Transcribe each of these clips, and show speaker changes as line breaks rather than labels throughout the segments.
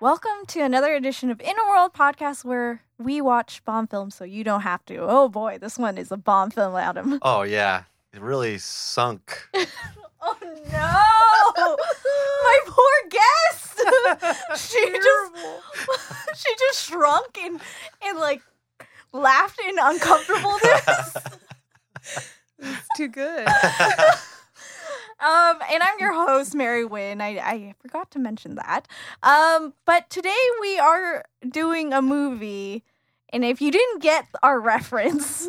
Welcome to another edition of Inner World Podcast where we watch bomb films so you don't have to. Oh boy, this one is a bomb film, Adam.
Oh yeah, it really sunk.
Oh no! My poor guest! she just she just shrunk and and like laughed in uncomfortableness.
It's too good.
Um, and I'm your host, Mary Wynn. I, I forgot to mention that. Um, but today we are doing a movie. And if you didn't get our reference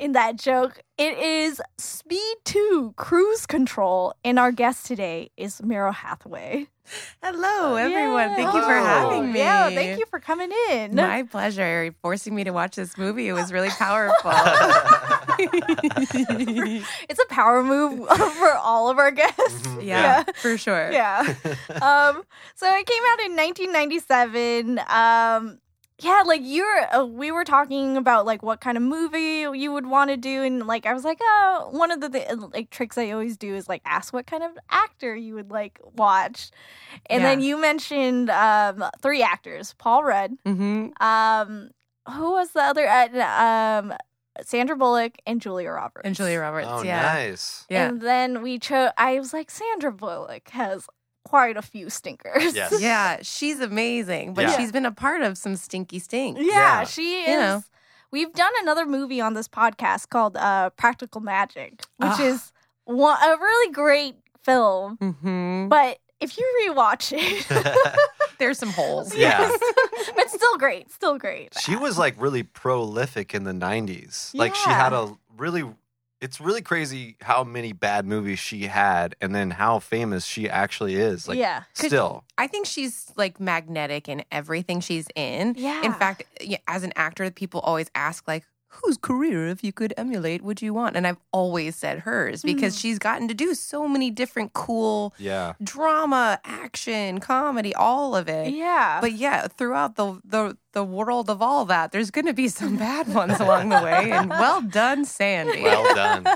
in that joke, it is Speed 2 Cruise Control. And our guest today is Meryl Hathaway.
Hello, everyone.
Yay.
Thank you for
Hello.
having me.
Uh, Yeah, thank you for coming in.
My pleasure. You're forcing me to watch this movie. It was really powerful.
It's a power move for all of our guests.
Mhm.
yeah, for sure.
yeah. um, so it came out in 1997. Um, yeah, like you're, uh, we were talking about like what kind of movie you would want to do, and like I was like, oh, one of the thi- like tricks I always do is like ask what kind of actor you would like watch, and then
Yeah.
you mentioned um, three actors: Paul Rudd,
hmm
um, who was the other? Uh, um, Sandra Bullock and Julia Roberts.
And Julia Roberts.
Oh,
yeah.
nice.
Yeah.
And then we chose, I was like, Sandra Bullock has quite a few stinkers.
Yes.
yeah, she's amazing, but
Yeah.
she's been a part of some stinky stink.
Yeah,
Yeah.
she is.
You know.
We've done another movie on this podcast called uh, Practical Magic, which
Ah.
is one, a really great film.
hmm
But if you rewatch it,
There's some holes.
Yeah.
but still great, still great.
she was like really prolific in the 90s. Like she
Yeah.
had a really it's really crazy how many bad movies she had and then how famous she actually is. Like
yeah.
Could-
still.
I think she's like magnetic in everything she's in.
Yeah.
In fact, y- as an actor, people always ask like, whose career, if you could emulate, would you want? And I've always said hers because
Mhm.
she's gotten to do so many different cool
Yeah.
drama, action, comedy, all of it.
Yeah.
But yeah, throughout the, the the world of all that, there's going to be some bad ones along the way. And well done, Sandy.
Well done.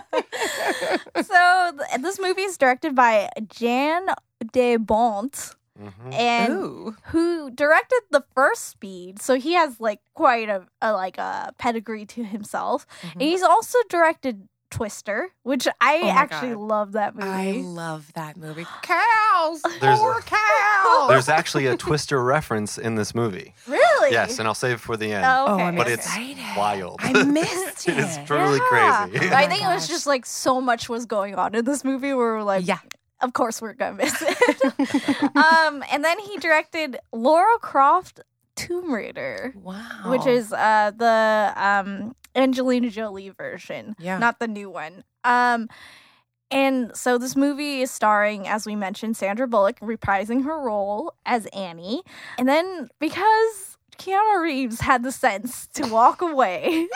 so th- this movie is directed by Jan de Bont
Mhm.
and
Ooh.
who directed the first speed so he has like quite a, a like a pedigree to himself and he's also directed twister which i
Mm-hmm. Oh my
actually
God.
love that
I
movie
love that movie. Cows,
There's-
poor cows.
There's actually a Twister reference in this movie.
really
Yes, and I'll save it for the end.
oh,
Oh,
okay.
I'm
But it's
excited.
wild.
I missed it.
it's truly
Yeah.
crazy.
Oh
i
my
think it was
gosh.
just like so much was going on in this movie where we're like
yeah.
of course we're gonna miss it um and then he directed laura croft tomb raider
Wow.
which is uh the um Angelina Jolie version,
Yeah.
not the new one. Um and so this movie is starring as we mentioned Sandra Bullock reprising her role as Annie. And then because Keanu Reeves had the sense to walk away,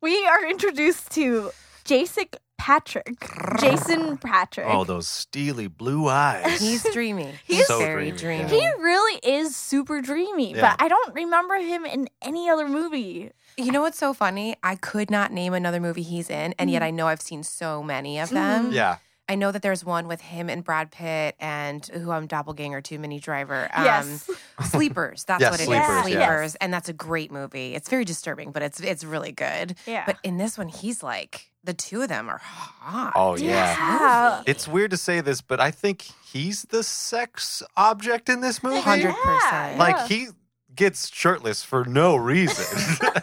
we are introduced to Jason Patrick. Jason Patrick.
Oh, those steely blue eyes.
he's dreamy.
He's
He's
so
very
dreamy,
dreamy.
yeah.
he really is super dreamy,
Yeah.
but I don't remember him in any other movie.
You know what's so funny? I could not name another movie he's in, and
Mm.
yet I know I've seen so many of them.
Mhm.
yeah.
I know that there's one with him and Brad Pitt and who I'm doppelganger to, Mini Driver. um,
yes.
Sleepers. That's
Yeah,
what it is.
Sleepers,
yeah.
Sleepers, and that's a great movie. It's very disturbing, but it's it's really good.
Yeah.
But in this one, he's like the two of them are hot.
Oh yeah.
Yeah.
It's weird to say this, but I think he's the sex object in this movie.
Hundred percent.
Like he gets shirtless for no reason.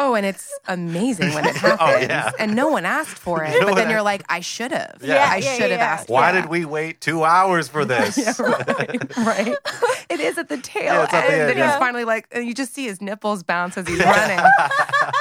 Oh, and it's amazing when it
Oh,
happens.
yeah.
And no one asked for it.
No
but
one
then
asked-
you're like, I should have.
Yeah.
Yeah,
I
yeah,
should have
yeah.
asked.
Why
for
did we wait two hours for this?
it. right, right. It is at the tail
Yeah, it's at the
end.
end,
and
yeah.
he's finally like, and you just see his nipples bounce as he's running.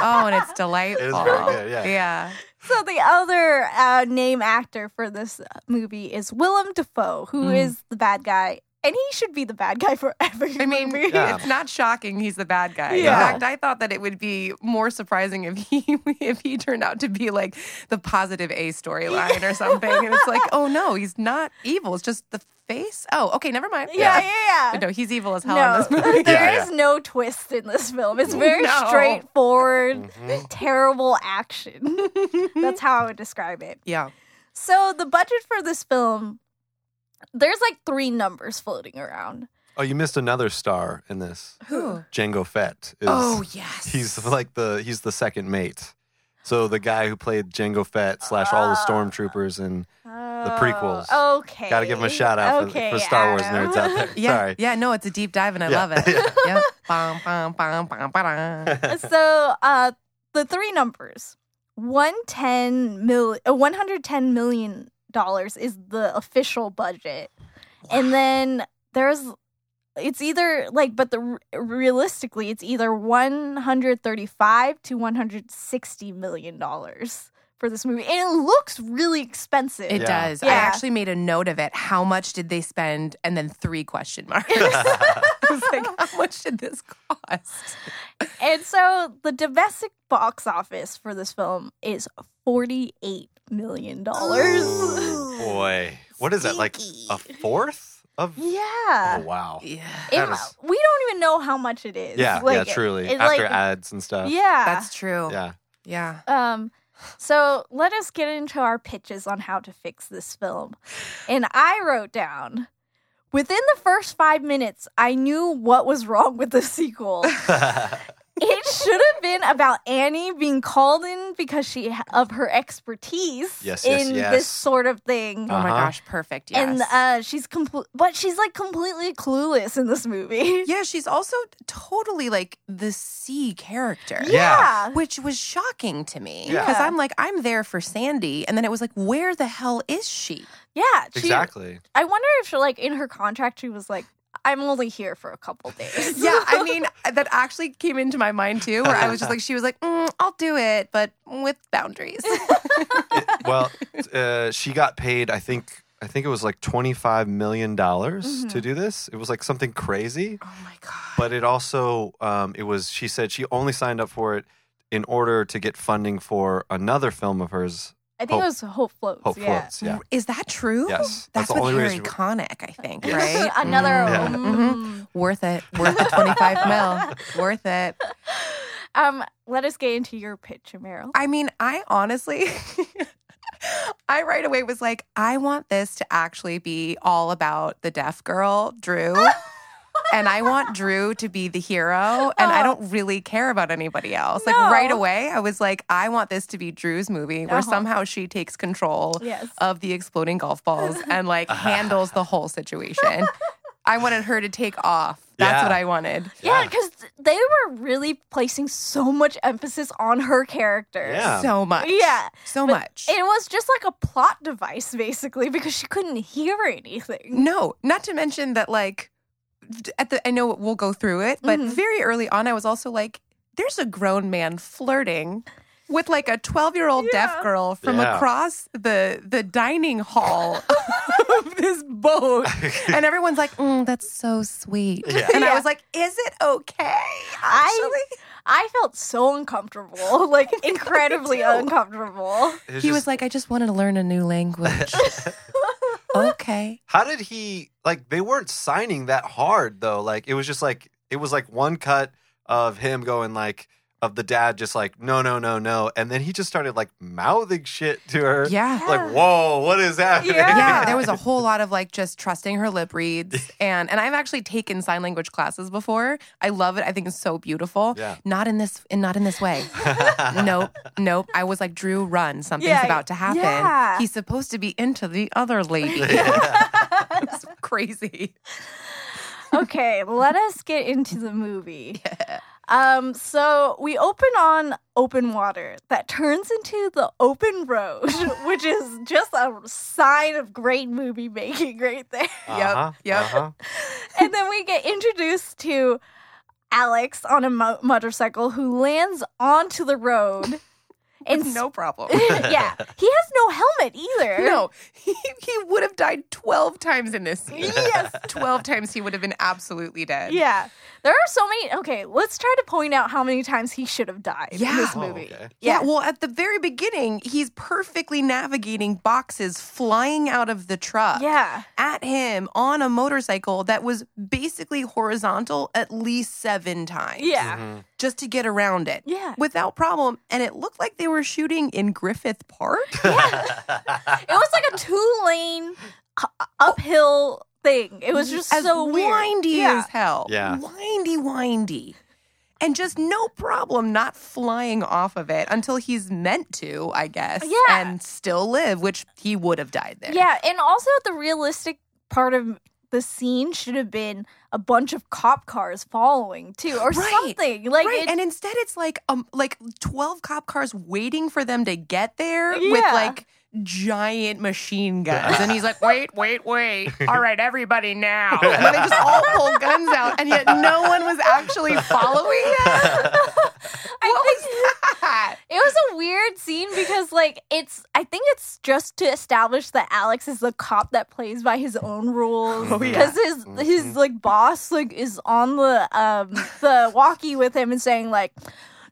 oh, and it's delightful.
good, yeah.
Yeah.
So the other uh, name actor for this movie is Willem Dafoe, who is
Mm.
the bad guy, and he should be the bad guy for every
I mean,
movie.
Yeah.
it's not shocking he's the bad guy. In
Yeah.
fact, I thought that it would be more surprising if he if he turned out to be like the positive A storyline or something. And it's like, oh no, he's not evil. It's just the face. Oh, okay, never mind.
yeah,
But
yeah, yeah.
no, he's evil as hell in
No,
this movie.
there
Yeah,
is no twist in this film. It's very
No.
straightforward,
Mhm.
terrible action. That's how I would describe it.
yeah.
So the budget for this film, there's like three numbers floating around.
Oh, you missed another star in this.
Who?
Django Fett is
Oh yes.
he's like the he's the second mate. So the guy who played Django Fett slash all the
Ah.
stormtroopers and
Oh,
prequels.
Okay.
gotta give him a shout out for-
Okay,
for, Star Wars
Adam.
nerds out there.
Yeah.
Sorry.
Yeah. No, it's a deep dive, and I
Yeah.
love it.
Yeah.
yep. Bum, bum, bum, bum, ba-dum.
so uh the three numbers 110 mil uh, 110 million dollars is the official budget and then there's it's either like but the r- realistically it's either 135 to 160 million dollars for this movie and it looks really expensive
It
Yeah.
does. I
Yeah.
actually made a note of it. How much did they spend? And then three question marks. I was like, how much did this cost?
and so the domestic box office for this film is 48 million dollars
Ooh, boy. What is that? Like a fourth of
yeah
Oh wow.
Yeah.
It-
That is-
we don't even know how much it is.
Yeah,
Like,
yeah, truly.
it-
After
like-
ads and stuff.
yeah.
That's true.
Yeah.
Yeah.
um. So let us get into our pitches on how to fix this film. And I wrote down within the first five minutes, I knew what was wrong with the sequel. it should have been about Annie being called in because she of her expertise
Yes, yes,
in
yes.
this sort of thing.
Oh my
Uh-huh.
gosh. Perfect. Yes.
And uh, she's complete, but she's like completely clueless in this movie.
yeah, she's also totally like the C character.
Yeah.
Which was shocking to me
Yeah.
because I'm like, I'm there for Sandy. And then it was like, where the hell is she?
yeah. She,
exactly.
I wonder if, like, in her contract, she was like, "I'm only here for a couple days."
Yeah, I mean, that actually came into my mind too, where I was just like, she was like, mm, I'll do it, but with boundaries. Oh
well, uh, she got paid. I think I think it was like twenty five million dollars to do this. It was like something crazy,
oh my God.
but it also um, it was. She said she only signed up for it in order to get funding for another film of hers.
I think
Hope.
it was Hope floats.
Hope
yeah.
floats. Yeah.
Mm, Is that true?
Yes.
That's,
That's the
with
only
Harry
reason-
Connick, I think,
Yes.
right? Mm-hmm.
Another.
Yeah.
mm.
Worth it. Worth the 25 mil. Worth it.
Um, let us get into your pitch, Meryl.
I mean, I honestly, I right away was like, I want this to actually be all about the deaf girl, Drew. And I want Drew to be the hero, and I don't really care about anybody else.
No.
Like right away, I was like, I want this to be Drew's movie where
Uh-huh.
somehow she takes control
Yes.
Uh,
of the exploding golf balls and like handles the whole situation. I wanted her to take off. That's
Yeah.
what I wanted.
yeah, because they were really placing so much emphasis on her character.
Yeah.
So much.
Yeah.
So
But
much.
It was just like a plot device, basically, because she couldn't hear anything.
No, not to mention that like d- at the I know we'll go through it, but
Mhm.
very early on I was also like there's a grown man flirting with like a 12-year-old
Yeah.
deaf girl from
Yeah.
across the the dining hall of this boat. And everyone's like, mm, "That's so sweet."
Yeah.
And
Yeah.
I was like, "Is it okay?"
I-
Actually,
I felt so uncomfortable, like incredibly
too.
uncomfortable.
It
he
was just-
was like, "I just wanted to learn a new language." okay.
How did he like? They weren't signing that hard though. Like it was just like it was like one cut of him going like of the dad just like no no no no, and then he just started like mouthing shit to her.
Yeah.
Yeah.
Like whoa, what is happening?
Yeah.
yeah there was a whole lot of like just trusting her lip reads and and i've actually taken sign language classes before i love it i think it's so beautiful
Yeah.
not in this and not in this way nope nope i was like drew run something's
Yeah,
about to happen
yeah.
he's supposed to be into the other lady it's crazy
okay, let us get into the movie. Um, so we open on open water that turns into the open road, which is just a sign of great movie making right there.
Uh-huh,
yep.
uh-huh.
And then we get introduced to Alex on a mo- motorcycle who lands onto the road. And s-
no problem
yeah, he has no helmet either.
no he, he would have died 12 times in this scene
Yes.
12 times he would have been absolutely dead
Yeah. There are so many. Okay, let's try to point out how many times he should have died in
Yeah.
this
Oh,
movie.
okay.
Yeah. well, at the very beginning, he's perfectly navigating boxes flying out of the truck
Yeah.
at him on a motorcycle that was basically horizontal at least seven times
Yeah.
Mhm.
just to get around it
Yeah.
without problem. And it looked like they were shooting in Griffith Park.
It was like a two lane uphill thing. It was just
as
so weird.
windy
Yeah.
as hell.
Yeah.
Windy, windy. And just no problem not flying off of it until he's meant to, I guess.
Yeah.
And still live, which he would have died there.
Yeah, and also the realistic part of the scene should have been a bunch of cop cars following too, or
Right,
something. Like
right.
it,
and instead it's like um like 12 cop cars waiting for them to get there with
Yeah.
like giant machine guns. and he's like, wait, wait, wait. All right, everybody now. And then they just all pull guns out, and yet no one was actually following them.
I
What
think
was that?
it was a weird scene because like it's I think it's just to establish that Alex is the cop that plays by his own rules.
Oh, yeah.
Because his his like boss like is on the um the walkie with him and saying like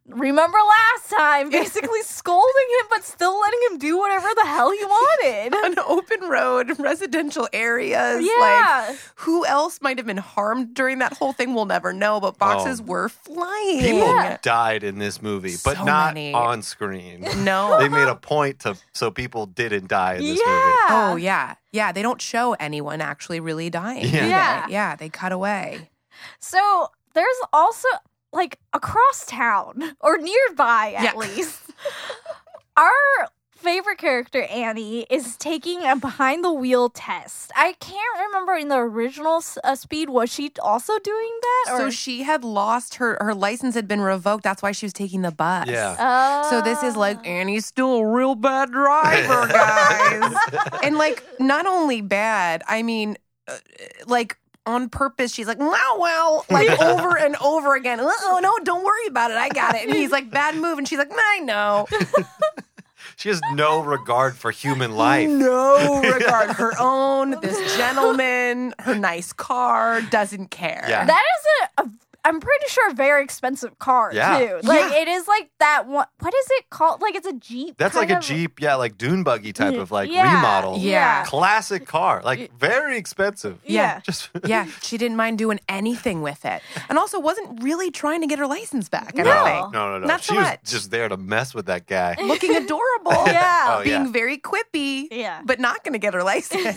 Remember last time, basically scolding him, but still letting him do whatever the hell he wanted.
an open road, residential areas. Like,
Yeah.
who else might have been harmed during that whole thing? We'll never know, but boxes
Oh.
were flying.
People
Yeah.
died in this movie, but
So
not
many.
on screen. they
No.
made a point to so people didn't die in this movie.
yeah.
Oh, yeah. Yeah. They don't show anyone actually really dying. do
Yeah.
they?
Yeah.
Yeah. They cut away.
So there's also like across town or nearby at
Yeah.
least. Our favorite character Annie is taking a behind the wheel test. I can't remember in the original s- uh, speed was she also doing that or
So she had lost her, her license had been revoked. That's why she was taking the bus.
Yeah.
Uh,
So this is
Oh.
like Annie's still a real bad driver, guys. and like not only bad, I mean uh, like on purpose she's like, "Wow, well," like over and over again. "Oh, no, don't worry about it. I got it." And he's like, "Bad move." And she's like, "I know."
She has no regard for human life.
No regard her own, this gentleman, her nice car, doesn't care.
Yeah.
That is a, a I'm pretty sure a very expensive car
Yeah.
too. Like
Yeah.
it is like that one what is it called? Like it's a Jeep.
That's like
kind
a
of-
Jeep, yeah, like dune buggy type of like
Yeah.
remodel.
Yeah.
Classic car, like very expensive.
Yeah.
Just
Yeah, she didn't mind doing anything with it. And also wasn't really trying to get her license back, I
no,
No.
don't think.
no, no, no.
Not
she
so
was
much.
just there to mess with that guy.
looking adorable.
Yeah.
Oh, yeah.
Being very quippy.
Yeah.
But not going to get her license.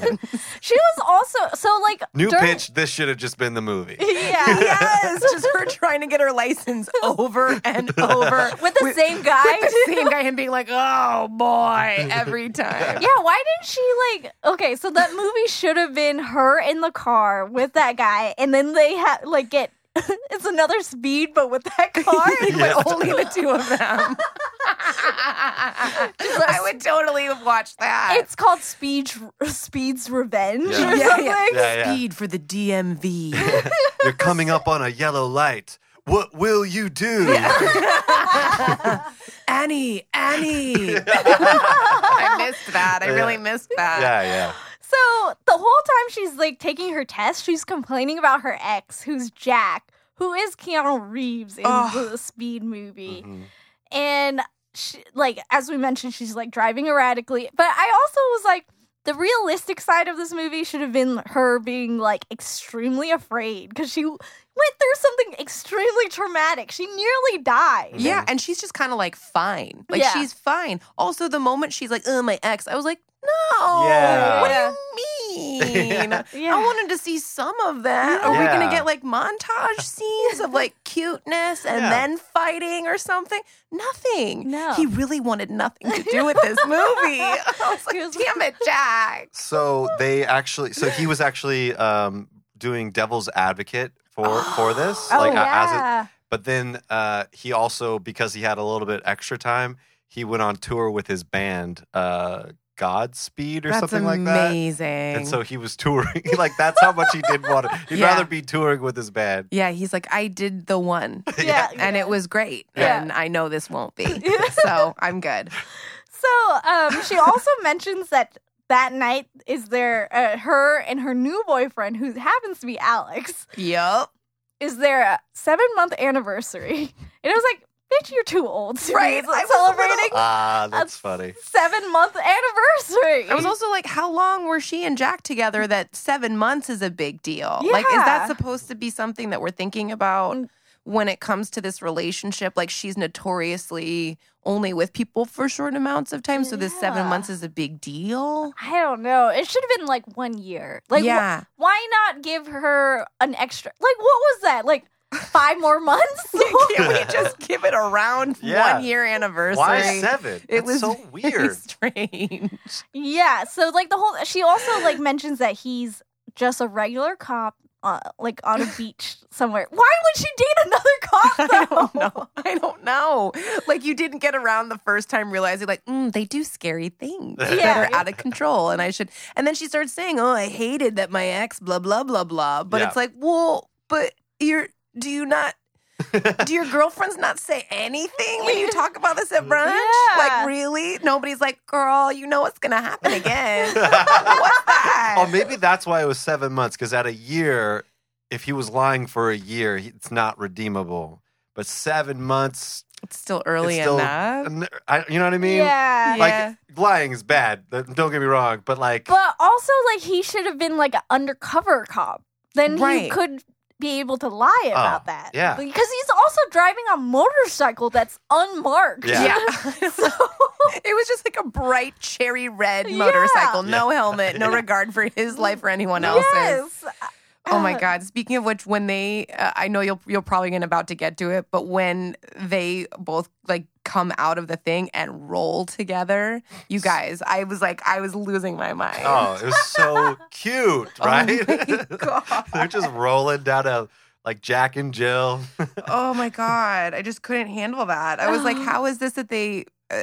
She was also so like
New
during-
pitch. This should have just been the movie.
Yeah.
yes. Just her trying to get her license over and over.
With the same guy.
the
too.
same guy, him being like, oh boy, every time.
Yeah, why didn't she like okay, so that movie should have been her in the car with that guy and then they have like get it's another speed but with that car.
Yeah.
but only the two of them. I would totally have watched that.
It's called Speed Speed's Revenge
Yeah.
or
Yeah,
something.
yeah.
Yeah, yeah.
speed for the DMV.
You're coming up on a yellow light. What will you do?
Annie, Annie. I missed that. I really missed that.
yeah, yeah.
So the whole time she's like taking her test, she's complaining about her ex, who's Jack, who is Keanu Reeves in
Ugh.
the Speed movie.
Mhm.
And she, like as we mentioned, she's like driving erratically. But I also was like, the realistic side of this movie should have been her being like extremely afraid because she went through something extremely traumatic. She nearly died.
Yeah,
Mm-hmm.
and she's just kind of like fine. Like
Yeah.
she's fine. Also, the moment she's like, "Oh, my ex," I was like, "No,
Yeah.
Yeah.
what do you mean?
Yeah.
I wanted to see some of that. Are we
Yeah.
gonna get like montage scenes of like cuteness and
Yeah.
then fighting or something? Nothing.
No.
he really wanted nothing to do with this movie. I was like,
He was like-
"Damn it, Jack."
So they actually, so he was actually um, doing devil's advocate for for this,
Oh
like a- as a,
yeah.
But then uh, he also, because he had a little bit extra time, he went on tour with his band, uh, Godspeed or something like that.
amazing.
And so he was touring. like that's how much he did want it. He'd
Yeah.
rather be touring with his band.
yeah, he's like, "I did the one."
yeah.
And it was great.
Yeah.
And I know this won't be. So I'm good.
So um, she also mentions that that night is their uh, her and her new boyfriend, who happens to be Alex,
Yup.
is their seven month anniversary. And I was like, bitch, you're too old to
Right,
be
I was a little- uh,
celebrating
Ah, that's
That's-
funny.
seven month anniversary.
I was also like, how long were she and Jack together that seven months is a big deal?
Yeah.
Like, is that supposed to be something that we're thinking about?
Mm.
when it comes to this relationship, like she's notoriously only with people for short amounts of time. So this seven
Yeah.
months is a big deal.
I don't know. It should have been like one year. Like, wh-
yeah.
why not give her an extra? Like, what was that? Like five more months?
Can we just give it around
Yeah.
one year anniversary?
Why seven?
It
That's
was
so
very
weird.
strange.
yeah. So like the whole. She also like mentions that he's just a regular cop. Uh, like on a beach somewhere. Why would she date another cop? Though?
I don't know. I don't know. Like you didn't get around the first time realizing like mm, they do scary things that
Yeah.
are out of control, and I should. And then she starts saying, "Oh, I hated that my ex." Blah blah blah blah. But
Yeah.
it's like, well, but you're do you not. Do your girlfriends not say anything when you talk about this at brunch?
Yeah.
Like, really? Nobody's like, girl, you know what's going to happen again. What's that?
oh, maybe that's why it was seven months. Because at a year, if he was lying for a year, he- it's not redeemable. But seven months,
it's still
it's
early
still,
enough.
n- I- you know what I mean?
yeah.
Like
Yeah.
lying is bad. th- Don't get me wrong, but like,
But also, like, he should have been like an undercover cop. Then he
Right.
could be able to lie about that.
Oh, yeah.
Because he's also driving a motorcycle that's unmarked.
Yeah.
so,
It was just like a bright cherry red motorcycle, no helmet, no
Yeah.
regard for his life or anyone else's.
yes.
Oh my god! Speaking of which, when they, uh, I know you'll you're probably gonna about to get to it, but when they both like come out of the thing and roll together, you guys, I was like, I was losing my mind.
oh, it was so cute, right?
Oh my god!
They're just rolling down a like Jack and Jill.
oh my god! I just couldn't handle that. I was like, how is this that they uh,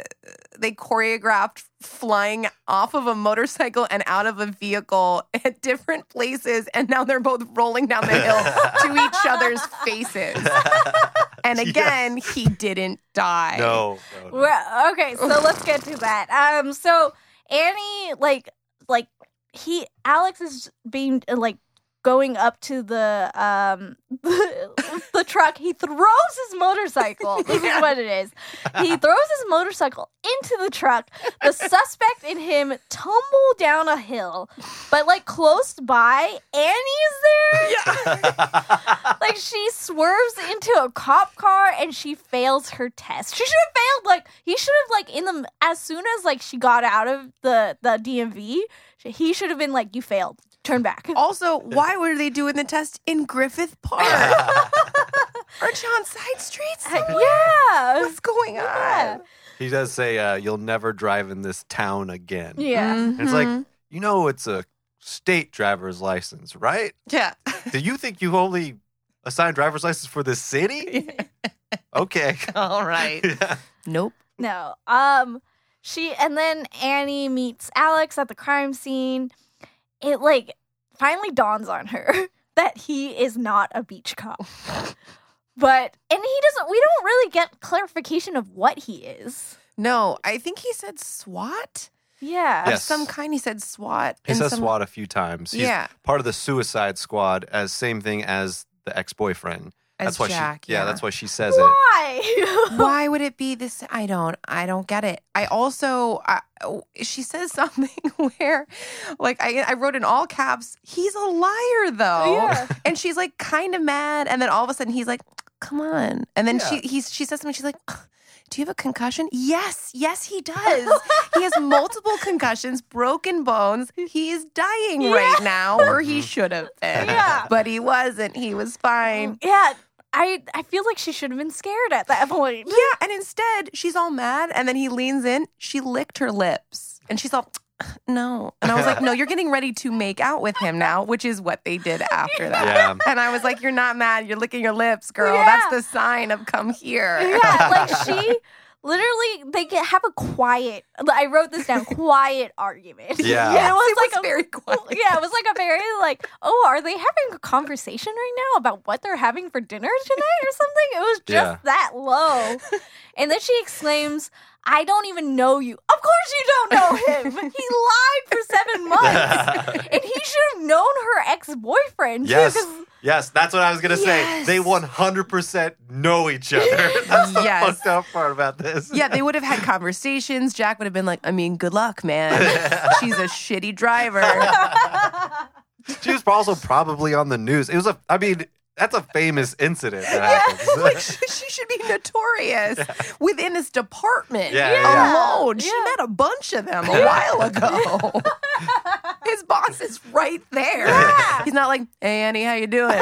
they choreographed flying off of a motorcycle and out of a vehicle at different places, and now they're both rolling down the hill to each other's faces. And
Yes.
again, he didn't die.
no, Oh, no, no.
Well, okay, so let's get to that. Um, so Annie, like, like he, Alex is being uh, like going up to the um the, truck. He throws his motorcycle. This is what it is. He throws his motorcycle into the truck. The suspect and him tumble down a hill, but like close by, Annie's there. Like she swerves into a cop car and she fails her test. She should have failed. Like he should have like in the as soon as like she got out of the the DMV, sh- he should have been like, "You failed. Turn back."
Also, why were they doing the test in Griffith Park or on side streets?
yeah.
What's going
Yeah.
on?
he does say, uh, "You'll never drive in this town again."
Yeah.
And it's like
Mm-hmm.
you know, it's a state driver's license, right?
yeah.
Do you think you only assign driver's license for the city? Okay.
All right.
Yeah.
Nope.
No. Um she and then Annie meets Alex at the crime scene. It like finally dawns on her that he is not a beach cop. But and he doesn't we don't really get clarification of what he is.
No, I think he said SWAT
Yeah.
of
Yes.
some kind. He said SWAT.
He
and
says
some-
SWAT a few times. He's
Yeah.
part of the Suicide Squad, as same thing as the ex-boyfriend.
As
that's why
Jack.
she, yeah, that's why she says it.
Why?
why would it be this i don't i don't get it i also I, oh, she says something where like I, I wrote in all caps he's a liar though
Yeah.
and she's like kind of mad and then all of a sudden he's like come on and then
Yeah.
she he's, she says something she's like "Ugh, do you have a concussion yes yes he does he has multiple concussions broken bones he is dying right now or he should have been
Yeah.
but he wasn't he was fine
yeah. I I feel like she should have been scared at that point.
Yeah, and instead she's all mad, and then he leans in. She licked her lips, and she's all, "No." And I was like, "No, you're getting ready to make out with him now," which is what they did after that.
Yeah.
And I was like, "You're not mad. You're licking your lips, girl.
Yeah.
That's the sign of come here."
Yeah, like she literally they get, have a quiet. I wrote this down. Quiet argument.
Yeah.
And it was
It was
like a,
very quiet.
Yeah, it was like a very like, oh, are they having a conversation right now about what they're having for dinner tonight or something? It was just
Yeah.
that low. And then she exclaims, "I don't even know you. Of course you don't know him. he lied for seven months, and he should have known her ex-boyfriend." too,
Yes.
'cause
Yes, that's what I was gonna say.
Yes.
They 100% know each other. That's the
Yes.
fucked up part about this.
Yeah, they would have had conversations. Jack would have been like, "I mean, good luck, man. She's a shitty driver."
she was also probably on the news. It was a. I mean, that's a famous incident that
Yeah,
happens.
like she, she should be notorious within this department
Yeah,
yeah, yeah.
alone. She
Yeah.
met a bunch of them a while ago. His boss is right there.
Yeah.
He's not like, "Hey, Annie, how you doing?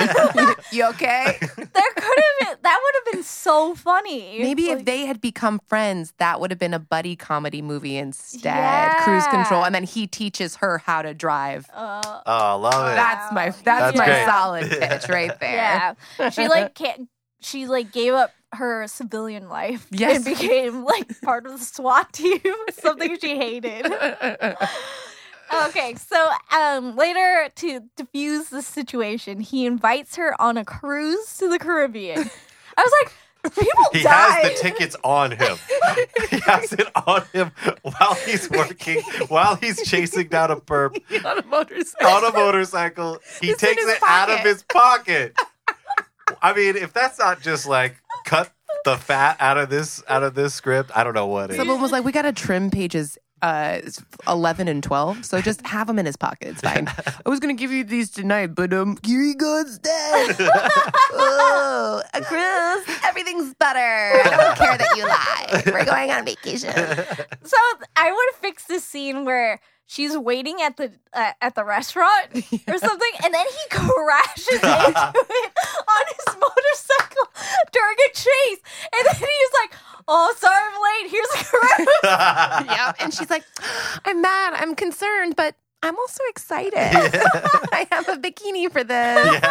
you okay?"
There could have been that would have been so funny.
Maybe
Like-
if they had become friends, that would have been a buddy comedy movie instead.
Yeah.
Cruise control, and then he teaches her how to drive.
Uh,
oh, I love it.
That's my that's,
That's
my
great.
solid pitch right there.
Yeah, she like can't. She like gave up her civilian life
Yes.
and became like part of the SWAT team, something she hated. Okay, so um, later to diffuse the situation, he invites her on a cruise to the Caribbean. I was like, people
He
die.
has the tickets on him. he has it on him while he's working, while he's chasing down a perp
on a motorcycle.
on a motorcycle. He
It's in
takes
his
it out of
pocket.
his pocket. I mean, if that's not just like cut the fat out of this out of this script, I don't know what is.
Someone was like, "We got to trim pages uh, eleven and twelve, so just have them in his pocket. It's fine." I was gonna give you these tonight, but um, here he goes down. oh, a cruise, everything's better. I don't care that you lie. We're going on vacation.
So I would fix this scene where she's waiting at the uh, at the restaurant or something, and then he crashes into it on his motorcycle during a chase, and then he's like, "Oh, sorry I'm late. Here's a crash."
yep. And she's like, "I'm mad. I'm concerned, but." I'm also excited. I have a bikini for this.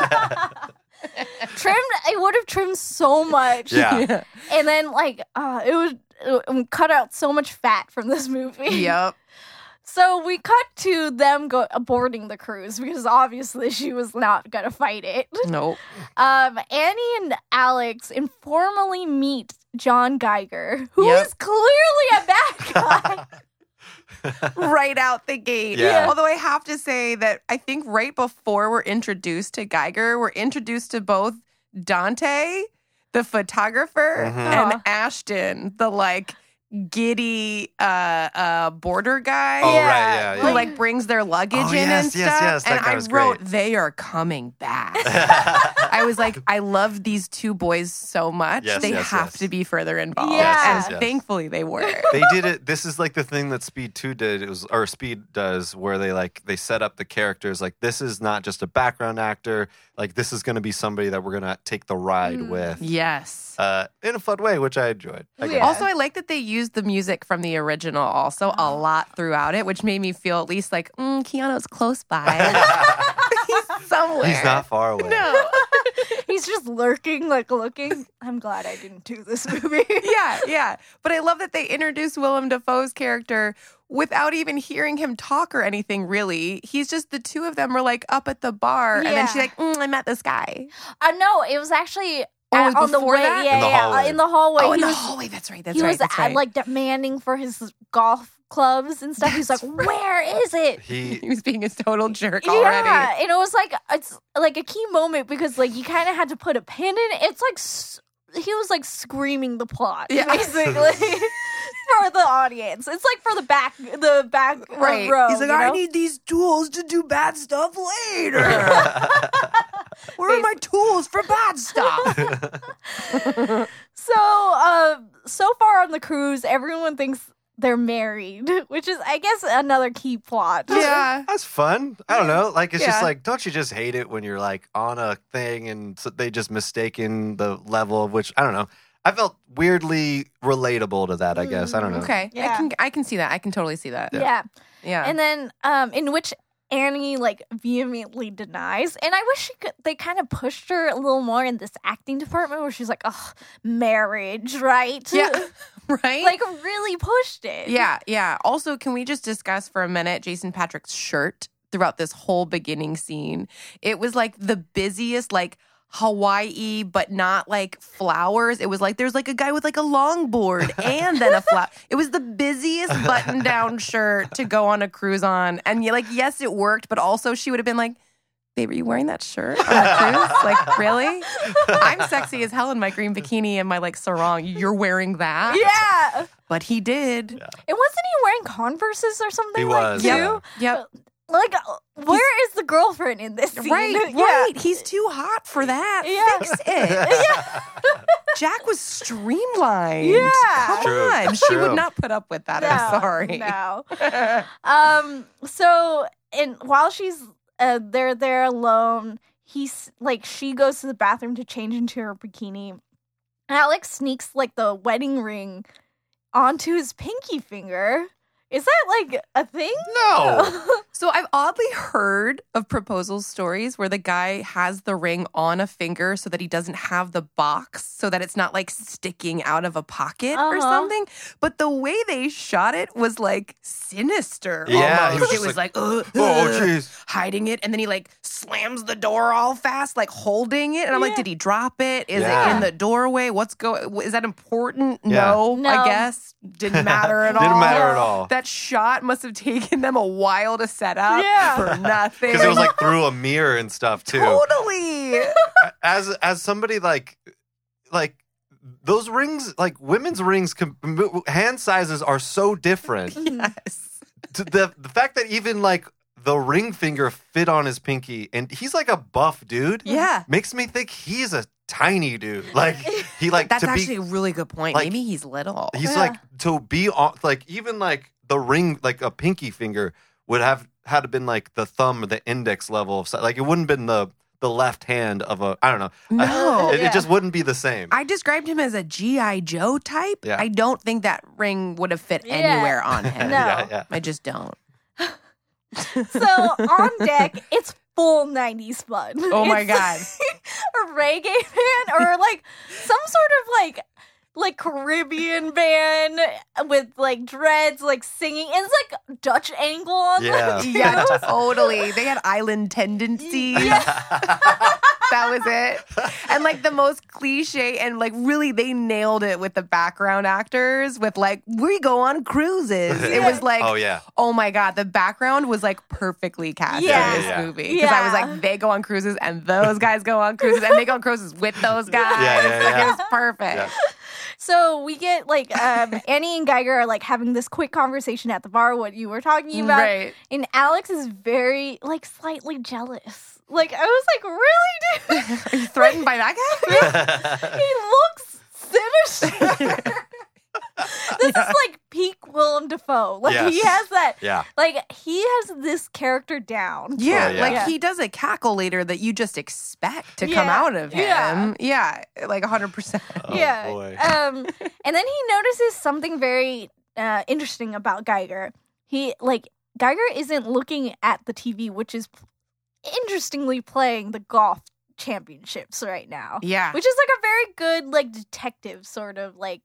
trimmed. It would have trimmed so much,
Yeah.
and then like uh, it would. it would Cut out so much fat from this movie.
Yep.
So we cut to them go boarding the cruise because obviously she was not gonna fight it.
Nope.
Um, Annie and Alex informally meet John Geiger, who is
Yep.
clearly a bad guy.
right out the gate.
Yeah.
Although I have to say that I think right before we're introduced to Geiger, we're introduced to both Dante, the photographer,
Mhm.
Aw.
and Ashton, the like giddy uh uh border guy.
Oh, right, yeah,
Who
yeah.
like brings their luggage
Oh,
in
yes,
and stuff?
yes, yes, that
and
guy
I
was
wrote,
great.
"They are coming back." I was like, "I love these two boys so much.
Yes,
they
yes,
have
yes.
to be further involved."
Yes,
and
yes,
yes.
thankfully, they were.
they did it. This is like the thing that Speed Two did. It was or Speed does, where they like they set up the characters. Like this is not just a background actor. Like this is going to be somebody that we're going to take the ride
Mm.
with,
yes.
uh, in a fun way, which I enjoyed. I
Yeah.
guess.
Also, I like that they used the music from the original also
Uh-huh.
a lot throughout it, which made me feel at least like mm, Keanu's close by. He's somewhere.
He's not far away.
No.
He's just lurking, like looking. I'm glad I didn't do this movie.
yeah, yeah. But I love that they introduced Willem Dafoe's character without even hearing him talk or anything. Really, he's just the two of them were like up at the bar, and then she's
Yeah.
like, mm, "I met this guy."
Uh, no, it was actually
Oh, it
at-
was
on the
before
way.
that?
Yeah,
In the
yeah,
hallway.
uh, in the hallway.
oh,
he
in the
was,
hallway. That's right. That's
he
right.
was
that's
uh,
right.
like demanding for his golf clubs and stuff. He's like,
That's right.
"Where is it?"
He
he was being a total jerk
Yeah,
already.
and it was like it's like a key moment because like you kind of had to put a pin in it. It's like s- he was like screaming the plot
Yeah.
basically for the audience. It's like for the back the back uh,
Right.
row.
He's like,
you
I
know?
need these tools to do bad stuff later. Where are my tools for bad stuff?
so uh, so far on the cruise, everyone thinks they're married, which is I guess another key plot.
yeah.
that's fun. I don't know. Like it's just
Yeah.
like, don't you just hate it when you're like on a thing and so they just mistaken the level of which I don't know. I felt weirdly relatable to that. I guess I don't know.
Mm, Okay.
Yeah.
I can I can see that. I can totally see that.
yeah.
Yeah.
and then um in which Annie like vehemently denies, and I wish she could, they kind of pushed her a little more in this acting department where she's like, "Oh, marriage, right?"
yeah. right?
like really pushed it.
yeah, yeah. Also, can we just discuss for a minute Jason Patrick's shirt throughout this whole beginning scene? It was like the busiest like Hawaii, but not like flowers. It was like there's like a guy with like a longboard and then a flower. It was the busiest button down shirt to go on a cruise on. And you're like, yes, it worked, but also she would have been like, babe, are you wearing that shirt on a cruise? like, really? I'm sexy as hell in my green bikini and my like sarong. You're wearing that?
yeah.
But he did.
And wasn't he wearing Converses or something
He
like
was,
too?
yeah.
Yep.
Like, uh, where is the girlfriend in this scene?
Right,
Yeah.
right. He's too hot for that.
Yeah.
Fix it. Jack was streamlined.
Yeah.
Come
True,
on. She
true.
would not put up with that.
No,
I'm sorry.
No. Um. So, and while she's uh, they're there alone, he's like she goes to the bathroom to change into her bikini. Alex sneaks like the wedding ring onto his pinky finger. Is that like a thing?
No.
So I've oddly heard of proposal stories where the guy has the ring on a finger so that he doesn't have the box, so that it's not like sticking out of a pocket or
Uh-huh.
something. But the way they shot it was like sinister.
Yeah, he was
almost.
just
it was like, "Ugh,
Oh,
ugh,"
jeez.
hiding it, and then he like slams the door all fast, like holding it. And I'm like,
Yeah.
did he drop it? Is it
Yeah.
in the doorway? What's going? Is that important?
Yeah.
No,
No.
I guess didn't matter at all.
Didn't matter at all.
That shot must have taken them a while to set up
Yeah.
for nothing.
Because it was like through a mirror and stuff too.
totally.
As as somebody like like those rings, like women's rings, com- hand sizes are so different.
yes.
to the the fact that even like the ring finger fit on his pinky and he's like a buff dude
Yeah.
makes me think he's a tiny dude like he like
That's
to be
actually a really good point.
like-
Maybe he's little.
he's
Yeah.
like to be on like even like the ring like a pinky finger would have had to been like the thumb or the index level of si- like it wouldn't been the the left hand of a i don't know
no.
it,
Yeah.
it just wouldn't be the same
I described him as a G.I. Joe type.
Yeah.
I don't think that ring would have fit
Yeah.
anywhere on him.
No.
yeah yeah
I just don't.
So on deck, it's full '90s fun.
Oh my
It's
God.
a reggae band or like some sort of like like Caribbean band with like dreads, like singing. And it's like Dutch angle on
Yeah.
like
Yeah,
shows.
totally. They had island tendencies. that was it. And like the most cliche, and like really, they nailed it with the background actors. With like, we go on cruises. It was like,
oh yeah
oh my god, the background was like perfectly cast
Yeah.
in this
Yeah.
movie because I was
Yeah.
like, they go on cruises, and those guys go on cruises, and they go on cruises with those guys.
Yeah, yeah,
Like,
yeah.
it was perfect.
Yeah.
So we get like um, Annie and Geiger are like having this quick conversation at the bar, what you were talking about.
Right.
And Alex is very like slightly jealous. Like I was like, really, dude?
Are you threatened by that
he looks
guy?
sinister. this is like peak Willem Dafoe. Like he
Yes.
has that.
yeah
Like he has this character down.
Yeah,
Oh, yeah.
like
Yeah.
he does a cackle later that you just expect to come
Yeah.
out of
Yeah.
him. Yeah, like 100%.
oh
yeah.
boy
Um, and then he notices something very uh, interesting about Geiger. He like Geiger isn't looking at the TV, which is interestingly playing the golf championships right now,
Yeah.
which is like a very good like detective sort of like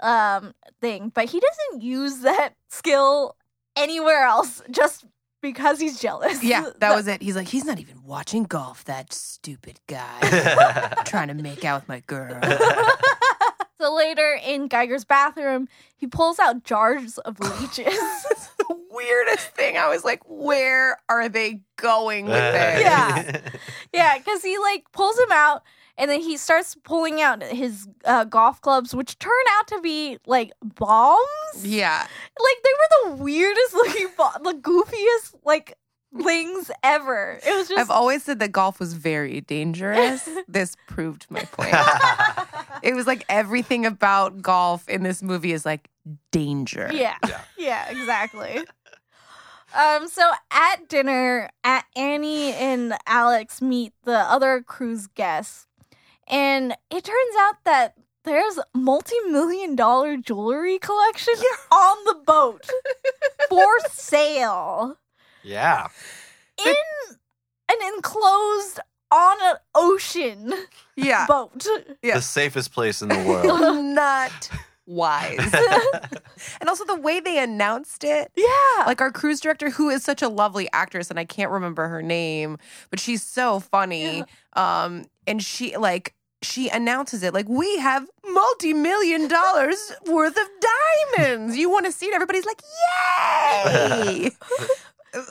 um thing. But he doesn't use that skill anywhere else, just because he's jealous.
Yeah, that was it. He's like, he's not even watching golf, that stupid guy. trying to make out with my girl.
So later in Geiger's bathroom, he pulls out jars of leeches.
That's the weirdest thing. I was like, where are they going with this?
Yeah. Yeah, because he like pulls him out, and then he starts pulling out his uh, golf clubs, which turn out to be like bombs.
Yeah.
Like they were the weirdest looking, bo- the goofiest like things ever. It was just
I've always said that golf was very dangerous. this proved my point. it was like everything about golf in this movie is like danger.
yeah,
Yeah.
yeah, exactly. um, so at dinner, at Annie and Alex meet the other cruise guests, and it turns out that. There's multi-million dollar jewelry collection on the boat. for sale
yeah
in an enclosed on an ocean
Yeah.
boat.
Yeah.
the safest place in the world
Not wise. and also the way they announced it.
Yeah.
Like our cruise director, who is such a lovely actress, and I can't remember her name, but she's so funny. Um, and she like she announces it like we have multi-million dollars worth of diamonds. You want to see it? Everybody's like, yay! Uh,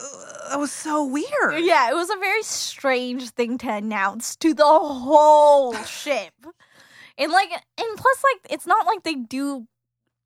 that was so weird.
yeah, it was a very strange thing to announce to the whole ship. And like and plus like it's not like they do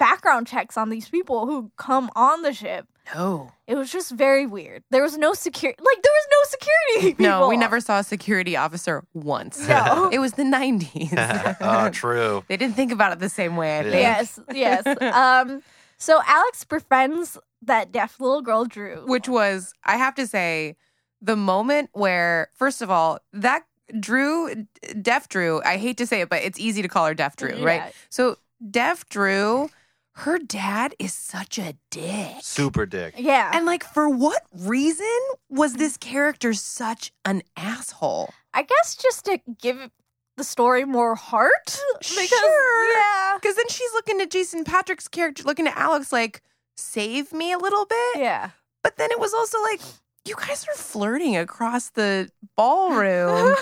background checks on these people who come on the ship.
No.
It was just very weird. There was no security. Like there was no security. People.
No, we never saw a security officer once.
No.
It was the 90s.
oh, true.
They didn't think about it the same way, I
Yeah.
think.
Yes, yes. um, so Alex befriends that deaf little girl, Drew.
Which was, I have to say, the moment where, first of all, that Drew, Deaf Drew, I hate to say it, but it's easy to call her Deaf Drew, right?
Yeah.
So, Deaf Drew, her dad is such a dick.
Super dick.
Yeah.
And like, for what reason was this character such an asshole?
I guess just to give the story more heart. Because,
Sure.
Yeah.
Because then she's looking at Jason Patrick's character, looking at Alex, like, save me a little bit.
Yeah.
But then it was also like, you guys are flirting across the ballroom.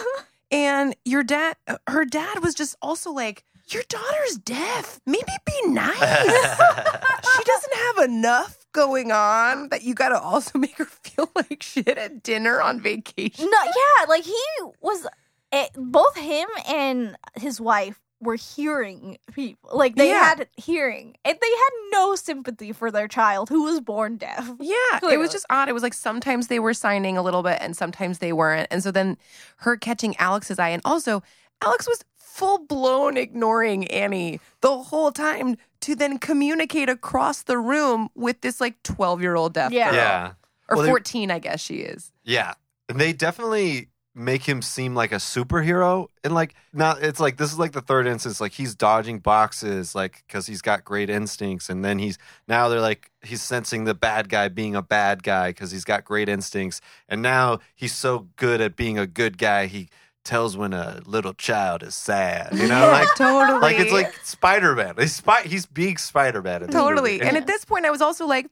and your dad, her dad was just also like, your daughter's deaf. Maybe be nice. she doesn't have enough going on that you got to also make her feel like shit at dinner on vacation.
no, yeah, like he was eh, both him and his wife were hearing people. Like they
Yeah.
had hearing. And they had no sympathy for their child who was born deaf.
Yeah, it
Clearly.
was just odd. It was like sometimes they were signing a little bit and sometimes they weren't. And so then her catching Alex's eye and also Alex was full blown ignoring Annie the whole time to then communicate across the room with this like 12 year old deaf
Yeah.
girl.
Yeah.
Or
Well, they-
14, I guess she is.
Yeah. And they definitely make him seem like a superhero. And like now it's like this is like the third instance. Like he's dodging boxes, like because he's got great instincts. And then he's now they're like he's sensing the bad guy being a bad guy because he's got great instincts. And now he's so good at being a good guy, he tells when a little child is sad. You know, like
totally.
like it's like Spider Man. He's spy- he's being Spider Man.
totally. And at this point, I was also like,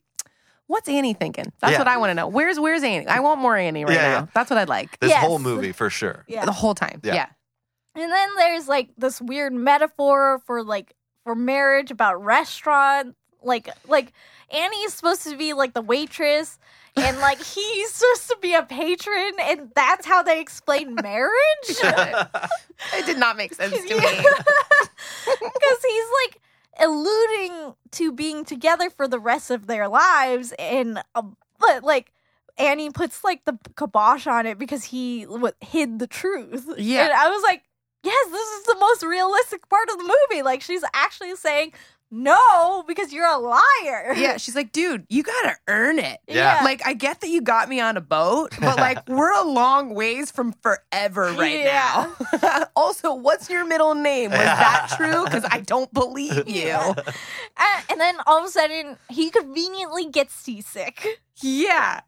What's Annie thinking? That's
Yeah.
what I want to know. Where's where's Annie? I want more Annie right
Yeah,
now.
yeah.
That's what I'd like.
this
Yes.
whole movie for sure.
Yeah.
The whole time.
Yeah.
yeah.
And then there's like this weird metaphor for like for marriage about restaurant. Like like Annie's supposed to be like the waitress and like he's supposed to be a patron and that's how they explain marriage.
It did not make sense to me.
Because he's like alluding to being together for the rest of their lives, and um, but like Annie puts like the kibosh on it because he what, hid the truth.
Yeah.
and I was like, yes, this is the most realistic part of the movie. Like she's actually saying no because you're a liar.
Yeah, she's like, dude, you gotta earn it.
Yeah.
Like, I get that you got me on a boat, but like, we're a long ways from forever right
Yeah.
now. also, what's your middle name? Was that true? Because I don't believe you.
Yeah. and, and then all of a sudden he conveniently gets seasick.
Yeah.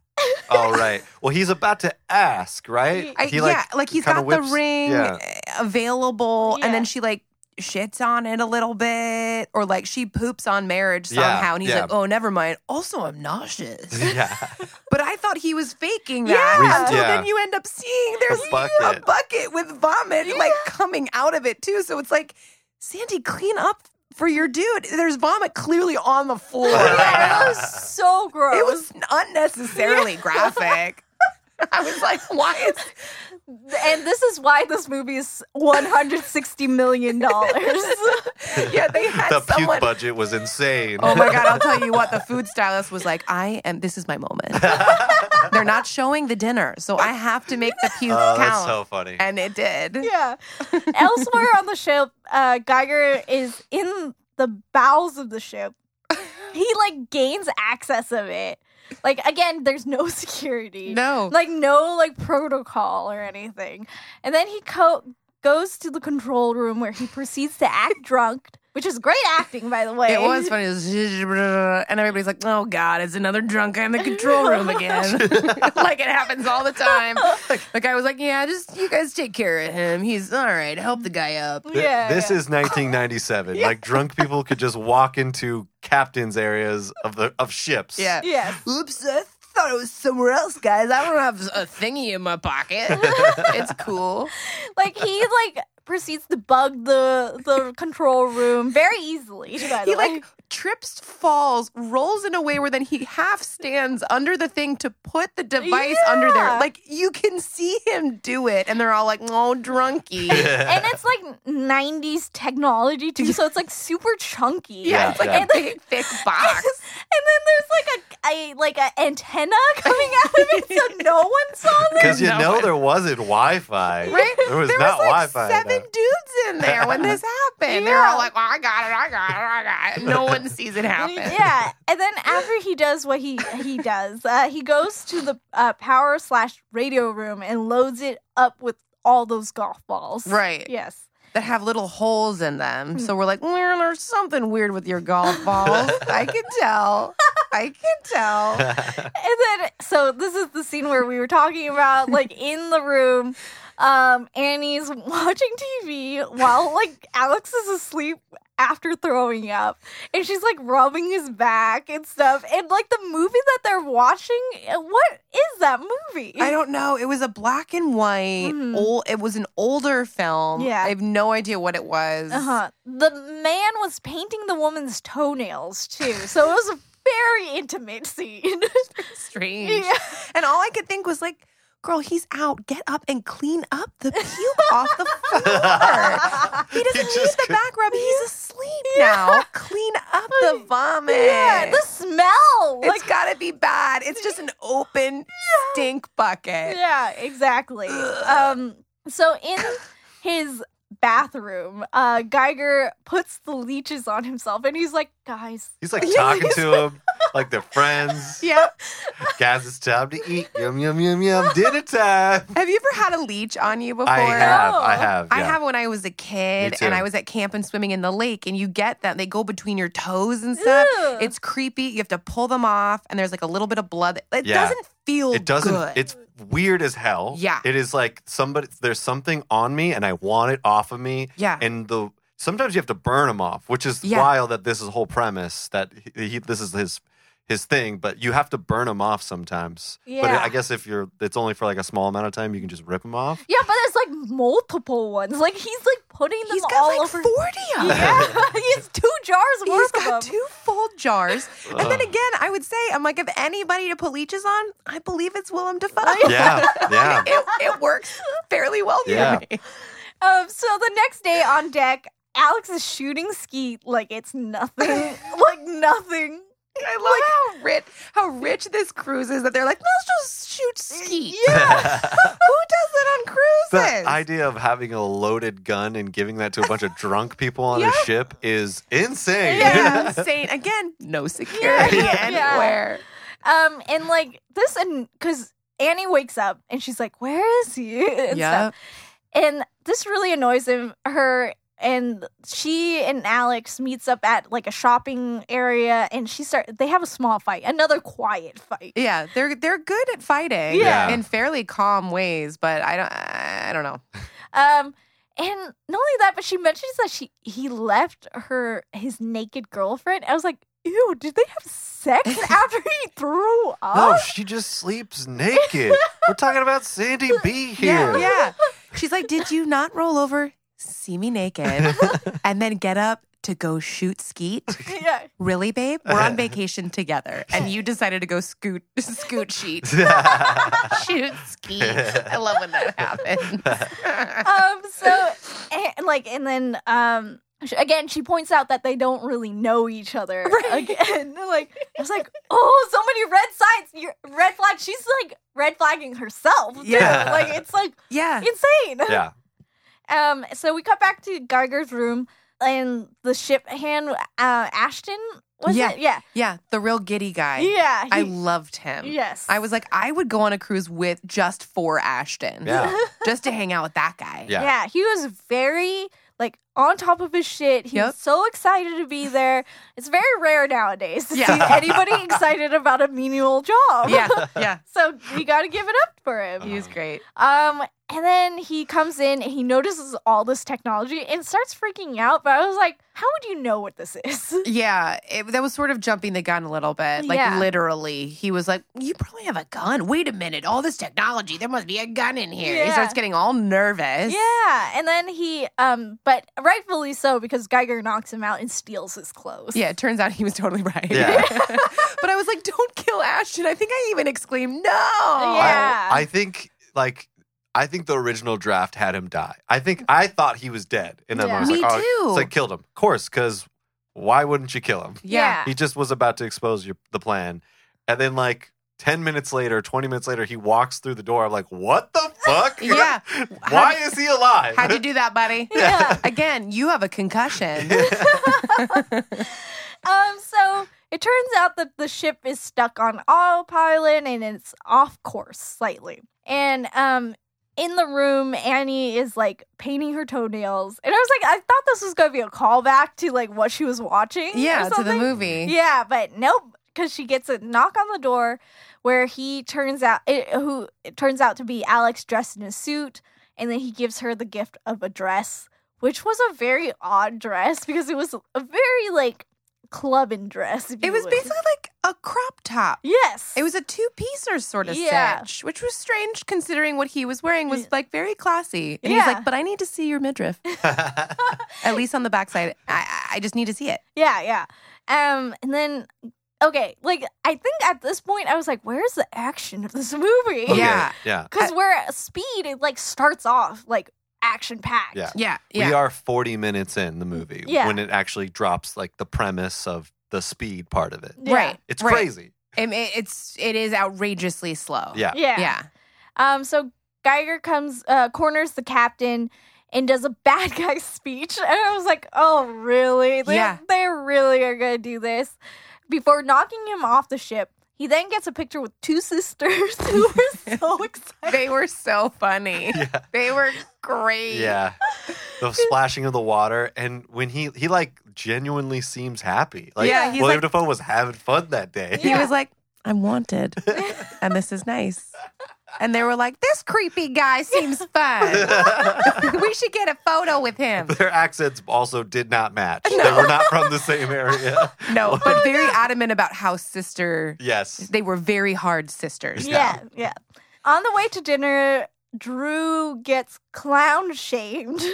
All right. Well, he's about to ask, right?
I,
he like
yeah, like he's
kinda
got
whips-
the ring
yeah.
uh, available,
Yeah.
and then she like shits on it a little bit, or like she poops on marriage
Yeah,
somehow, and he's
yeah.
like, oh, never mind. Also, I'm nauseous.
yeah.
But I thought he was faking
Yeah.
that.
Reese-
Until
yeah.
then you end up seeing there's
A bucket.
a bucket with vomit like coming out of it too. So it's like, Sandy, clean up for your dude. There's vomit clearly on the floor.
Yeah, it was so gross.
It was unnecessarily graphic. I was like, why is
And this is why this movie is $160 million.
Yeah, they had
the
someone.
puke budget was insane.
Oh my god, I'll tell you what, the food stylist was like, I am this is my moment. They're not showing the dinner, so I have to make the puke
Oh, that's
count.
so funny.
and it did.
yeah. Elsewhere on the ship, uh, Geiger is in the bowels of the ship. He like gains access of it. Like again, there's no security.
No.
Like no like protocol or anything. And then he co- goes to the control room where he proceeds to act drunk, which is great acting by the way.
It was funny. It was and everybody's like, oh, God, it's another drunk guy in the control room again. like it happens all the time. The guy was like, yeah, just you guys take care of him. He's all right. Help the guy up.
Th-
Yeah,
this
yeah.
is 1997. Like drunk people could just walk into captains areas of the of ships.
Yeah.
Yes.
Oops, I thought it was somewhere else, guys. I don't have a thingy in my pocket. it's cool.
like he like proceeds to bug the the control room very easily. By the
He
way.
like trips, falls, rolls in a way where then he half stands under the thing to put the device under there.
Yeah.
Like you can see him do it, and they're all like, "Oh, drunky." Yeah,
and it's like 90s technology too, so it's like super chunky.
Yeah,
it's like
yeah.
a big thick box.
And then there's like a, a like an antenna coming out of it, so no one saw this.
Because you
No
know
one-
there wasn't Wi Fi.
Right?
There was not Wi
like
Fi.
seven dudes in there when this happened. They're
Yeah.
all like, "Well, I got it, I got it, I got it." No one sees it happen.
Yeah, and then after he does what he he does, uh, he goes to the uh, power slash radio room and loads it up with all those golf balls.
Right.
Yes.
that have little holes in
Hmm.
them. So we're like, "Mm, there's something weird with your golf balls. I can tell. I can tell.
And then, so this is the scene where we were talking about, like in the room, um, Annie's watching TV while like Alex is asleep after throwing up, and she's like rubbing his back and stuff. And like the movie that they're watching, uh, what is that movie?
I don't know. It was a black and white.
Hmm.
Mhm.
Old. It was an older film.
Yeah.
I have no idea what it was.
Uh
Uh-huh.
huh. The man was painting the woman's toenails too, so it was a very intimate scene.
Strange.
yeah.
And all I could think was like, girl, he's out. Get up and clean up the puke off the floor. He doesn't
He
need
just
the
could-
back rub. He's asleep now. Clean up the vomit.
yeah, the smell.
It's
Like,
gotta be bad. It's just an open stink bucket.
yeah, exactly. Um, so in his bathroom, uh, Geiger puts the leeches on himself, and he's like, "Guys,
He's like
Yeah,
talking
he's
to him like they're friends.
Yep.
Guys, it's time to eat. Yum, yum, yum, yum. Dinner time.
Have you ever had a leech on you before?
I have. I
No.
have. Yeah.
I have when I was a
Me
kid
too.
and I was at camp and swimming in the lake and you get them. They go between your toes and stuff.
Ew.
It's creepy. You have to pull them off and there's like a little bit of blood. It
Yeah.
doesn't feel
It doesn't.
good.
It's weird as hell.
Yeah.
It is like somebody. There's something on me, and I want it off of me.
Yeah.
And the sometimes you have to burn them off, which is
Yeah.
wild. That this is the whole premise. That he, he this is his his thing, but you have to burn them off sometimes. But
Yeah.
I guess if you're, it's only for like a small amount of time. You can just rip them off.
yeah." But there's like multiple ones. Like he's like putting them
He's got
all
like
over.
40 of them.
Yeah, he has two jars worth
He's
of
got
them.
two full jars. And then
Ugh.
again, I would say, I'm like, if anybody to put leeches on, I believe it's Willem Dafoe.
Yeah. Yeah.
it, it works fairly well for
Yeah.
me.
Um, so the next day on deck, Alex is shooting skeet like it's nothing, like nothing.
I love how rich how rich this cruise is that they're like, let's just shoot skeet.
Yeah.
Who does that on cruises?
The idea of having a loaded gun and giving that to a bunch of drunk people on
Yeah.
a ship is insane.
yeah, insane. Again, no security
Yeah.
anywhere.
Um, and like this, and because Annie wakes up and she's like, "Where is he?" and stuff. And this really annoys him. Her and she and Alex meets up at like a shopping area, and she start. They have a small fight, another quiet fight.
Yeah, they're they're good at fighting
Yeah.
in fairly calm ways, but I don't I don't know.
Um, and not only that, but she mentions that she he left her his naked girlfriend. I was like, ew, did they have sex after he threw
No,
up?
she just sleeps naked. We're talking about Sandy B here.
Yeah, yeah. She's like, "Did you not roll over, see me naked, and then get up to go shoot skeet?"
yeah.
Really, babe? We're on vacation together, and you decided to go scoot scoot sheet. shoot ski. I love when that happens.
Um. So, and, like, and then um. sh- Again, she points out that they don't really know each other. Again, like I was like, oh, so many red signs, You're, red flag. She's like red flagging herself. Too.
Yeah.
like it's like
yeah.
insane.
yeah.
Um, so we cut back to Geiger's room and the ship hand, uh, Ashton, was
Yeah.
it? Yeah.
Yeah. The real giddy guy.
yeah.
I
he-
loved him.
yes.
I was like, I would go on a cruise with just for Ashton.
Yeah.
Just to hang out with that guy.
Yeah.
yeah. He was very, like, on top of his shit. He
Yep.
was so excited to be there. It's very rare nowadays to
Yeah.
see anybody excited about a menial job.
Yeah. Yeah.
So we got to give it up for him.
He was great.
Um, and then he comes in and he notices all this technology and starts freaking out. But I was like, how would you know what this is?
Yeah, it, that was sort of jumping the gun a little bit. Like
Yeah.
literally, he was like, "You probably have a gun. Wait a minute! All this technology, there must be a gun in here." He
Yeah.
starts getting all nervous.
Yeah, and then he um but but rightfully so because Geiger knocks him out and steals his clothes.
Yeah, it turns out he was totally right.
Yeah.
but I was like, don't kill Ashton. I think I even exclaimed, no.
Yeah.
I, I think like I think the original draft had him die. I think I thought he was dead, and then
Yeah.
I was
Me
like,
too.
"Oh, so I killed him, of course, because why wouldn't you kill him?
Yeah.
He just was about to expose your, the plan, and then like ten minutes later, twenty minutes later, he walks through the door. I'm like, "What the fuck?
Yeah.
why is he alive?
How'd you do that, buddy?
Yeah.
Again, you have a concussion.
Um, so it turns out that the ship is stuck on autopilot and it's off course slightly. And um, in the room, Annie is like painting her toenails, and I was like, I thought this was gonna be a callback to like what she was watching. or
yeah, to the
something.
movie.
Yeah, but nope, because she gets a knock on the door where he turns out it, who it turns out to be Alex dressed in a suit, and then he gives her the gift of a dress, which was a very odd dress because it was a very like clubbing dress. if
It
you
was
would.
basically like a crop top.
yes.
It was a two piecer sort of
Yeah.
stitch, which was strange considering what he was wearing was like very classy. And he
Yeah.
was like, but I need to see your midriff, at least on the backside. I, I- I just need to see it.
yeah yeah. Um, and then okay, like I think at this point I was like, where's the action of this movie?
Okay,
Oh, Yeah.
yeah,
because we're at speed. It like starts off like action packed.
Yeah.
Yeah.
We are 40 minutes in the movie
Yeah.
when it actually drops like the premise of the speed part of it.
Right.
It's
right.
crazy.
Um, it- it's, it is outrageously slow.
Yeah.
Yeah.
Yeah.
Um, so Geiger comes, uh, corners the captain and does a bad guy speech. And I was like, oh, really? They,
Yeah.
They really are going to do this. Before knocking him off the ship, he then gets a picture with two sisters who were so excited.
They were so funny.
Yeah.
They were great.
Yeah. The splashing of the water. And when he, he like genuinely seems happy. Like
Yeah, he's
William
like-
Defoe was having fun that day.
He
Yeah.
was like, I'm wanted and this is nice. And they were like, this creepy guy seems fun. we should get a photo with him.
Their accents also did not match. They were not from the same area.
No, but very adamant about how sister,
Yes.
they were very hard sisters.
Yeah, yeah. On the way to dinner, Drew gets clown shamed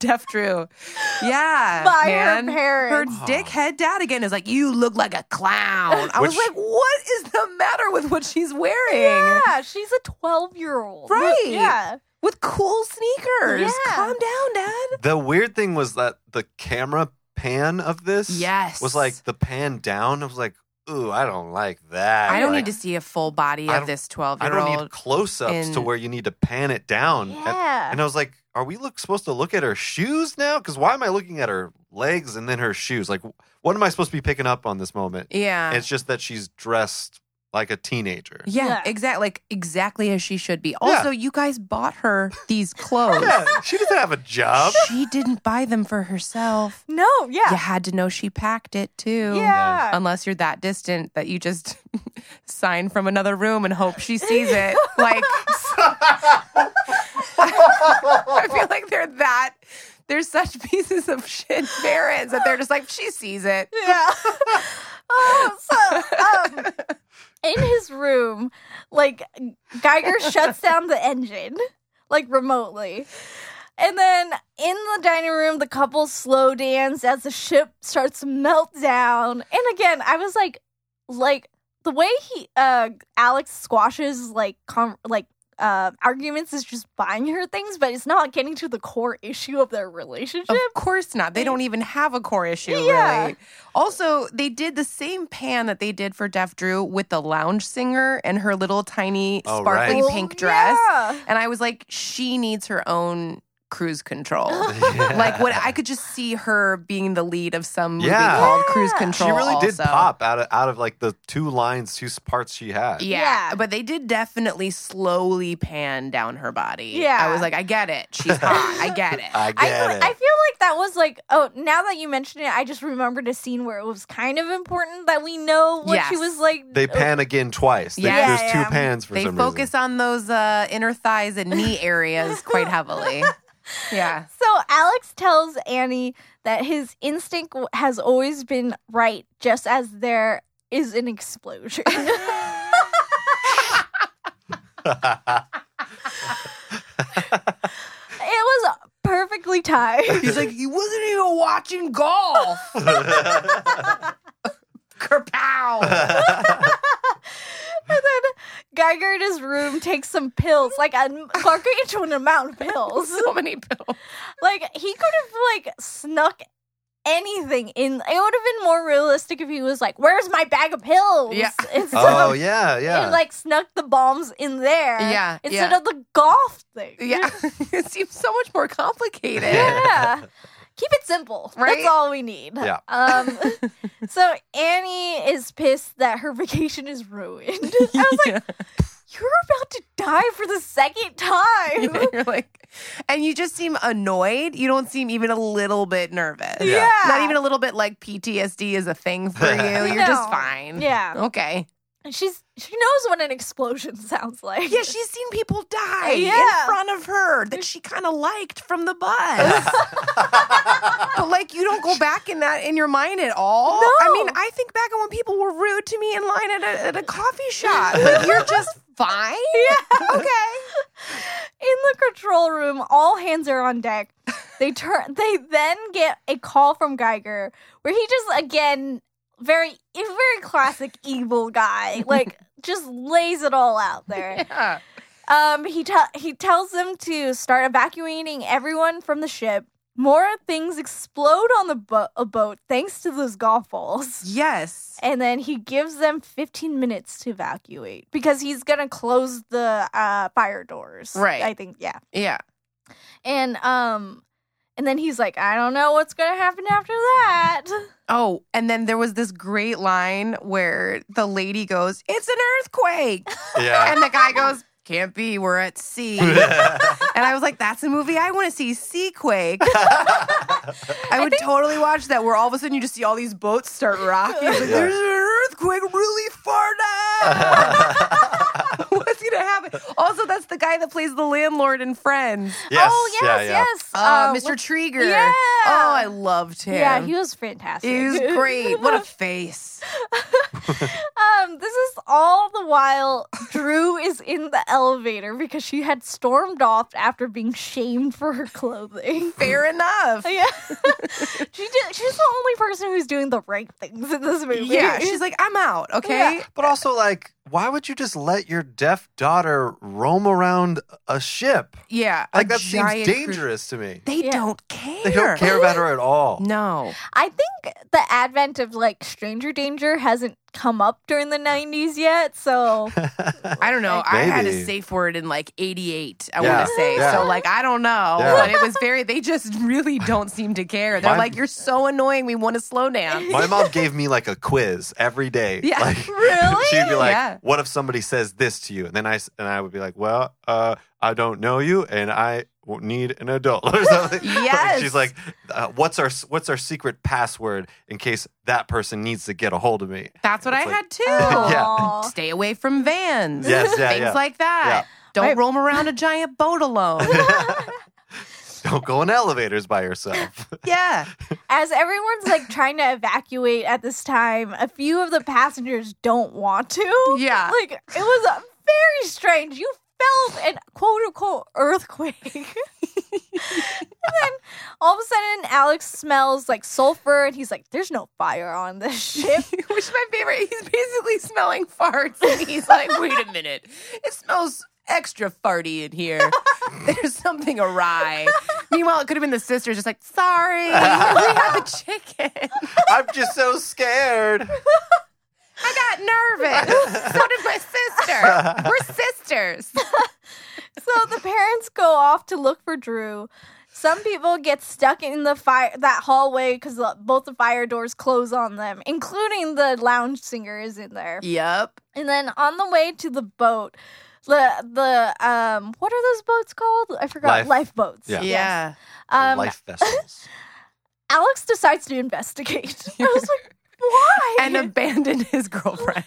Deaf Drew. Yeah.
by
man.
her
Her
parents.
dickhead dad again is like, you look like a clown. I was
Which-
like, what is the matter with what she's wearing?
yeah, she's a 12 year old.
Right.
Yeah.
With cool sneakers.
Yeah.
Calm down, dad.
The weird thing was that the camera pan of this
Yes.
was like the pan down. I was like, ooh, I don't like that.
I don't
Like,
need to see a full body
I
of
don't-
this 12
I
year
don't need
old.
close ups to
in-
where you need to pan it down. And-
Yeah.
And I was like, are we look supposed to look at her shoes now? Because why am I looking at her legs and then her shoes? Like, wh- what am I supposed to be picking up on this moment?
Yeah.
It's just that she's dressed like a teenager.
yeah,
Yeah.
exactly. Like exactly as she should be. Also, you guys bought her these clothes.
Yeah, she doesn't have a job.
She didn't buy them for herself.
No,
You
yeah.
had to know she packed it too.
Yeah.
Unless you're that distant that you just sign from another room and hope she sees it. Like, I feel like they're that, they're such pieces of shit parents that they're just like, she sees it.
Yeah. oh, so um, in his room, like Geiger shuts down the engine, like remotely. And then in the dining room, the couple slow dance as the ship starts to melt down. And again, I was like, like the way he, uh, Alex squashes like, com- like, uh, arguments is just buying her things, but it's not getting to the core issue of their relationship.
Of course not. They don't even have a core issue,
Yeah.
really. Also, they did the same pan that they did for Deaf Drew with the lounge singer and her little tiny
Oh, right.
sparkly
Well,
pink dress.
yeah.
And I was like, she needs her own cruise control. Like what I could just see her being the lead of some movie
Yeah.
called Cruise
Yeah.
She
Control.
really did
also.
pop out of out of like the two lines, two parts she had.
Yeah.
Yeah.
but they did definitely slowly pan down her body.
Yeah.
I was like, I get it. She's hot. I get it.
I
I
get
feel,
it.
I feel like that was like oh now that you mentioned it I just remembered a scene where it was kind of important that we know what she
Yes.
was like
they pan again twice. They-
Yeah,
there's
yeah.
two pans for
they
some
focus
reason.
on those uh, inner thighs and knee areas quite heavily. Yeah.
So Alex tells Annie that his instinct w- has always been right just as there is an explosion. it was perfectly really tired.
He's like, he wasn't even watching golf. Kerpow.
And then Geiger in his room takes some pills, like a Clark into an amount of pills.
So many pills.
Like he could have like snuck anything in. It would have been more realistic if he was like, "Where's my bag of pills?"
Yeah.
Instead
oh
of
yeah,
he,
yeah.
like snuck the bombs in there.
Yeah,
Instead
yeah.
of the golf thing.
Yeah. it seems so much more complicated.
Yeah. Keep it simple.
Right?
That's all we need.
Yeah.
Um. so Annie is pissed that her vacation is ruined. I was like, "You're about to die for the second time."
Yeah, you're like, and you just seem annoyed. You don't seem even a little bit nervous.
Yeah.
Not even a little bit like PTSD is a thing for you. You're
No.
just fine.
Yeah.
Okay.
And she's she knows what an explosion sounds like.
Yeah, she's seen people die in
Yeah.
front of her that she kind of liked from the bus. but like, you don't go back in that in your mind at all.
No.
I mean, I think back on when people were rude to me in line at a, at a coffee shop. Like, you're just fine. Yeah. Okay.
In the control room, all hands are on deck. They turn they then get a call from Geiger where he just again very a very classic evil guy. Like just lays it all out there.
Yeah.
Um he te- he tells them to start evacuating everyone from the ship. More things explode on the bo- a boat thanks to those golf balls.
Yes.
and then he gives them 15 minutes to evacuate because he's gonna close the uh, fire doors
Right.
i think yeah
Yeah.
and um and then he's like i don't know what's gonna happen after that
Oh, and then there was this great line where the lady goes, It's an earthquake.
yeah.
And the guy goes, Can't be. We're at sea. and I was like, That's a movie I want to see, Seaquake. I would totally watch that where all of a sudden you just see all these boats start rocking. It's like,
Yeah.
There's an earthquake really far down. What's going to happen? Also, that's the guy that plays the landlord in Friends.
Yes,
oh yes
yeah, yeah.
yes
Uh,
Uh,
Mr.
what-
Trigger.
Yeah.
Oh, I loved him.
yeah he was fantastic
he was great. What a face.
um this is all the while drew is in the elevator because she had stormed off after being shamed for her clothing
Fair enough.
Yeah. she did, she's the only person who's doing the right things in this movie.
Yeah, she's like, I'm out, okay?
Yeah.
But also, like, why would you just let your deaf daughter roam around a ship?
Yeah. a
Like, that seems
giant cru-
dangerous to me.
They
Yeah.
don't care.
They don't care about her at all.
No.
I think the advent of like stranger danger hasn't come up during the 90s yet. So,
I don't know. I had a
Maybe.
safe word in like 88, I
Yeah.
want to say.
Yeah.
So, like, I don't know.
Yeah.
But it was very, they just really don't seem to care. They're
Mine-
like, you're so annoying. We want to slow down.
My mom gave me like a quiz every day.
Yeah.
Like,
Really?
She'd be like,
Yeah.
"What if somebody says this to you?" And then I s- and I would be like, "Well, uh, I don't know you, and I w- need an adult or something."
Yes.
She's like, uh, "What's our s- what's our secret password in case that person needs to get a hold of me?"
That's what I
It's like-
had too.
Yeah.
aw.
Stay away from vans.
Yes, yeah,
Things
yeah.
like that. Don't
Right.
roam around a giant boat alone.
Don't go in elevators by yourself.
yeah.
As everyone's like trying to evacuate at this time, a few of the passengers don't want to.
Yeah.
Like, it was uh, very strange. You felt an quote unquote earthquake. and then all of a sudden, Alex smells like sulfur and he's like, there's no fire on this ship.
Which is my favorite. He's basically smelling farts. And he's like, wait a minute. It smells extra farty in here. There's something awry. Meanwhile, it could have been the sisters just like, sorry, we have a chicken.
I'm just so scared.
I got nervous. So did my sister. We're sisters.
so the parents go off to look for Drew. Some people get stuck in the fire that hallway because both the fire doors close on them, including the lounge singer is in there.
Yep.
And then on the way to the boat, the the um what are those boats called? I forgot.
Life-
Lifeboats.
yeah.
Yes.
Yeah.
Um
Life vessels.
Alex decides to investigate. I was like, why?
And abandoned his girlfriend.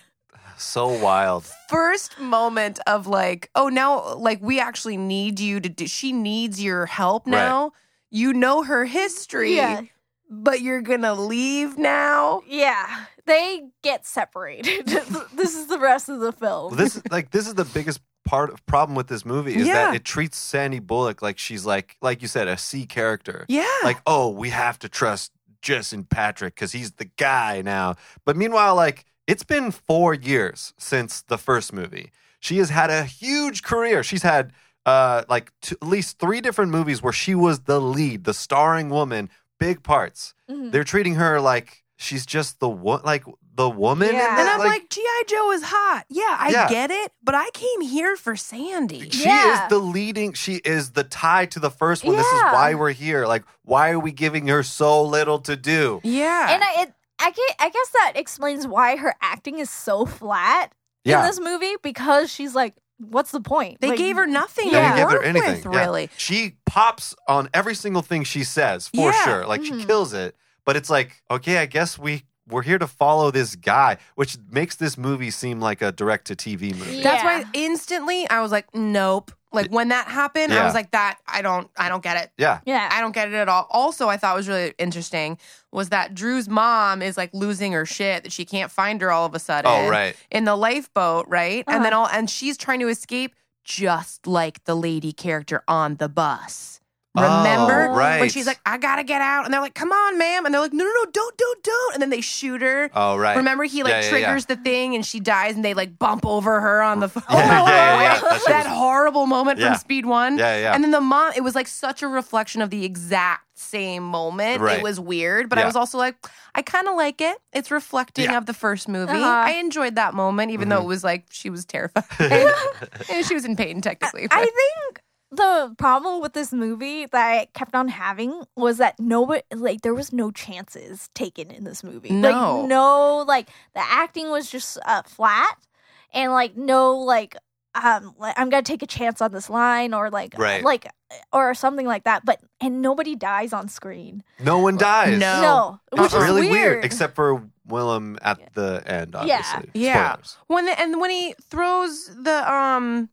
So wild.
first moment of like, oh, now like we actually need you to do. She needs your help
Right.
now. You know her history,
Yeah.
but you're gonna leave now.
Yeah. They get separated. this is the rest of the film.
Well, this is like this is the biggest part of problem with this movie is
Yeah.
that it treats Sandy Bullock like she's like like you said a C character.
Yeah.
Like oh, we have to trust Jess and Patrick because he's the guy now. But meanwhile, like it's been four years since the first movie. She has had a huge career. She's had uh like t- at least three different movies where she was the lead, the starring woman, big parts
Mhm.
they're treating her like she's just the one like the woman in
Yeah.
this,
and I'm like, G.I. Joe is hot. Yeah, I
Yeah.
get it, but I came here for Sandy.
she
Yeah.
is the leading she is the tie to the first one this is
Yeah.
why we're here like why are we giving her so little to do
Yeah.
And I, it, I, get, I guess that explains why her acting is so flat in
yeah
this movie because she's like, what's the point?
they
Like,
gave her nothing
They didn't
to
give her
work
anything,
with,
yeah.
really.
she pops on every single thing she says for
Yeah. mm-hmm.
sure like she
Mhm.
kills it but it's like okay i guess we we're here to follow this guy which makes this movie seem like a direct to tv movie
Yeah.
That's why instantly I was like, nope. Like when that happened, I
Yeah.
was like, that I don't, I don't get it.
yeah.
Yeah.
I don't get it at all. Also, I thought was really interesting was that Drew's mom is like losing her shit that she can't find her all of a sudden.
oh right
In the lifeboat, right?
Uh-huh.
And then all and she's trying to escape just like the lady character on the bus. Remember?
oh, right
When she's like, I gotta get out. And they're like, come on, ma'am. And they're like, no, no, no, don't, don't, don't. And then they shoot her.
oh right
Remember, he like
Yeah, yeah, yeah.
triggers the thing and she dies, and they like bump over her on the phone.
Yeah, yeah, yeah, yeah. That
That,
shit was-
horrible moment
Yeah.
from Speed One.
yeah yeah
And then the mom, it was like such a reflection of the exact same moment.
Right.
It was weird, but I
Yeah.
was also like, I kind of like it. It's reflecting
Yeah.
of the first movie.
Uh-huh.
I enjoyed that moment, even though
Mhm.
it was like she was terrified. and she was in pain, technically.
I
but-
think the problem with this movie that I kept on having was that nobody, like, there was no chances taken in this movie.
No.
Like, no, like, the acting was just uh, flat and, like, no, like, um, like, I'm gonna take a chance on this line, or like,
Right.
like, or something like that. But and nobody dies on screen.
no one dies
No.
no which
It's
is
really weird.
weird.
except for Willem at the end,
Yeah.
obviously.
Yeah.
Spoilers.
when the, and when he throws the um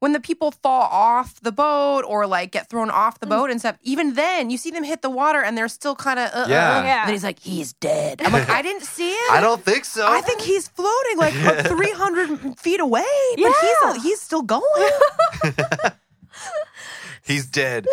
when the people fall off the boat or like get thrown off the
Mm.
boat and stuff even then you see them hit the water and they're still kind of uh,
Yeah.
uh,
Yeah.
and he's like he's dead i'm like i didn't see it
I don't think so.
I think he's floating like
Yeah.
300 feet away, but
Yeah.
he's he's still going.
he's dead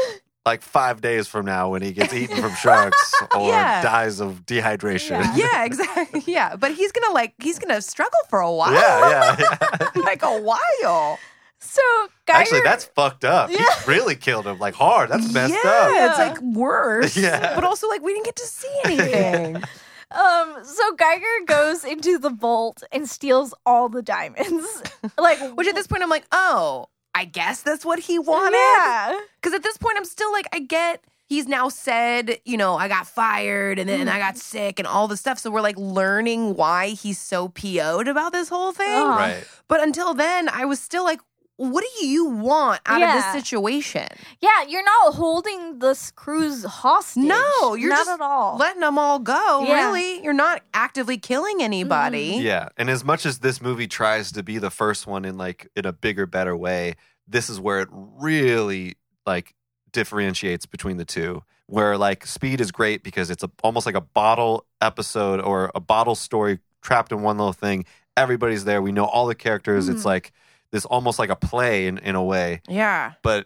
like five days from now when he gets eaten from sharks or
Yeah.
dies of dehydration.
Yeah.
yeah, exactly. Yeah, but he's gonna like he's gonna struggle for a while,
yeah, yeah, yeah.
like a while.
so, Geiger,
Actually, that's fucked up.
Yeah.
He really killed him, like hard. That's messed
yeah,
up.
it's like worse.
Yeah.
but also like we didn't get to see anything.
Um, so Geiger goes into the vault and steals all the diamonds. like,
Which at this point I'm like, oh, I guess that's what he wanted.
yeah,
Because at this point I'm still like, I get he's now said, you know, I got fired and then
Mm.
I got sick and all this stuff. So we're like learning why he's so PO'd about this whole thing.
Uh-huh.
Right.
But until then, I was still like, what do you want out of
Yeah.
this situation?
yeah. You're not holding this cruise hostage.
No, you're
not
just
at all.
Letting them all go,
Oh. Yeah. Mm.
really? You're not actively killing anybody.
Yeah. And as much as this movie tries to be the first one in like in a bigger, better way, this is where it really like differentiates between the two. Where like speed is great because it's a, almost like a bottle episode or a bottle story trapped in one little thing. Everybody's there. We know all the characters. It's
Mhm.
like this almost like a play in, in a way.
Yeah.
But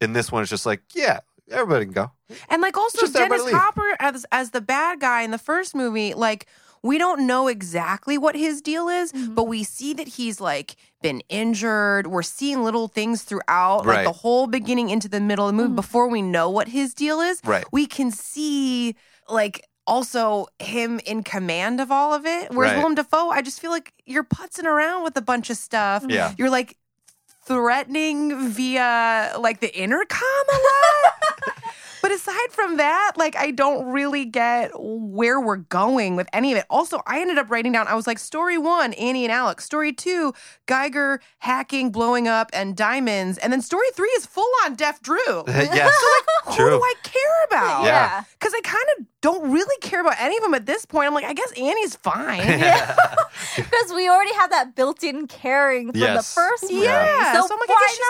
in this one, it's just like, yeah, everybody can go.
And like also
Just everybody
Dennis
leave.
Hopper as as the bad guy in the first movie, like we don't know exactly what his deal is,
Mhm.
but we see that he's like been injured. We're seeing little things throughout, like
Right.
the whole beginning into the middle of the movie
Mhm.
before we know what his deal is.
Right.
We can see like also him in command of all of it. Whereas
Right.
Willem Dafoe, I just feel like you're putzing around with a bunch of stuff.
Yeah.
You're like threatening via like the intercom a lot. but aside from that, like I don't really get where we're going with any of it. Also, I ended up writing down, I was like, story one, Annie and Alex. Story two, Geiger hacking, blowing up, and diamonds. And then story three is full on Deaf Drew.
yes.
Who
True.
do I care about?
yeah.
Because I kind of don't really care about any of them at this point. I'm like, I guess Annie's fine.
because we already had that built-in caring from
Yes.
the first one.
Yeah.
So
So, I'm like,
why
I guess she's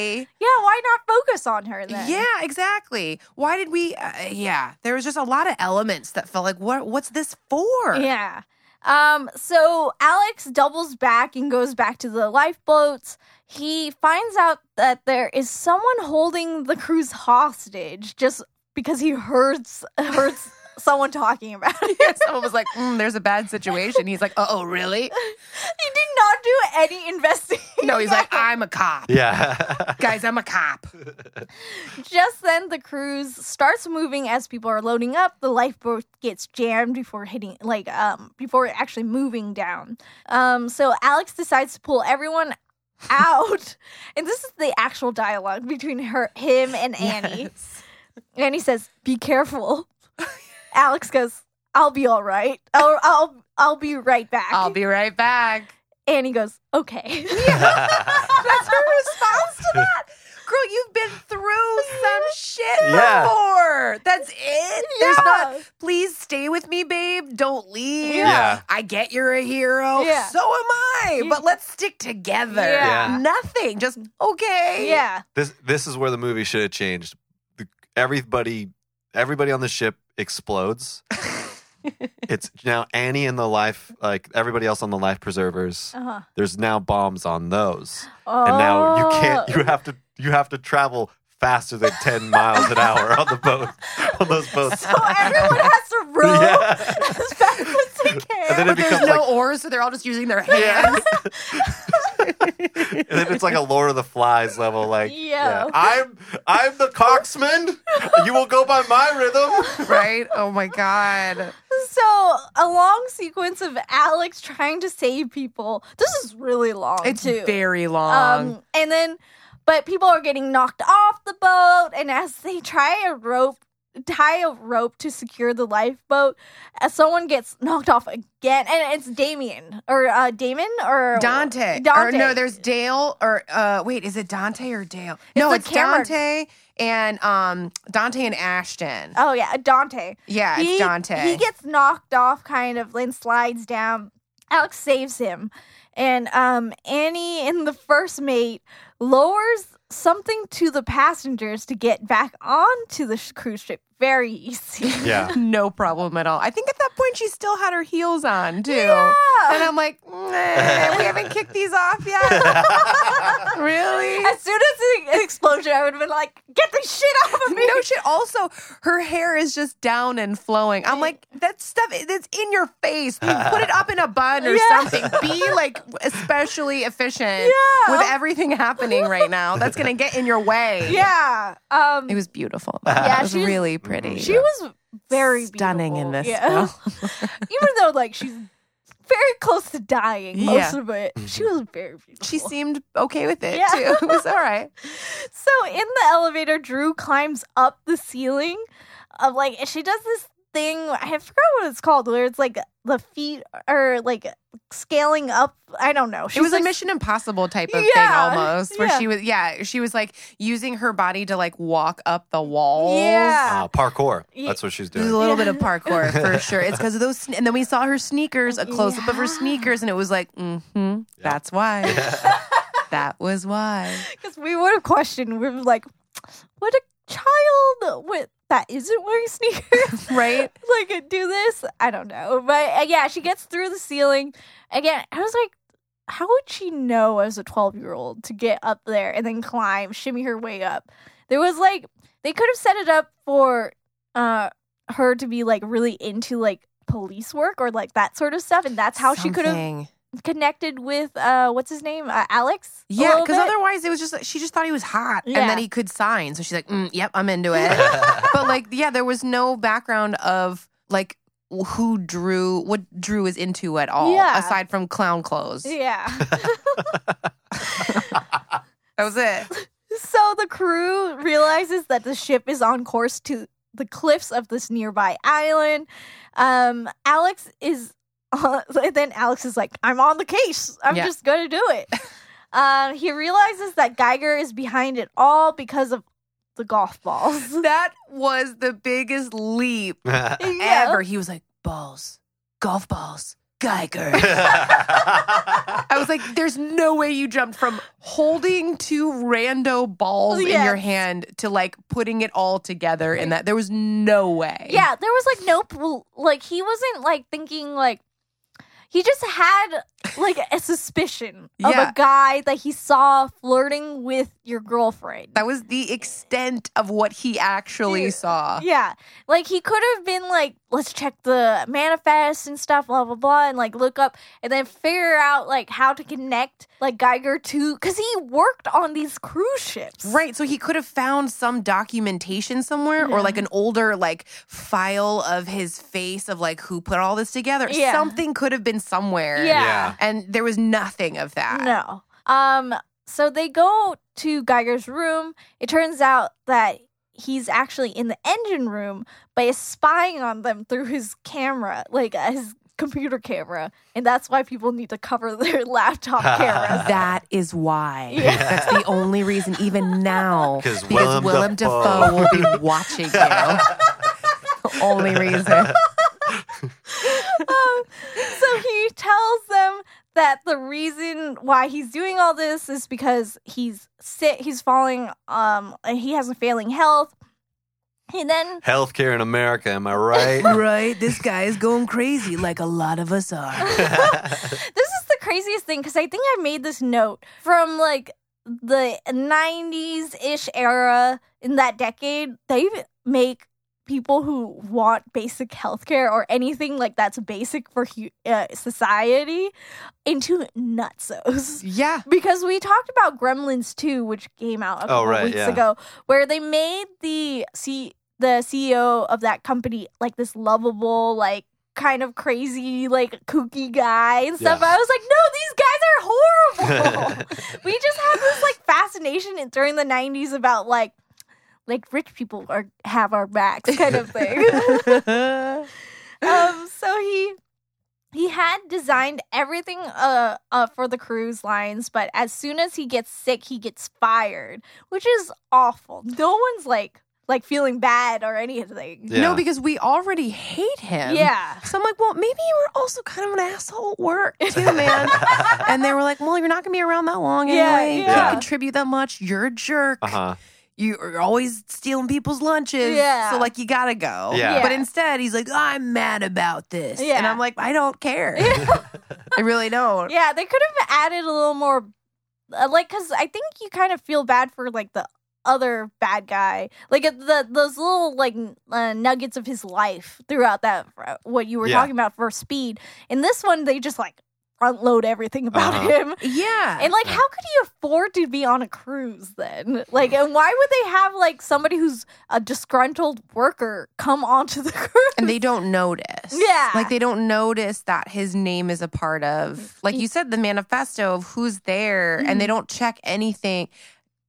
okay.
Yeah, why not focus on her then?
Yeah, exactly. Why did we? Uh, yeah, there was just a lot of elements that felt like, what? What's this for?
Yeah. Um, so Alex doubles back and goes back to the lifeboats. he finds out that there is someone holding the cruise hostage just because he hears hears someone talking about it.
Someone was like, mm, "There's a bad situation." He's like, "Oh, really?"
He did not do any investigation.
No, he's like, "I'm a cop,
Yeah.
guys. I'm a cop."
Just then, the cruise starts moving as people are loading up. The lifeboat gets jammed before hitting, like, um, before actually moving down. Um, so Alex decides to pull everyone out, and this is the actual dialogue between her, him, and Annie.
Yes.
Annie says, "Be careful." Alex goes, "I'll be all right. I'll, I'll, I'll be right back."
I'll be right back.
Annie goes, "Okay."
That's her response to that. Girl, you've been through some shit
Yeah.
before. That's it. There's
Yeah.
not, please stay with me, babe. Don't leave.
Yeah.
I get you're a hero.
Yeah.
So am I.
You-
But let's stick together.
Yeah.
Yeah.
Nothing. Just okay.
yeah.
this this is where the movie should have changed. The- Everybody everybody on the ship explodes. it's now Annie and the life like everybody else on the life preservers.
Uh-huh.
There's now bombs on those.
Oh.
And now you can't you have to you have to travel faster than 10 miles an hour on the boat on those boats.
So Oh. everyone has to row
Yeah.
as fast as they can.
And then it
But there's
becomes
no
like
oars, so they're all just using their hands.
yeah. and then it's like a Lord of the Flies level, like
Yeah.
I'm I'm the coxman. You will go by my rhythm.
Right? Oh my God.
so a long sequence of Alex trying to save people. This is really long
It's
too.
very long.
um, and then, but people are getting knocked off the boat, and as they try a rope. Tie a rope to secure the lifeboat. As someone gets knocked off again, and it's Damien or uh, Damon or
Dante.
Dante.
Or no, there's Dale or uh wait, is it Dante or Dale? no,
the
it's
camera.
Dante and um Dante and Ashton.
oh yeah, Dante.
yeah,
he,
it's Dante.
He gets knocked off, kind of, and slides down. Alex saves him, and um, Annie and the first mate lowers something to the passengers to get back onto the sh- cruise ship. Very easy.
Yeah.
no problem at all. I think at that point she still had her heels on too. And I'm like, "Nah, we haven't kicked these off yet. really?
As soon as the explosion, I would have been like, "Get the shit off of me!"
No shit. Also, her hair is just down and flowing. I'm like, that stuff that's in your face. You put it up in a bun or
Yeah.
something. Be like especially efficient
Yeah.
with everything happening right now. That's gonna get in your way.
yeah. Um,
It was beautiful.
Yeah,
it was
she was-
really pretty.
she was very
stunning in
beautiful.
this.
Yeah. Even though like she's very close to dying most
Yeah.
of it, she was very beautiful.
She seemed okay with it
Yeah.
too. It was all right.
So in the elevator, Drew climbs up the ceiling of like she does this thing. I forgot what it's called, where it's like the feet are like scaling up. I don't know.
it was
like,
a Mission Impossible type of
Yeah,
thing almost, where
yeah.
she was, yeah, she was like using her body to like walk up the walls.
Yeah.
Uh, parkour. That's what she's
There's
doing.
a little bit of parkour for sure. It's because of those, sne- and then we saw her sneakers, a close up of her
Yeah.
sneakers, and it was like, mm-hmm, that's why. that was why.
because we would have questioned. We were like, would a child with that isn't wearing sneakers
Right?
like uh, do this? I don't know. But uh, yeah, she gets through the ceiling again. I was like. How would she know as a 12 year old to get up there and then climb, shimmy her way up? There was like they could have set it up for uh her to be like really into like police work or like that sort of stuff and that's how she could have
Something.
connected with uh what's his name uh, alex a
Yeah,
little
because
bit.
otherwise it was just like, she just thought he was hot
Yeah.
and that he could sign. So she's like, mm, yep, I'm into it. but like, yeah, there was no background of like who Drew, what Drew is into at all,
Yeah.
aside from clown clothes.
yeah
That was it.
so the crew realizes that the ship is on course to the cliffs of this nearby island um alex is then alex is like i'm on the case i'm
Yeah.
just gonna do it um he realizes that geiger is behind it all because of the golf balls
that was the biggest leap
Yeah.
ever. He was like, balls, golf balls, Geiger. I
I
was like, there's no way you jumped from holding two rando balls in your
Yes.
hand to like putting it all together in that. There was no way.
Yeah, there was like no pl- like he wasn't like thinking like he just had like a suspicion of
Yeah.
a guy that he saw flirting with your girlfriend.
That was the extent of what he actually
Yeah.
saw.
yeah. Like he could have been like, let's check the manifest and stuff, blah blah blah, and like look up and then figure out like how to connect like Geiger to because he worked on these cruise ships.
Right. So he could have found some documentation somewhere or
Yeah.
like an older like file of his face of like who put all this together.
Yeah.
Something could have been somewhere.
Yeah.
And there was nothing of that.
No. Um so they go to Geiger's room. It turns out that he's actually in the engine room but is spying on them through his camera, like uh, his computer camera. And that's why people need to cover their laptop cameras.
That is why.
Yeah.
That's the only reason, even now,
'Cause
because
Willem
Willem,
Dafoe.
Dafoe. will be watching you. the only reason.
um, so he tells them that the reason why he's doing all this is because he's sick, he's falling um and he has a failing health. And then
Healthcare in America, am I right?
Right? This guy is going crazy like a lot of us are.
this is the craziest thing because I think I made this note from like the 90s ish era in that decade. They make people who want basic healthcare or anything like that's basic for hu- uh, society into nutsos.
Yeah.
Because we talked about Gremlins 2, which came out a couple
Oh, right,
weeks
yeah.
ago, where they made the C- the CEO of that company like this lovable, like kind of crazy, like kooky guy and stuff.
Yeah.
I was like, no, these guys are horrible. we just have this like fascination in- during the '90s about like like rich people are have our backs kind of thing. um, so he he had designed everything uh, uh for the cruise lines, but as soon as he gets sick, he gets fired, which is awful. No one's like like feeling bad or anything.
Yeah.
No, because we already hate him.
Yeah.
So I'm like, well, maybe you were also kind of an asshole at work too, man. and they were like, well, you're not gonna be around that long
Yeah, Uh-huh.
anyway. You
yeah.
can't contribute that much. You're a jerk.
Uh huh.
You- You're always stealing people's lunches.
Yeah.
So like, you gotta go.
Yeah.
But
Yeah.
instead, he's like, I'm mad about this. And
Yeah.
I'm like, I don't care. I really don't.
Yeah, they could have added a little more, uh, like, because I think you kind of feel bad for like the other bad guy, like at the those little like n- uh, nuggets of his life throughout that uh, what you were
Yeah.
talking about for Speed. In this one, they just like front load everything about
Uh-huh.
him.
Yeah.
And like, how could he afford to be on a cruise then? Like, and why would they have like somebody who's a disgruntled worker come onto the cruise?
and they don't notice.
Yeah.
Like they don't notice that his name is a part
Mm-hmm.
of, like you said, the manifesto of who's there, and they don't check anything.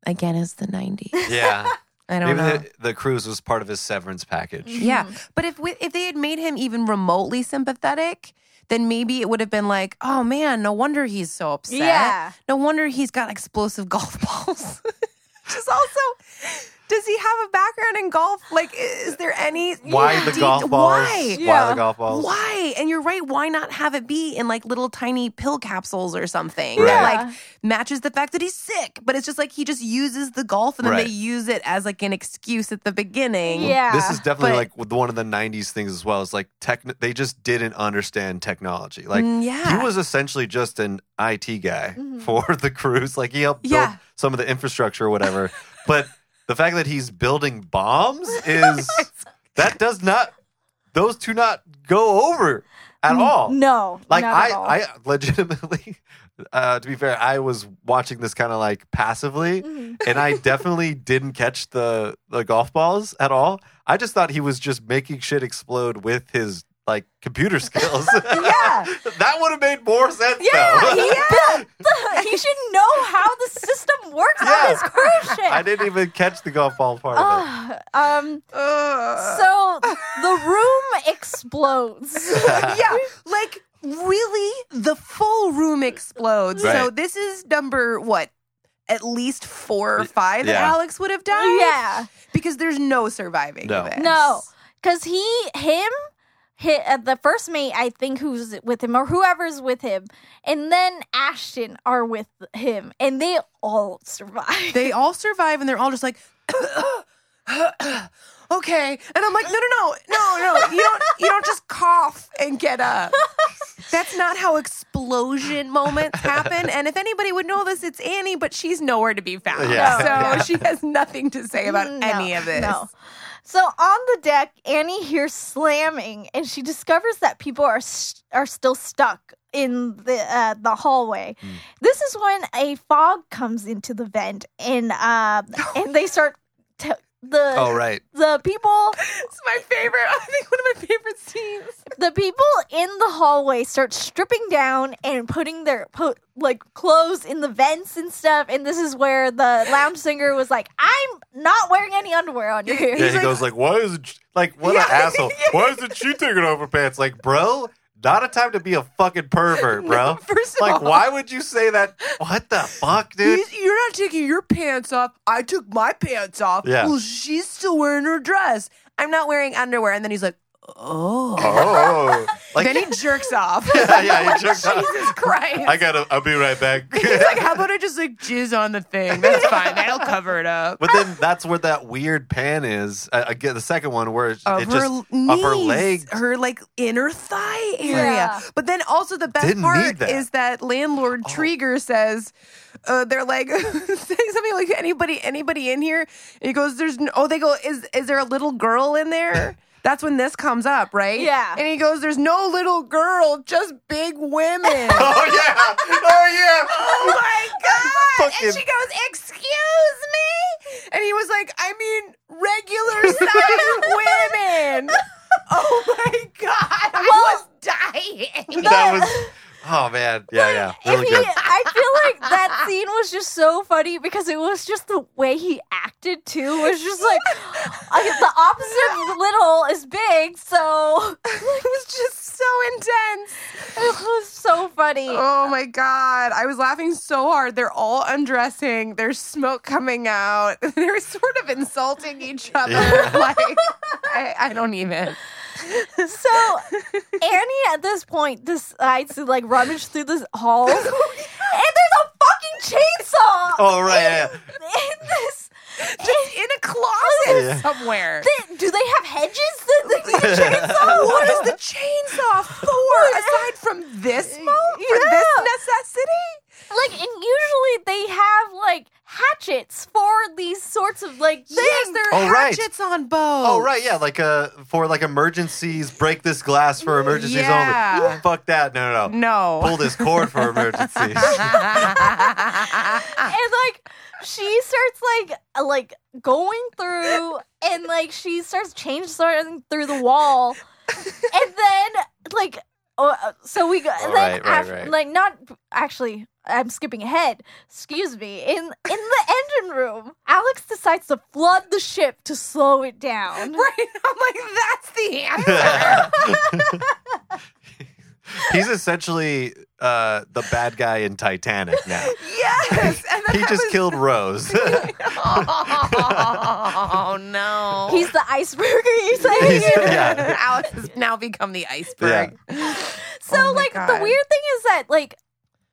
Again, it's the 90s.
Yeah.
I don't
Maybe
know.
the, the cruise was part of his severance package.
yeah. But if we, if they had made him even remotely sympathetic, then maybe it would have been like, oh man, no wonder he's so upset.
Yeah.
No wonder he's got explosive golf balls. Just also, does he have a background in golf? Like, is there any
Why the
deep-
golf balls?
Why?
Yeah.
the golf balls?
Why? And you're right. Why not have it be in like little tiny pill capsules or something
Right.
that
Yeah.
like matches the fact that he's sick? But it's just like he just uses the golf and then
Right.
they use it as like an excuse at the beginning.
Yeah.
This is definitely
But-
like one of the '90s things as well. It's like tech. They just didn't understand technology. Like
Mm, yeah.
he was essentially just an IT guy
Mhm.
for the cruise. Like he helped build
Yeah.
some of the infrastructure or whatever. but the fact that he's building bombs is that does not those two not go over at all.
No.
Like
not
I,
at all.
I legitimately, uh, to be fair, I was watching this kind of like passively,
Mhm.
and I definitely didn't catch the the golf balls at all. I just thought he was just making shit explode with his like computer skills.
Yeah.
that would have made more sense.
Yeah,
though.
he built the. He should know how the system works
Yeah.
on his cruise ship.
I didn't even catch the golf ball part of it.
Ugh, um.
Uh.
Ugh.
So the room explodes.
Oh, yeah, like really, the full room explodes. So
Right.
this is number what? At least four or five that
yeah.
Alex would have died.
yeah.
because there's no surviving.
No.
this.
No, because he, him, hi uh, the first mate, I think, who's with him or whoever's with him, and then Ashton are with him, and they all survive.
they all survive and they're all just like okay and i'm like no no no no no no you don't you don't just cough and get up that's not how explosion moments happen. and if anybody would know this, it's Annie, but she's nowhere to be found.
Yeah.
So
No.
she has nothing to say about
Mm, No,
any of this.
No. So on the deck, Annie hears slamming, and she discovers that people are st- are still stuck in the uh, the hallway.
Mm.
This is when a fog comes into the vent, and uh, and they start t- the
Oh right.
the people
It's my favorite. I think one of my favorite scenes.
the people in the hallway start stripping down and putting their po- like clothes in the vents and stuff. And this is where the lounge singer was like, "I'm not wearing any underwear on you."
Yeah,
He's
he
like-
goes like, "Why is it? sh- Like, what
Yeah.
an asshole! Why isn't she taking off her pants? Like, bro, not a time to be a fucking pervert, bro.
First of
like,
all,
why would you say that? What the fuck, dude?
He's- You're not taking your pants off. I took my pants off.
Yeah.
Well, she's still wearing her dress. I'm not wearing underwear. And then he's like, oh.
oh, like,
then he jerks off.
yeah, yeah, he jerks off.
Jesus Christ.
I gotta, I'll be right back.
He's like, how about I just like jizz on the thing? That's fine. That'll cover it up.
but then that's where that weird pan is. Uh, again, the second one where it,
Of
it
her
just
knees,
of her leg.
her like inner thigh area.
Yeah.
But then also the best
Didn't
part
need that. Oh.
is that landlord Trigger says, uh, they're like saying something like anybody anybody in here. And he goes, "There's no, oh they go is is there a little girl in there?" That's when this comes up, right?
Yeah.
And he goes, "There's no little girl, just big women."
Oh yeah, oh
Oh my god!
Fucking-
And she goes, "Excuse me," and he was like, "I mean, regular sized women." Oh my god! I was dying.
yeah, that was. Oh man, yeah, yeah,
If
really
he-
good.
I feel like that scene was just so funny because it was just the way he acted too. It was just like I guess the opposite of little is big, so
it was just so intense.
it was so funny.
Oh my god! I was laughing so hard. They're all undressing. There's smoke coming out. They're sort of insulting each other.
Yeah.
Like I, I don't even.
So Annie at this point decides to like rummage through the halls, and there's a fucking chainsaw.
Oh right, yeah, yeah.
In this,
Just in a closet
Yeah.
somewhere.
they- do they have hedges? that they can chainsaw?
what is the chainsaw for aside from this moment? For this
Yeah.
necessity?
Like, and usually they have like hatchets for these sorts of like things.
Yes, there are
Oh, right.
hatchets on bows.
Oh right, yeah, like uh for like emergencies, break this glass for emergencies
Yeah.
only. Fuck that. No, no, no.
No.
Pull this cord for emergencies.
and like she starts like uh, like going through and like she starts change sorting through the wall and then like oh, uh, so we go and then
Right, right,
af-
right.
like not actually i'm skipping ahead excuse me in in the engine room alex decides to flood the ship to slow it down
right. I'm like, that's the answer.
He's essentially uh the bad guy in Titanic now.
yes. And then
He
I
just
was,
killed Rose.
Oh no.
he's the iceberg are you saying
He's- yeah.
Alex has now become the iceberg.
So
Oh my
like the
God.
weird thing is that like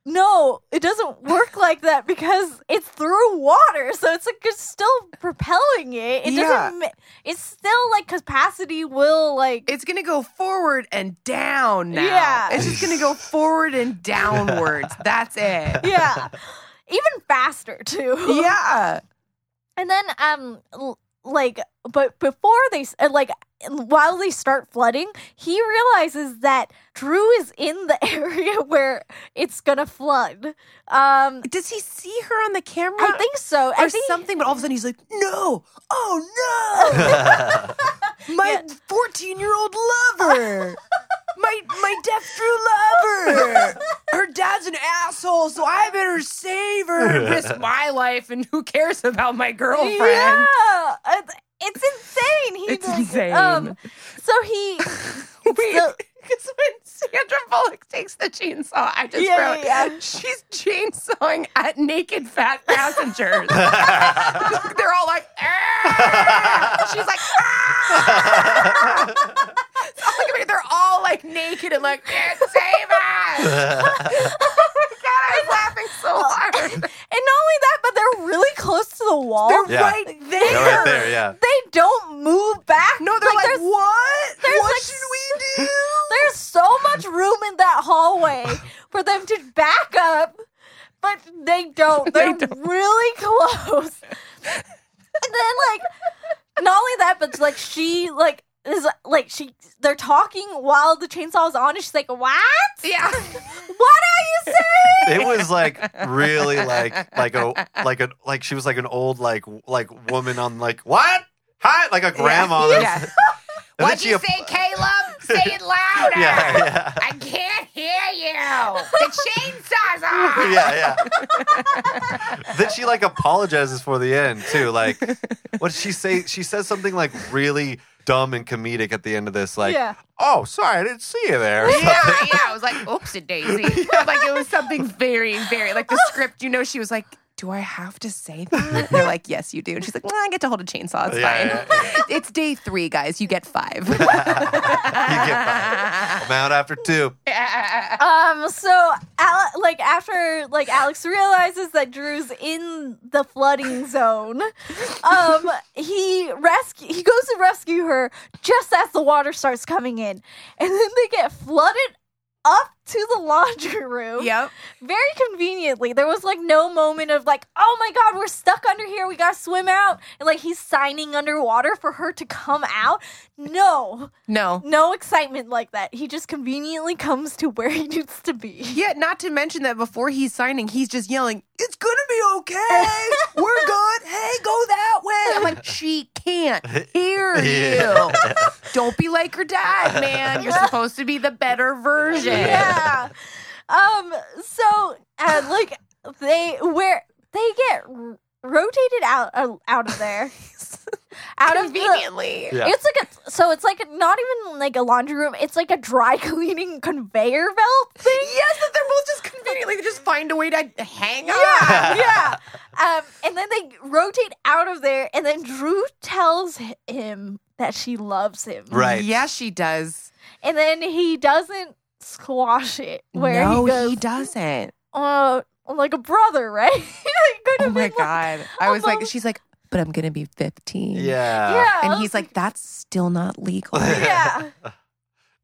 no, it doesn't work like that because it's through water, so it's like it's still propelling it. It
Yeah.
doesn't. ma- It's still like capacity will like.
It's gonna go forward and down now.
Yeah.
It's just gonna go forward and downwards. That's it.
yeah, even faster too.
Yeah.
And then um l- like but before they s- uh, like while they start flooding, he realizes that Drew is in the area where it's gonna flood. Um,
Does he see her on the camera?
I think so.
or
I think
something, but all of a sudden he's like, no, oh no, my 14 year old lover, my, my deaf true lover. Her dad's an asshole, so I better save her and risk my life, and who cares about my girlfriend?
Yeah, It's- it's insane. He
It's
like,
insane.
so he,
Wait,
So-
because when Sandra Bullock takes the chainsaw, I just
Yeah,
wrote,
yeah, yeah.
she's chainsawing at naked fat passengers. They're all like, "Ah!" she's like, "Ah!" It's all like- they're all like naked and like, "Man, save us! Oh my god, I was laughing so hard.
and not only that, but they're really close to the wall.
They're
Yeah.
right there.
They're right there, yeah.
they don't move back.
No, they're like,
there's,
what?
there's
What
like
should we do?
there's so much room in that hallway for them They don't.
They
They're really close. and then like not only that, but like she like is like she they're talking while the chainsaw is on and she's like, What?
Yeah.
What are you saying?
It was like really like like a like a like she was like an old like w- like woman on like what hi like a grandma.
Yeah.
that's-
Yeah.
and then
What'd
she
you
app-
say, Caleb? Say it louder.
Yeah, yeah.
I can't hear you. The chainsaw's on.
yeah, yeah. then she like apologizes for the end too. Like, what did she say? She says something like really dumb and comedic at the end of this. Like,
Yeah.
oh, sorry, I didn't see you there. or
Yeah,
something.
yeah. I was like, oopsie daisy.
like it was something very, very like the script. You know, she was like, "Do I have to say that?" And they're like, "Yes, you do." And she's like, well, "I get to hold a chainsaw. It's
Yeah,
fine.
yeah,
It's day three, guys. You get five.
you get fired. I'm out after two.
Um, so Ale- like after like Alex realizes that Drew's in the flooding zone, um, he rescue he goes to rescue her just as the water starts coming in, and then they get flooded up to the laundry room.
yep.
Very conveniently, there was like no moment of like, oh my god, we're stuck under here, we gotta swim out, and like he's signing underwater for her to come out. No,
No.
no excitement like that. He just conveniently comes to where he needs to be.
Yeah, not to mention that before he's signing, he's just yelling, It's gonna be okay. We're good. Hey, go that way. I'm like, She can't hear
Yeah.
you. Don't be like her dad, man. You're supposed to be the better version.
Yeah. um. So, uh, like they where they get r- rotated out uh, out of there, out of the.
Conveniently.
Yeah.
It's like a so it's like not even like a laundry room. It's like a dry cleaning conveyor belt thing.
Yes, that they're both just conveniently. They just find a way to hang on.
Yeah, yeah. Um, and then they rotate out of there, and then Drew tells h- him that she loves him.
Right.
Yeah, she does.
And then he doesn't squash it where
no,
he goes,
doesn't.
uh, like a brother, right? It could
Oh
have
my
been like-
god. I was like,
almost-
she's like, but I'm gonna be 15.
Yeah.
yeah. I
And
was
he's like, that's still not legal.
yeah,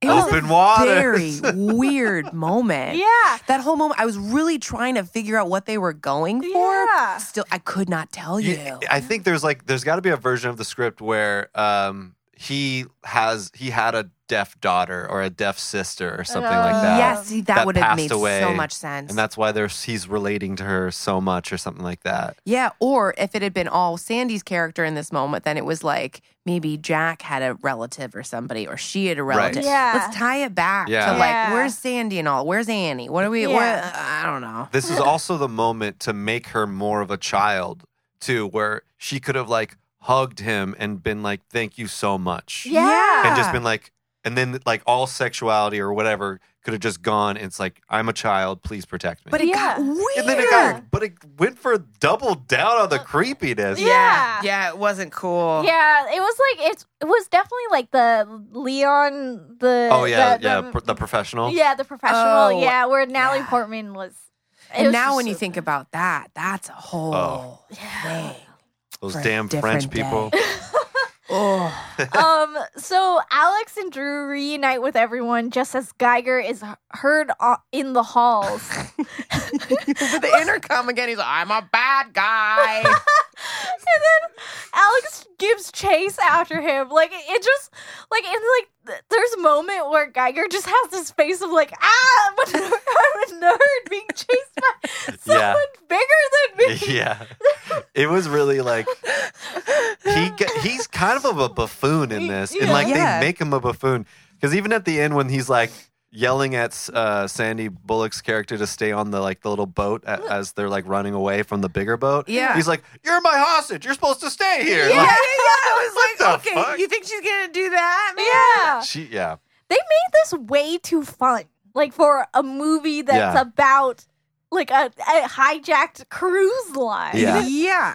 It was
Open
a
water.
very weird moment.
yeah,
That whole moment, I was really trying to figure out what they were going for.
Yeah.
Still, I could not tell you.
You- I think there's like there's got to be a version of the script where um he has he had a deaf daughter or a deaf sister or something like that.
yes, see, that,
that
would have
passed
made so
away,
much sense.
And that's why there's he's relating to her so much or something like that.
yeah, or if it had been all Sandy's character in this moment, then it was like maybe Jack had a relative or somebody, or she had a
Right.
relative.
Yeah.
Let's tie it back
Yeah.
to
Yeah.
like, where's Sandy and all? Where's Annie? What are we? What,
Yeah.
I don't know.
This is also the moment to make her more of a child too, where she could have like hugged him and been like, "Thank you so much,"
yeah.
and just been like, and then like all sexuality or whatever could have just gone. It's like, "I'm a child, please protect me."
But it
Yeah.
got weird.
and then it
Yeah. Uh,
got, but it went for double down on the creepiness.
Yeah.
Yeah, it wasn't cool.
yeah, it was like it's it was definitely like the Leon the
Oh yeah,
the,
yeah,
the-
pr- the professional.
yeah the professional
Oh,
yeah where Natalie
yeah.
Portman was it
And
was
now
just
when you
so-
think about that, that's a whole
Oh.
thing.
Those
For a
damn
different
French people.
Oh,
um, so Alex and Drew reunite with everyone just as Geiger is h- heard o- in the halls.
with the intercom again, he's like, "I'm a bad guy."
and then Alex gives chase after him. Like it- it just like and like th- there's a moment where Geiger just has this face of like ah I'm a nerd, I'm a nerd being chased by someone
Yeah.
bigger than me.
yeah, it was really like he ge- he's kind of a buffoon in this, and like
Yeah.
they make him a buffoon because even at the end when he's like yelling at uh, Sandy Bullock's character to stay on the like the little boat a- as they're like running away from the bigger boat,
Yeah.
he's like, "You're my hostage. You're supposed to stay here."
Yeah.
Like,
I was
What
like,
the
"Okay,
fuck?
you think she's gonna do that?" Man?
Yeah.
she yeah
They made this way too fun. Like for a movie that's
Yeah.
about like a, a hijacked cruise line.
Yeah.
yeah.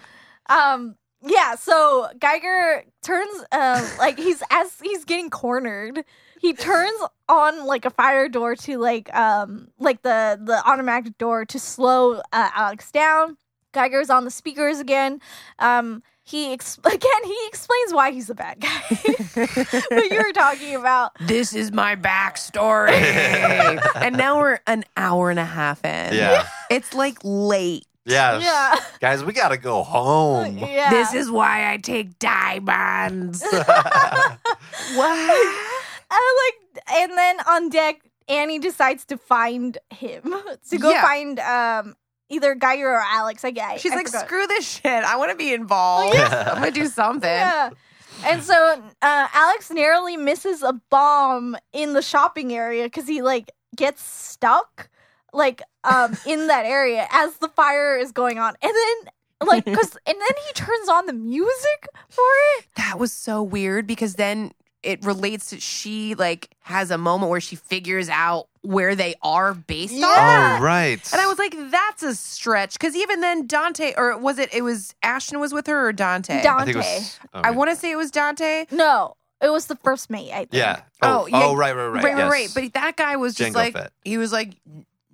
Um yeah, so Geiger turns um like he's as he's getting cornered, he turns on like a fire door to like um like the the automatic door to slow uh, Alex down. Geiger's on the speakers again. Um he ex- again he explains why he's the bad guy. what you were talking about.
This is my backstory, and now we're an hour and a half in.
yeah
It's like late.
Yes.
Yeah.
Guys, we got to go home.
yeah.
This is why I take diamonds.
Oh,
What?
I like, and then on deck, Annie decides to find him to go
Yeah.
find um either Geyer or Alex. I guess
She's
I
like,
forgot.
screw this shit. I want to be involved. I'm gonna do something.
Yeah. And so uh, Alex narrowly misses a bomb in the shopping area because he like gets stuck like um in that area as the fire is going on, and then like because and then he turns on the music for it.
That was so weird because then it relates to she like has a moment where she figures out where they are based on.
Yeah.
Oh, right.
And I was like, that's a stretch. Because even then, Dante, or was it, it was Ashton was with her or Dante?
Dante.
I think it was. oh,
I
yeah.
want to say it was Dante.
No, it was the first mate. I think.
Yeah.
Oh,
Oh,
yeah.
oh, right, right, right.
Right, right,
yes.
right. But that guy was just
Django
like,
Fett.
he was like,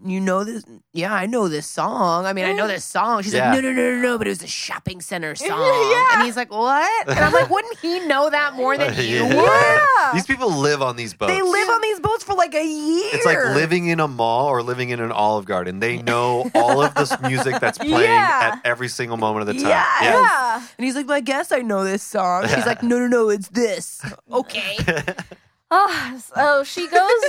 you know this? Yeah, I know this song. I mean, I know this song. She's
Yeah.
like, no, no, no, no, no, but it was a shopping center song.
Yeah.
And he's like, what? And I'm like, wouldn't he know that more than you
Yeah.
would?
Yeah.
These people live on these boats.
They live on these boats for like a year.
It's like living in a mall or living in an Olive Garden. They know all of this music that's playing
Yeah.
at every single moment of the time.
Yes.
Yeah.
yeah.
And he's like, well, I guess I know this song. She's like, no, no, no, it's this. Okay.
Oh, so she goes,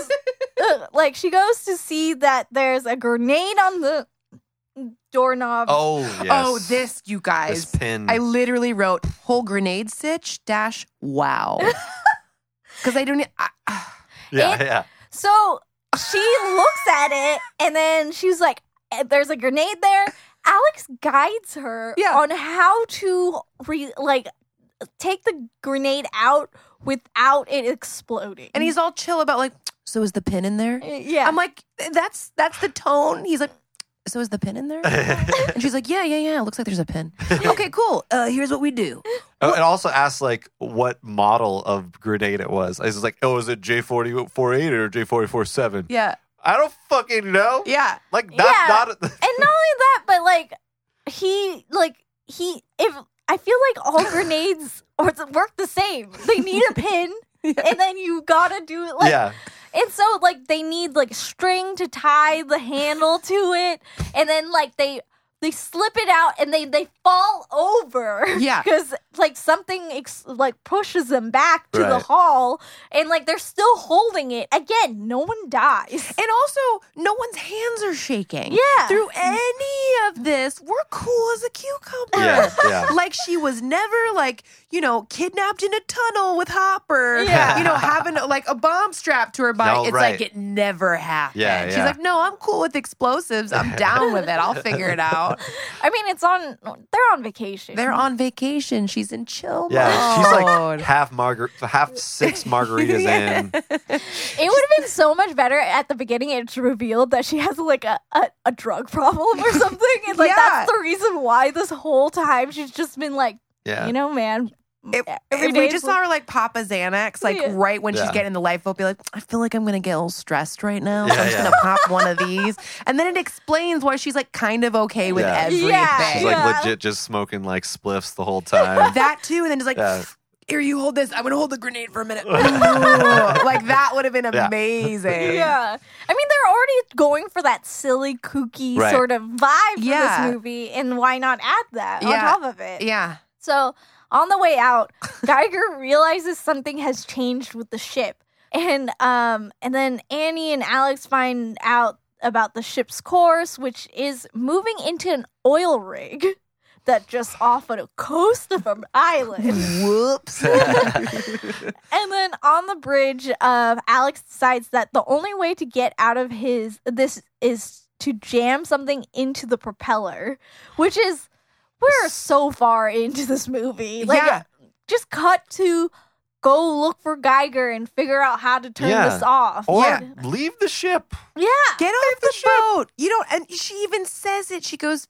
uh, like, she goes to see that there's a grenade on the doorknob.
Oh, yes.
Oh, this, you
This
guys.
pin.
I literally wrote whole grenade sitch dash wow. Because I don't. e, I,
yeah,
it-
yeah.
So she looks at it, and then she's like, "Eh, "There's a grenade there." Alex guides her
Yeah.
on how to re- like take the grenade out without it exploding.
and he's all chill about like. So is the pin in there?
yeah,
I'm like, that's that's the tone. He's like, so is the pin in there? and she's like, yeah, yeah, yeah. It looks like there's a pin. okay, cool. Uh, here's what we do.
Oh, it also asks like what model of grenade it was. I was like, oh, is it J forty four eight or J forty four seven?
Yeah,
I don't fucking know.
yeah.
Like not
Yeah.
not.
and not only that, but like he like he if I feel like all grenades or th- work the same. They need a pin, and then you gotta do it like.
yeah,
And so like they need like string to tie the handle to it, and then like they they slip it out and they they fall over.
Yeah.
because like something ex- like pushes them back to the
Right.
hall, and like they're still holding it. Again, no one dies.
And also, no one's hands are shaking.
Yeah.
Through any of this, we're cool as a cucumber.
yeah, yeah.
like she was never like you know kidnapped in a tunnel with Hopper.
Yeah.
you know having like a bomb strapped to her body.
No,
it's
right.
like it never happened.
Yeah,
She's
yeah.
like, no, I'm cool with explosives. I'm down with it. I'll figure it out.
I mean, it's on. They're on vacation.
They're on vacation. She's in chill
Yeah,
mode.
she's like half margar, half six margaritas in.
It would have been so much better at the beginning. It's revealed that she has like a, a, a drug problem or something, and like
Yeah.
that's the reason why this whole time she's just been like.
Yeah,
You know, man.
If-
every
if
day
we
is
just
like-
saw her like Papa Xanax, like
Yeah.
right when she's
Yeah.
getting the lifeboat, be like, I feel like I'm gonna get a little stressed right now. so
Yeah,
I'm just
yeah.
gonna pop one of these. And then it explains why she's like kind of okay with
Yeah.
everything.
Yeah.
she's
Yeah.
like legit just smoking like spliffs the whole time.
that too, and then just like,
Yeah.
here you hold this. I'm gonna hold the grenade for a minute. Ooh, like that would have been
Yeah.
amazing.
Yeah. I mean, they're already going for that silly, kooky
Right.
sort of vibe for
Yeah.
this movie, and why not add that on
Yeah.
top of it?
Yeah.
So, on the way out, Geiger realizes something has changed with the ship. And um and then Annie and Alex find out about the ship's course, which is moving into an oil rig that just off on the coast of an island.
Whoops.
And then on the bridge, um, Alex decides that the only way to get out of his this is to jam something into the propeller, which is we're so far into this movie. Like,
Yeah.
just cut to go look for Geiger and figure out how to turn
Yeah. Oh.
this off.
or
Yeah.
leave the ship.
yeah,
Get off the boat. You don't. And she even says it. She goes,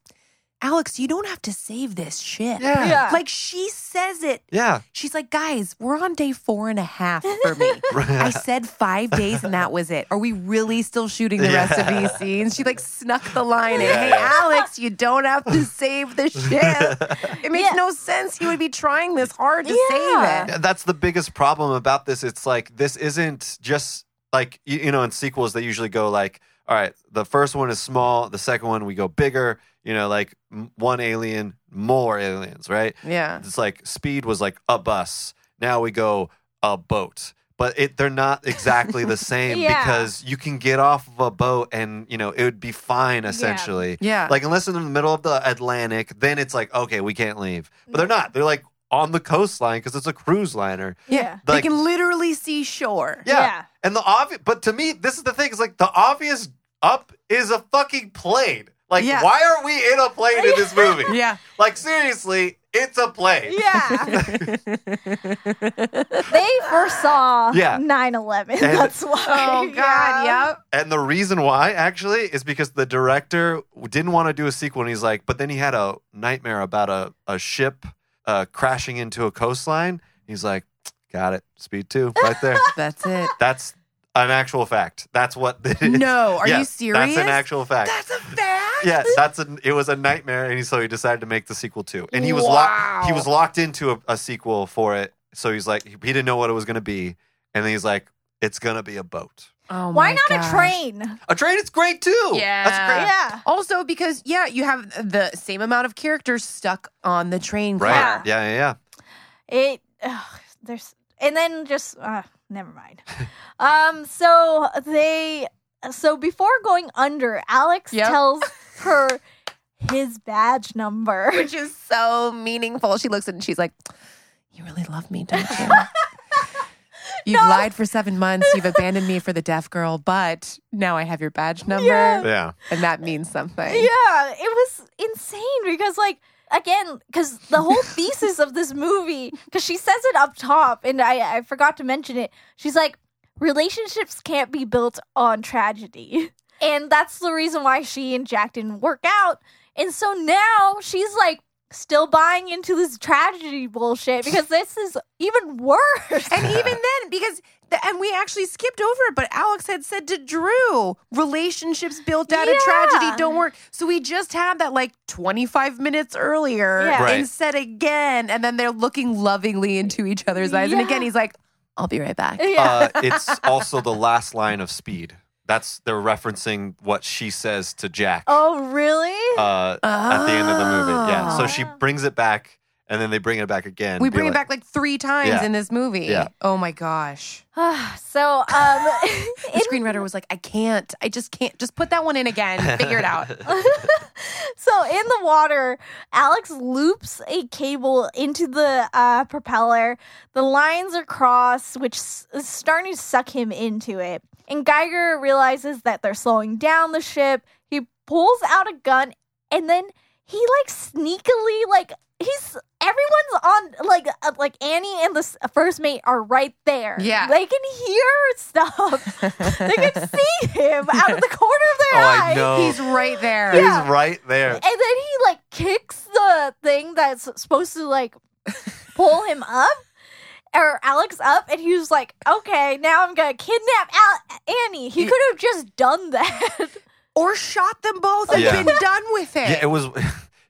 Alex, you don't have to save this ship.
Yeah.
Yeah.
Like she says it.
Yeah.
She's like, guys, we're on day four and a half for me. I said five days and that was it. Are we really still shooting the rest of these scenes? She like snuck the line in. Hey, Alex, you don't have to save the ship. It makes
Yeah.
no sense. He would be trying this hard to
Yeah.
save it.
Yeah, that's the biggest problem about this. It's like this isn't just like you, you know in sequels they usually go like, all right, the first one is small, the second one we go bigger, you know, like m- one alien, more aliens, right?
Yeah.
It's like speed was like a bus. Now we go a boat. But it they're not exactly the same
Yeah.
because you can get off of a boat and, you know, it would be fine essentially.
Yeah.
Like unless in the middle of the Atlantic, then it's like okay, we can't leave. But they're not. They're like on the coastline because it's a cruise liner.
Yeah.
They
Like-
can literally see shore.
Yeah. And the obvious, but to me, this is the thing. Is like the obvious up is a fucking plane. Like
Yeah.
why are we in a plane in this movie?
Yeah.
Like seriously, it's a plane.
Yeah. they foresaw
Yeah.
9 11.
And-
That's why.
Oh God! Yep.
And the reason why actually is because the director didn't want to do a sequel. And he's like, but then he had a nightmare about a a ship uh, crashing into a coastline. He's like, got it, speed two, right there.
That's it.
That's an actual fact. That's what it is.
No, are you
Yes,
serious?
That's an actual fact.
That's a fact.
yes, that's an. It was a nightmare, and he, so he decided to make the sequel too. And he was
Wow.
locked. He was locked into a, a sequel for it. So he's like, he didn't know what it was going to be, and then he's like, it's going to be a boat.
Oh
Why
my
not
gosh.
a train?
A train is great too. that's great.
Yeah.
Yeah.
Also, because yeah, you have the same amount of characters stuck on the train car.
Right. Yeah. Yeah. Yeah.
It ugh, there's and then just uh, never mind. um, so they so before going under, Alex
Yep.
tells her his badge number.
which is so meaningful. She looks at it and she's like, You really love me, don't you? You've
No.
lied for seven months. You've abandoned me for the deaf girl, but now I have your badge number,
Yeah.
Yeah.
and that means something.
Yeah, it was insane because like again because the whole thesis of this movie because she says it up top and I, I forgot to mention it she's like relationships can't be built on tragedy and that's the reason why she and jack didn't work out and so now she's like still buying into this tragedy bullshit because this is even worse
And even then, because the, and we actually skipped over it, but Alex had said to Drew, relationships built out of
Yeah.
tragedy don't work. So we just had that like 25 minutes earlier
Yeah.
Right.
and said again, and then they're looking lovingly into each other's eyes.
Yeah.
And again, he's like, I'll be right back.
yeah
Uh, it's also the last line of Speed. That's they're referencing what she says to Jack
oh really
uh, at the end of the movie. Yeah. So
Oh.
she brings it back, and then they bring it back again.
We
Be
bring it
like-
back like three times
Yeah.
in this movie.
Yeah.
Oh my gosh.
so um
The screenwriter was like, I can't. I just can't. Just put that one in again. Figure it out.
So in the water, Alex loops a cable into the uh, propeller. The lines are crossed, which s- is starting to suck him into it. And Geiger realizes that they're slowing down the ship. He pulls out a gun, and then he like sneakily like he's everyone's on like uh, like Annie and the s- first mate are right there.
Yeah.
they can hear stuff. they can see him out of the corner of
Oh,
their eye.
I know.
He's right there.
Yeah.
He's right there.
And then he like kicks the thing that's supposed to like pull him up or Alex up, and he was like, "Okay, now I'm gonna kidnap Al- Annie." He
Yeah.
could have just done that.
Or shot them both and
Yeah.
been done with it.
Yeah, it was.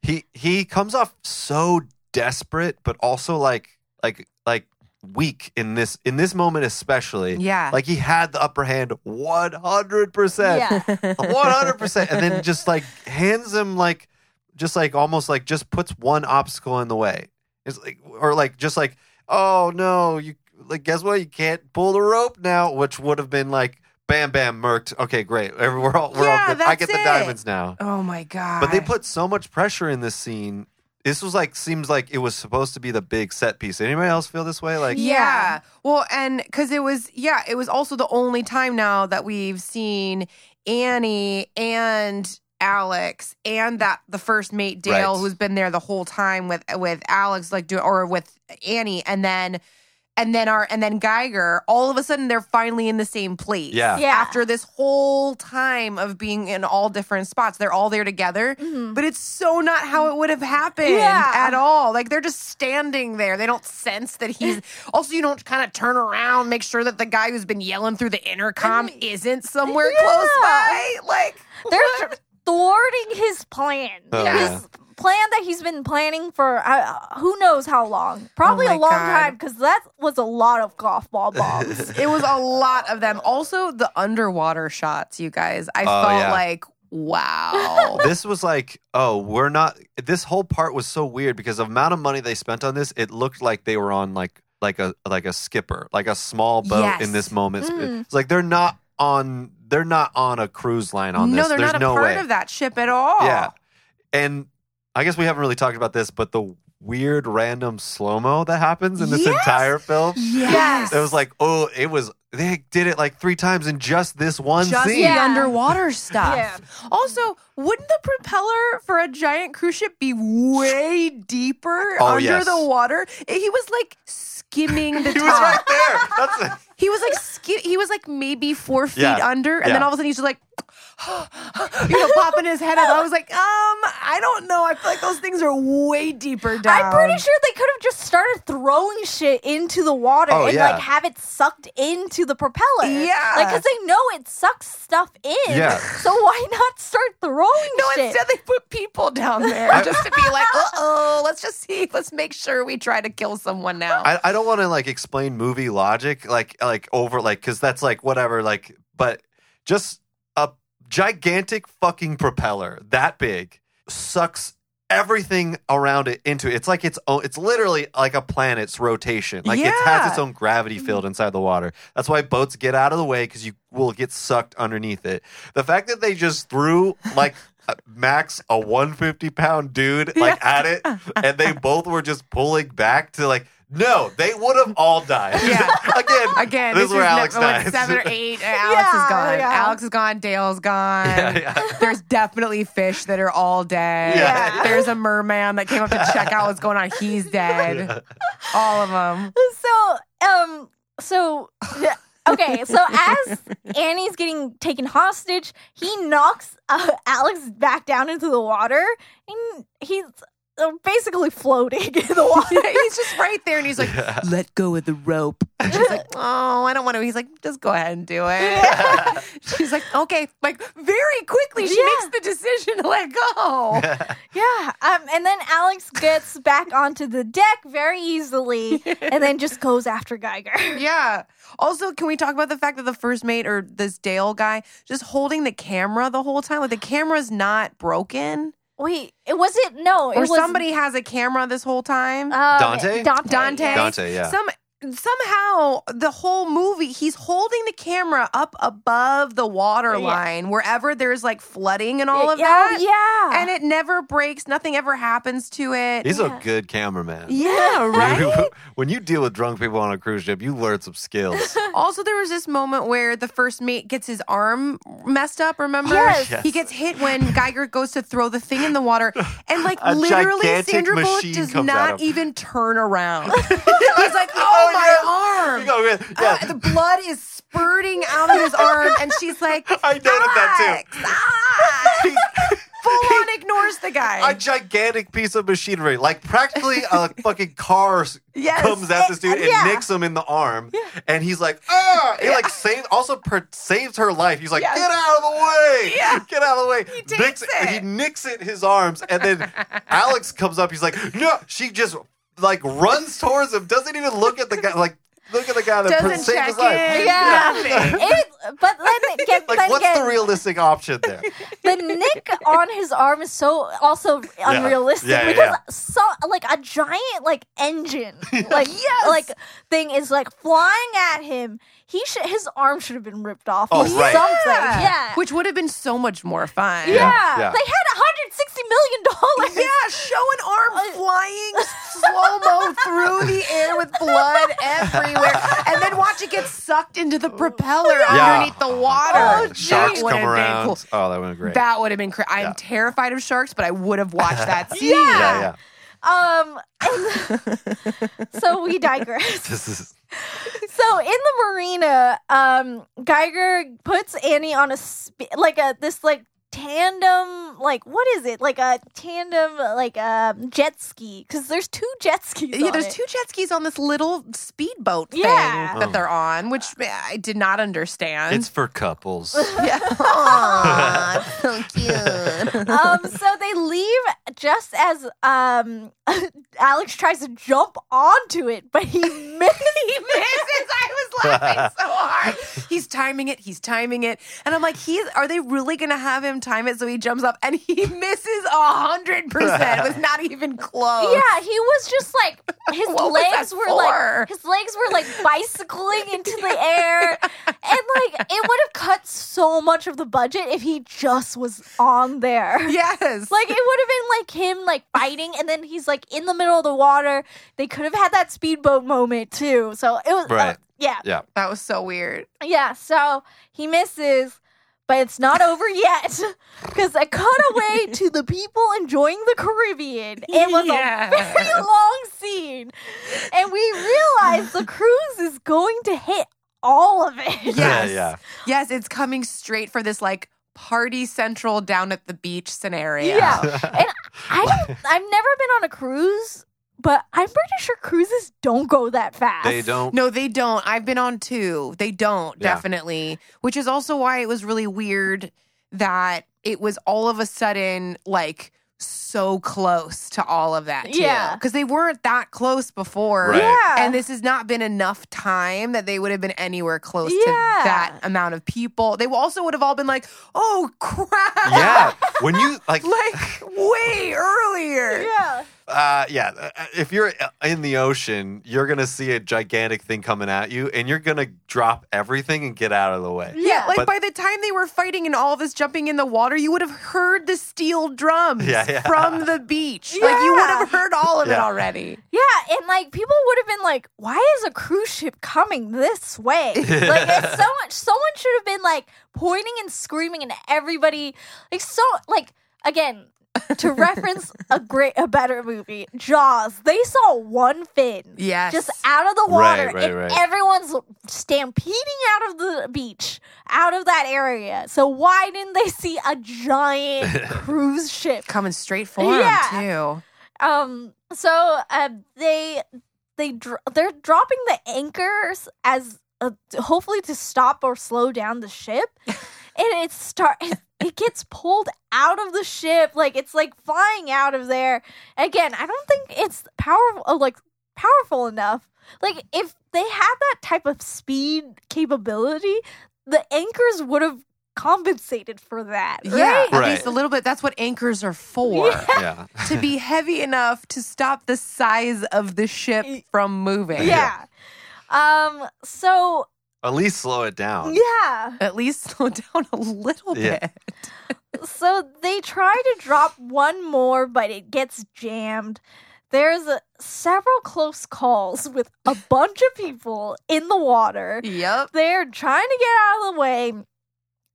He he comes off so desperate, but also like like like weak in this in this moment especially.
Yeah.
Like he had the upper hand one hundred percent.
yeah,
One hundred percent, and then just like hands him like, just like almost like just puts one obstacle in the way. It's like or like just like oh no, you like guess what? You can't pull the rope now, which would have been like bam bam murked. Okay, great. We're all we're
Yeah,
all good. I
that's
get the
it.
diamonds now.
oh my God.
But they put so much pressure in this scene. This was like seems like it was supposed to be the big set piece. Anybody else feel this way? Like
Yeah.
Yeah.
Well, and because it was, yeah, it was also the only time now that we've seen Annie and Alex and that the first mate Dale
Right.
who's been there the whole time with with Alex like do or with Annie and then and then our and then Geiger all of a sudden they're finally in the same place.
Yeah.
Yeah.
After this whole time of being in all different spots, they're all there together.
Mhm.
But it's so not how it would have happened
Yeah.
at all. Like they're just standing there. They don't sense that he's. Also, you don't kind of turn around, make sure that the guy who's been yelling through the intercom isn't somewhere
Yeah.
close by. Like
they're thwarting his plan.
Oh,
his
yeah.
plan that he's been planning for uh, who knows how long. Probably
my
a long
God.
time because that was a lot of golf ball bombs.
It was a lot of them. Also, the underwater shots, you guys. I
Oh,
felt
yeah.
like, wow.
this was like, oh, we're not. This whole part was so weird because the amount of money they spent on this, it looked like they were on like like a like a skipper, like a small boat
Yes. Hmm.
in this moment.
Mm.
It's like they're not on. They're not on a cruise line on
no,
this.
they're
There's
not a
no
part
way.
of that ship at all.
Yeah, and I guess we haven't really talked about this, but the weird random slow mo that happens in this
Yes.
entire film.
Yes.
It was like, oh, it was. They did it like three times in just this one
just
scene.
Yeah.
the underwater stuff.
Yeah.
Also, wouldn't the propeller for a giant cruise ship be way deeper
Oh,
under
yes.
the water? He was like skimming the
He was right
top.
there. That's it.
He was like skim- he was like maybe four feet
Yeah.
under, and then
Yeah.
all of a sudden he's just like, you know, popping his head up. I was like, um, I don't know. I feel like those things are way deeper down.
I'm pretty sure they could have just started throwing shit into the water
Oh,
and
yeah.
like have it sucked into the propeller.
Yeah.
like because they know it sucks stuff in.
Yeah.
so why not start throwing
No,
shit?
instead they put people down there
I-
just to be like, uh oh, let's just see, let's make sure we try to kill someone now.
I, I don't want to like explain movie logic like like over like because that's like whatever like but just a gigantic fucking propeller that big sucks everything around it into it. it's like its own it's literally like a planet's rotation like it has its
Yeah.
own gravity
Mm-hmm.
field inside the water that's why boats get out of the way because you will get sucked underneath it the fact that they just threw like uh, max a 150 pound dude like at it and they both were just pulling back to like no they would have all died
Yeah.
again
Again,
this,
this,
is where
ne-
alex
oh, it's
dies
Seven or eight. and Alex
Yeah,
is gone.
yeah.
Alex is gone. Dale's gone.
yeah, yeah.
There's definitely fish that are all dead.
Yeah.
There's a merman that came up to check out what's going on. He's dead. All of them.
so um so yeah, okay so as annie's getting taken hostage he knocks uh, alex back down into the water and he's uh, basically floating in the water
he's just right there, and he's like, "Let go of the rope." And she's like, "Oh, I don't want to." He's like, "Just go ahead and do it." she's like, "Okay." Like very quickly, she
Yeah.
makes the decision to let go.
yeah um and then alex gets back onto the deck very easily and then just goes after geiger
Yeah. Also, can we talk about the fact that the first mate or this Dale guy just holding the camera the whole time? Like the camera's not broken,
wait it was it no it
or
was
somebody has a camera this whole time.
um,
Dante?
dante
Dante.
yeah.
Dante, yeah.
Uh, Some somehow the whole movie he's holding the camera up above the water
Yeah.
line wherever there's like flooding and all of
yeah,
that.
yeah
And it never breaks. Nothing ever happens to it.
he's
Yeah.
a good cameraman
yeah, right.
You- when you deal with drunk people on a cruise ship, you learn some skills.
Also, there was this moment where the first mate gets his arm messed up. Remember,
Yes.
Yes.
he gets hit when Geiger goes to throw the thing in the water, and like
A
literally,
gigantic
Sandra Bullock
machine
does
comes at
not
him.
even turn around. He's like, "Oh, my
You
arm!"
go, yeah,
Uh, the blood is spurting out of his arm, and she's like,
I noted that
"Alex, ah!"
too.
Full on ignores the guy.
a gigantic piece of machinery, like practically a fucking car s-
Yes.
comes at this dude and
Yeah.
nicks him in the arm, and he's like, ah! He like saves also per- saves her life. He's like,
Yes.
get out of the way,
Yeah.
get out of the way. He
takes it.
He nicks it in his arms, and then Alex comes up. He's like, no. She just like runs towards him, doesn't even look at the guy. Like look at the guy that per-
Doesn't
saved
check
his life.
in.
Yeah.
Nothing.
it, but then it get,
Like,
then
what's
get,
the realistic option there?
the nick on his arm is so also unrealistic
Yeah, yeah,
because
yeah.
so like a giant like engine like like thing is like flying at him. He should his arm should have been ripped off
Oh,
or
right.
something. Yeah.
Which would have been so much more fun.
yeah.
Yeah, yeah.
They had 160 million dollars.
Yeah, show an
Uh,
arm flying slow mo through the air with blood everywhere, and then watch it get sucked into the propeller
Yeah.
underneath the water.
Oh,
Sharks
That would
come
have been
around.
cool.
Oh, that would have been great.
That would have been crazy. I'm
Yeah.
terrified of sharks, but I would have watched that scene.
yeah, yeah.
Um and- so we digress.
This is
So in the marina, um, Geiger puts Annie on a sp- like a this like tandem like what is it like a tandem like um, jet ski because there's two jet skis.
Yeah,
on
there's
it.
two jet skis on this little speedboat thing
Yeah.
that they're on, which eh, I did not understand.
Oh. it's for couples.
yeah. Aw, so cute.
um, so they leave just as um, Alex tries to jump onto it, but he misses.
he misses. I was laughing so hard. He's timing it. He's timing it. And I'm like, he's are they really gonna have him time it so he jumps up and he misses a hundred percent. It was not even close.
Yeah, he was just like his
What was that
legs were like
for?
his legs were like bicycling into the air, and like it would have cut so much of the budget if he just was on there.
Yes.
Like it would have been like him like fighting, and then he's like in the middle of the water. They could have had that speedboat moment too. So it was uh,
Right.
yeah,
that was so weird.
yeah. So he misses, but it's not over yet because I cut away to the people enjoying the Caribbean. It was
Yeah.
a very long scene, and we realize the cruise is going to hit all of it.
Yes.
Yeah, yeah.
Yes, it's coming straight for this like party central down at the beach scenario.
Yeah. I don't. I've never been on a cruise, but I'm pretty sure cruises don't go that fast.
they don't.
No, they don't. I've been on two. They don't,
Yeah.
definitely. Which is also why it was really weird that it was all of a sudden like so close to all of that. Too.
Yeah.
Because they weren't that close before.
Right.
Yeah.
And this has not been enough time that they would have been anywhere close to
Yeah.
that amount of people. They also would have all been like, oh crap.
Yeah, when you like,
Like way earlier.
yeah.
uh, yeah, uh, if you're in the ocean, you're gonna see a gigantic thing coming at you, and you're gonna drop everything and get out of the way.
Yeah.
Like
But-
by the time they were fighting and all of us jumping in the water, you would have heard the steel drums
Yeah, yeah.
from the beach. Like you would have heard all of it
Yeah.
already.
Yeah, and like people would have been like, "Why is a cruise ship coming this way?" like, it's so much. Someone should have been like pointing and screaming, and everybody like so like again to reference a great a better movie, Jaws. They saw one fin,
Yes.
just out of the
Right,
water,
right,
and
right.
everyone's stampeding out of the beach, out of that area. So why didn't they see a giant cruise ship
Coming straight for
Yeah.
him
um. So uh, they they dr- they're dropping the anchors as uh, hopefully to stop or slow down the ship, and it start it, it gets pulled out of the ship like it's like flying out of there. Again, I don't think it's powerful uh, like powerful enough. Like if they had that type of speed capability, the anchors would have compensated for that.
too. Yeah.
Right?
At
Right.
least a little bit. That's what anchors are for.
Yeah,
to be heavy enough to stop the size of the ship from moving.
Yeah. Um. So
at least slow it down.
yeah.
At least slow down a little
Yeah.
bit.
so they try to drop one more, but it gets jammed. There's a, several close calls with a bunch of people in the water.
Yep.
They're trying to get out of the way.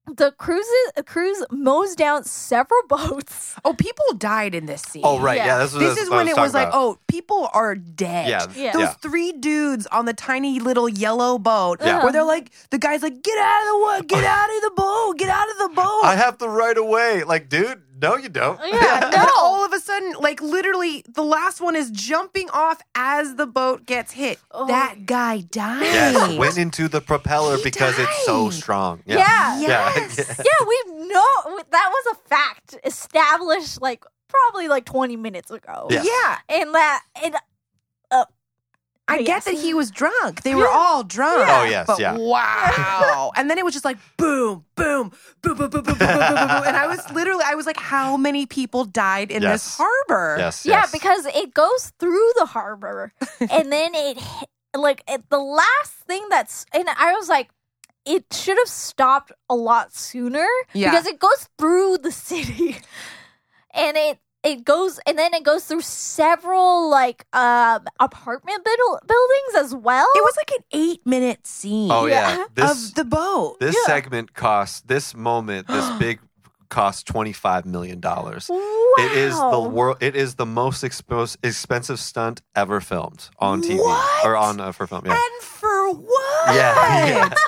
The cruises, cruise mows down several boats.
Oh, people died in this scene.
Oh right,
Yeah.
yeah. that's what,
This
that's
is
what I
when it was like,
talking
oh, people are dead.
about. yeah,
Yeah.
Those
yeah.
three dudes on the tiny little yellow boat
Yeah.
where they're like, the guy's like, get out of the wa- get out of the boat, get out of the boat.
I have the right away. Like, dude, no, you don't.
Yeah,
and
no.
all of a sudden, like literally, the last one is jumping off as the boat gets hit.
Oh.
That guy died.
Yes, went into the propeller
He
because it's so
died.
strong. Yeah.
Yeah.
Yes.
Yeah.
Yeah, we know that was a fact established like probably like 20 minutes ago.
Yeah.
Yeah.
And that, and
I
Yes.
get that he was drunk. They were all drunk.
Oh, yes,
But
yeah.
Wow. and then it was just like boom, boom, boom, boom, boom, boom, boom, boom, boom, boom. And I was literally, I was like, how many people died in this
Yes.
harbor?
Yes,
Yeah,
yes.
because it goes through the harbor and then it hit- like it, the last thing that's and I was like it should have stopped a lot sooner
Yeah.
because it goes through the city and it it goes and then it goes through several like um apartment buil- buildings as well.
It was like an eight minute scene
Oh yeah.
Yeah.
This
of the boat.
this
yeah.
segment costs this moment, this big costs twenty five million dollars.
wow.
It is the world. It is the most expo- expensive stunt ever filmed on TV
What?
or on uh, for film. Yeah.
And for what?
Yeah.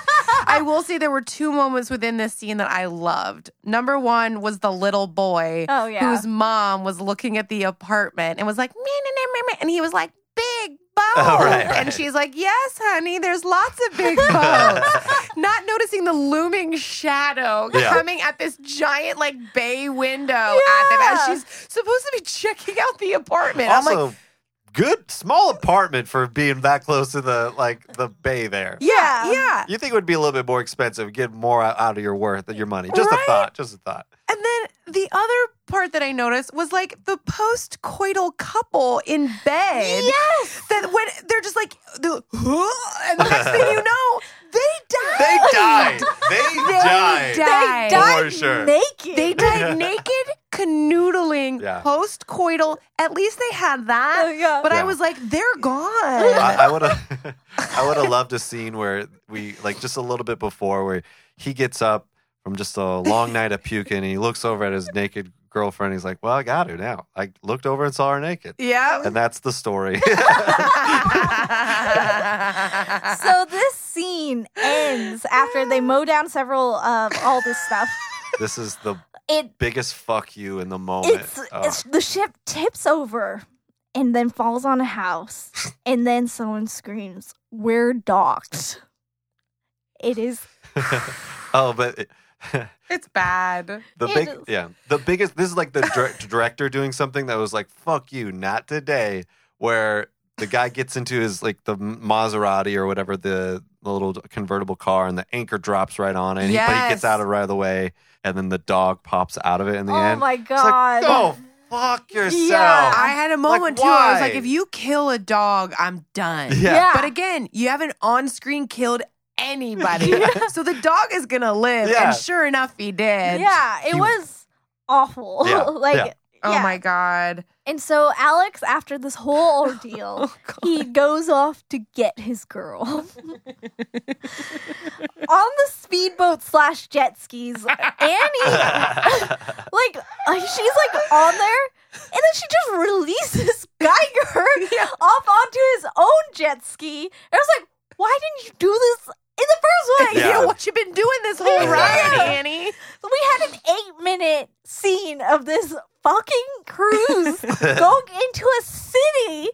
I will say there were two moments within this scene that I loved. Number one was the little boy
Oh yeah.
whose mom was looking at the apartment and was like, meh, meh, meh, meh, meh," and he was like, big boat.
Oh, right,
And
right.
she's like, yes, honey, there's lots of big boats. Not noticing the looming shadow
Yeah.
coming at this giant like bay window at them
Yeah.
as she's supposed to be checking out the apartment. I'm like,
also, good small apartment for being that close to the like the bay there.
yeah,
Yeah.
yeah.
You think it would be a little bit more expensive, get more out- out of your worth than your money. Just
Right?
a thought. Just a thought.
And then the other part that I noticed was like the post coital couple in bed.
Yes.
That when they're just like, the, and the next thing you know, they
They died.
died.
They, died.
They died.
They died
For sure.
naked.
They died naked, canoodling,
Yeah.
post coital. At least they had that.
Oh, yeah.
But I
Yeah.
was like, they're gone.
I would have, I would have loved a scene where we like just a little bit before where he gets up from just a long night of puking and he looks over at his naked girlfriend. He's like, "Well, I got her now. I looked over and saw her naked."
yeah.
And that's the story.
so this scene ends after they mow down several of all this stuff.
this is the
It
biggest fuck you in the moment.
it's,
Oh.
it's the ship tips over and then falls on a house and then someone screams, "We're docked." It is
oh, but it-
it's bad.
the
It
big
is.
yeah, the biggest. This is like the dir- director doing something that was like "fuck you, not today." Where the guy gets into his like the Maserati or whatever the, the little convertible car, and the anchor drops right on it. and he- But he
Yes.
gets out of it right away, and then the dog pops out of it in the
Oh
end.
my
It's like,
god.
go fuck yourself.
Yeah.
I had a moment too. I was like,
why?
if you kill a dog, I'm done.
Yeah.
Yeah.
But again, you haven't on screen killed anybody. So the dog is going to live.
Yeah.
And sure enough, he did.
yeah, it
He-
was awful.
Yeah,
like
yeah.
Oh
yeah.
my God.
And so Alex, after this whole ordeal, he goes off to get his girl. On the speedboat slash jet skis, Annie, like, uh, she's like on there, and then she just releases Geiger off onto his own jet ski. And I was like, why didn't you do this in the first place?
Yeah.
You know what you've been doing this whole
Yeah.
ride, Annie?
We had an eight minute scene of this fucking cruise going into a city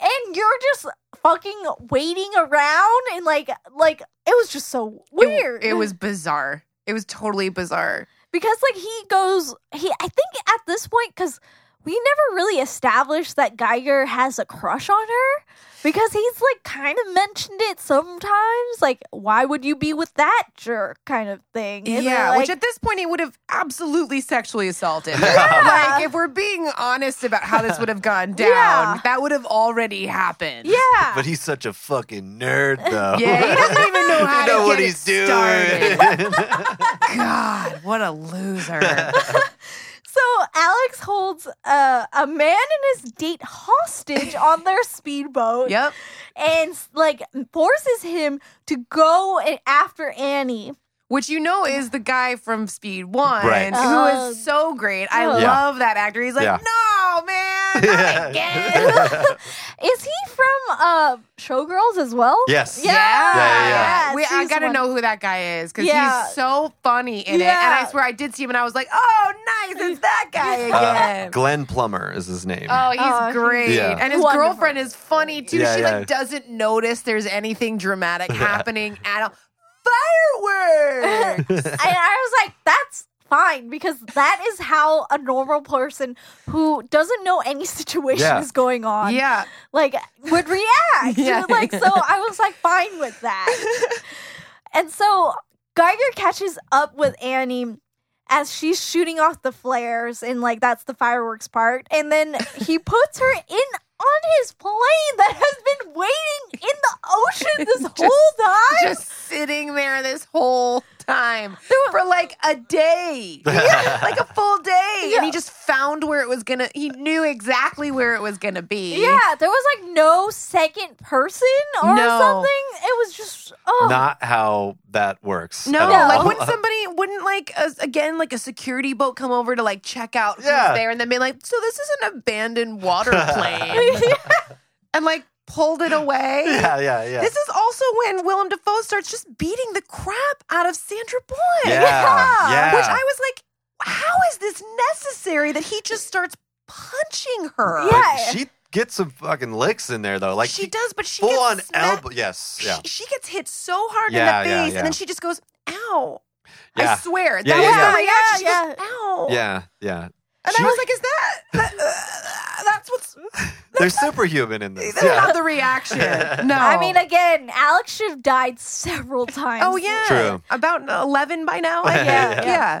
and you're just fucking waiting around and like like it was just so weird.
It was bizarre. It was totally bizarre.
because like he goes he I think at this point cuz we never really established that Geiger has a crush on her because he's like kind of mentioned it sometimes like why would you be with that jerk kind of thing. And we're
Yeah, which
like,
at this point he would have absolutely sexually assaulted.
Yeah.
Like if we're being honest about how this would have gone down,
Yeah.
that would have already happened.
yeah.
but he's such a fucking nerd, though.
Yeah, he doesn't even know how
Oh. You
to
know
get
what
it
he's
started.
doing.
God, what a loser.
So Alex holds uh, a man and his date hostage on their speedboat,
yep.
and like forces him to go and after Annie.
Which you know is the guy from Speed One,
Right.
who
Oh.
is so great. I
Yeah.
love that actor. He's like,
Yeah.
no, man.
Yeah.
Is he from uh, Showgirls as well?
Yes.
Yeah.
Yeah, yeah,
Yes,
We, I
he's
gotta
one-
know who that guy is because
Yeah.
he's so funny in it.
Yeah.
And I swear I did see him and I was like, oh, nice, it's that guy
Uh,
again.
Glenn Plummer is his name.
Oh, he's
Oh, he's
great.
Yeah.
And his
wonderful.
girlfriend is funny too.
Yeah,
she
yeah.
like doesn't notice there's anything dramatic happening at all. Fireworks!
and I was like, that's fine because that is how a normal person who doesn't know any situation
Yeah.
is going on.
yeah.
like would react.
Yeah.
Like so I was like fine with that. and so Geiger catches up with Annie as she's shooting off the flares and like that's the fireworks part. And then he puts her in on his plane that has been waiting in the ocean this whole time.
Just sitting there this whole time for like a day. like a full day.
Yeah.
And he just found where it was gonna he knew exactly where it was gonna be.
yeah, there was like no second person or
No.
something. It was just oh
Not how that works.
No,
at all.
like wouldn't somebody wouldn't like a, again like a security boat come over to like check out who's
Yeah.
there and then be like, so this is an abandoned water plane, and like pulled it away.
yeah, yeah, yeah.
This is also when Willem Dafoe starts just beating the crap out of Sandra Bullock.
Yeah, Yeah. yeah.
Which I was like, how is this necessary that he just starts punching her?
Yeah.
Like, she gets some fucking licks in there though. Like
she does, but she
full
gets
on
smacked-
elbow. Yes,
she-
yeah.
She, gets hit so hard
Yeah,
in the
yeah,
face,
yeah.
and then she just goes, "Ow."
Yeah.
I swear.
Yeah,
that
yeah,
was
yeah.
my reaction.
Oh Yeah,
She goes, Ow.
yeah, yeah.
And
She-
I was like, is that, that- uh, that's what's
They're superhuman in this.
that's
Yeah.
not the reaction. No.
I mean, again, Alex should have died several times.
Oh yeah.
True.
About eleven by now. I
Yeah,
think.
yeah.
yeah.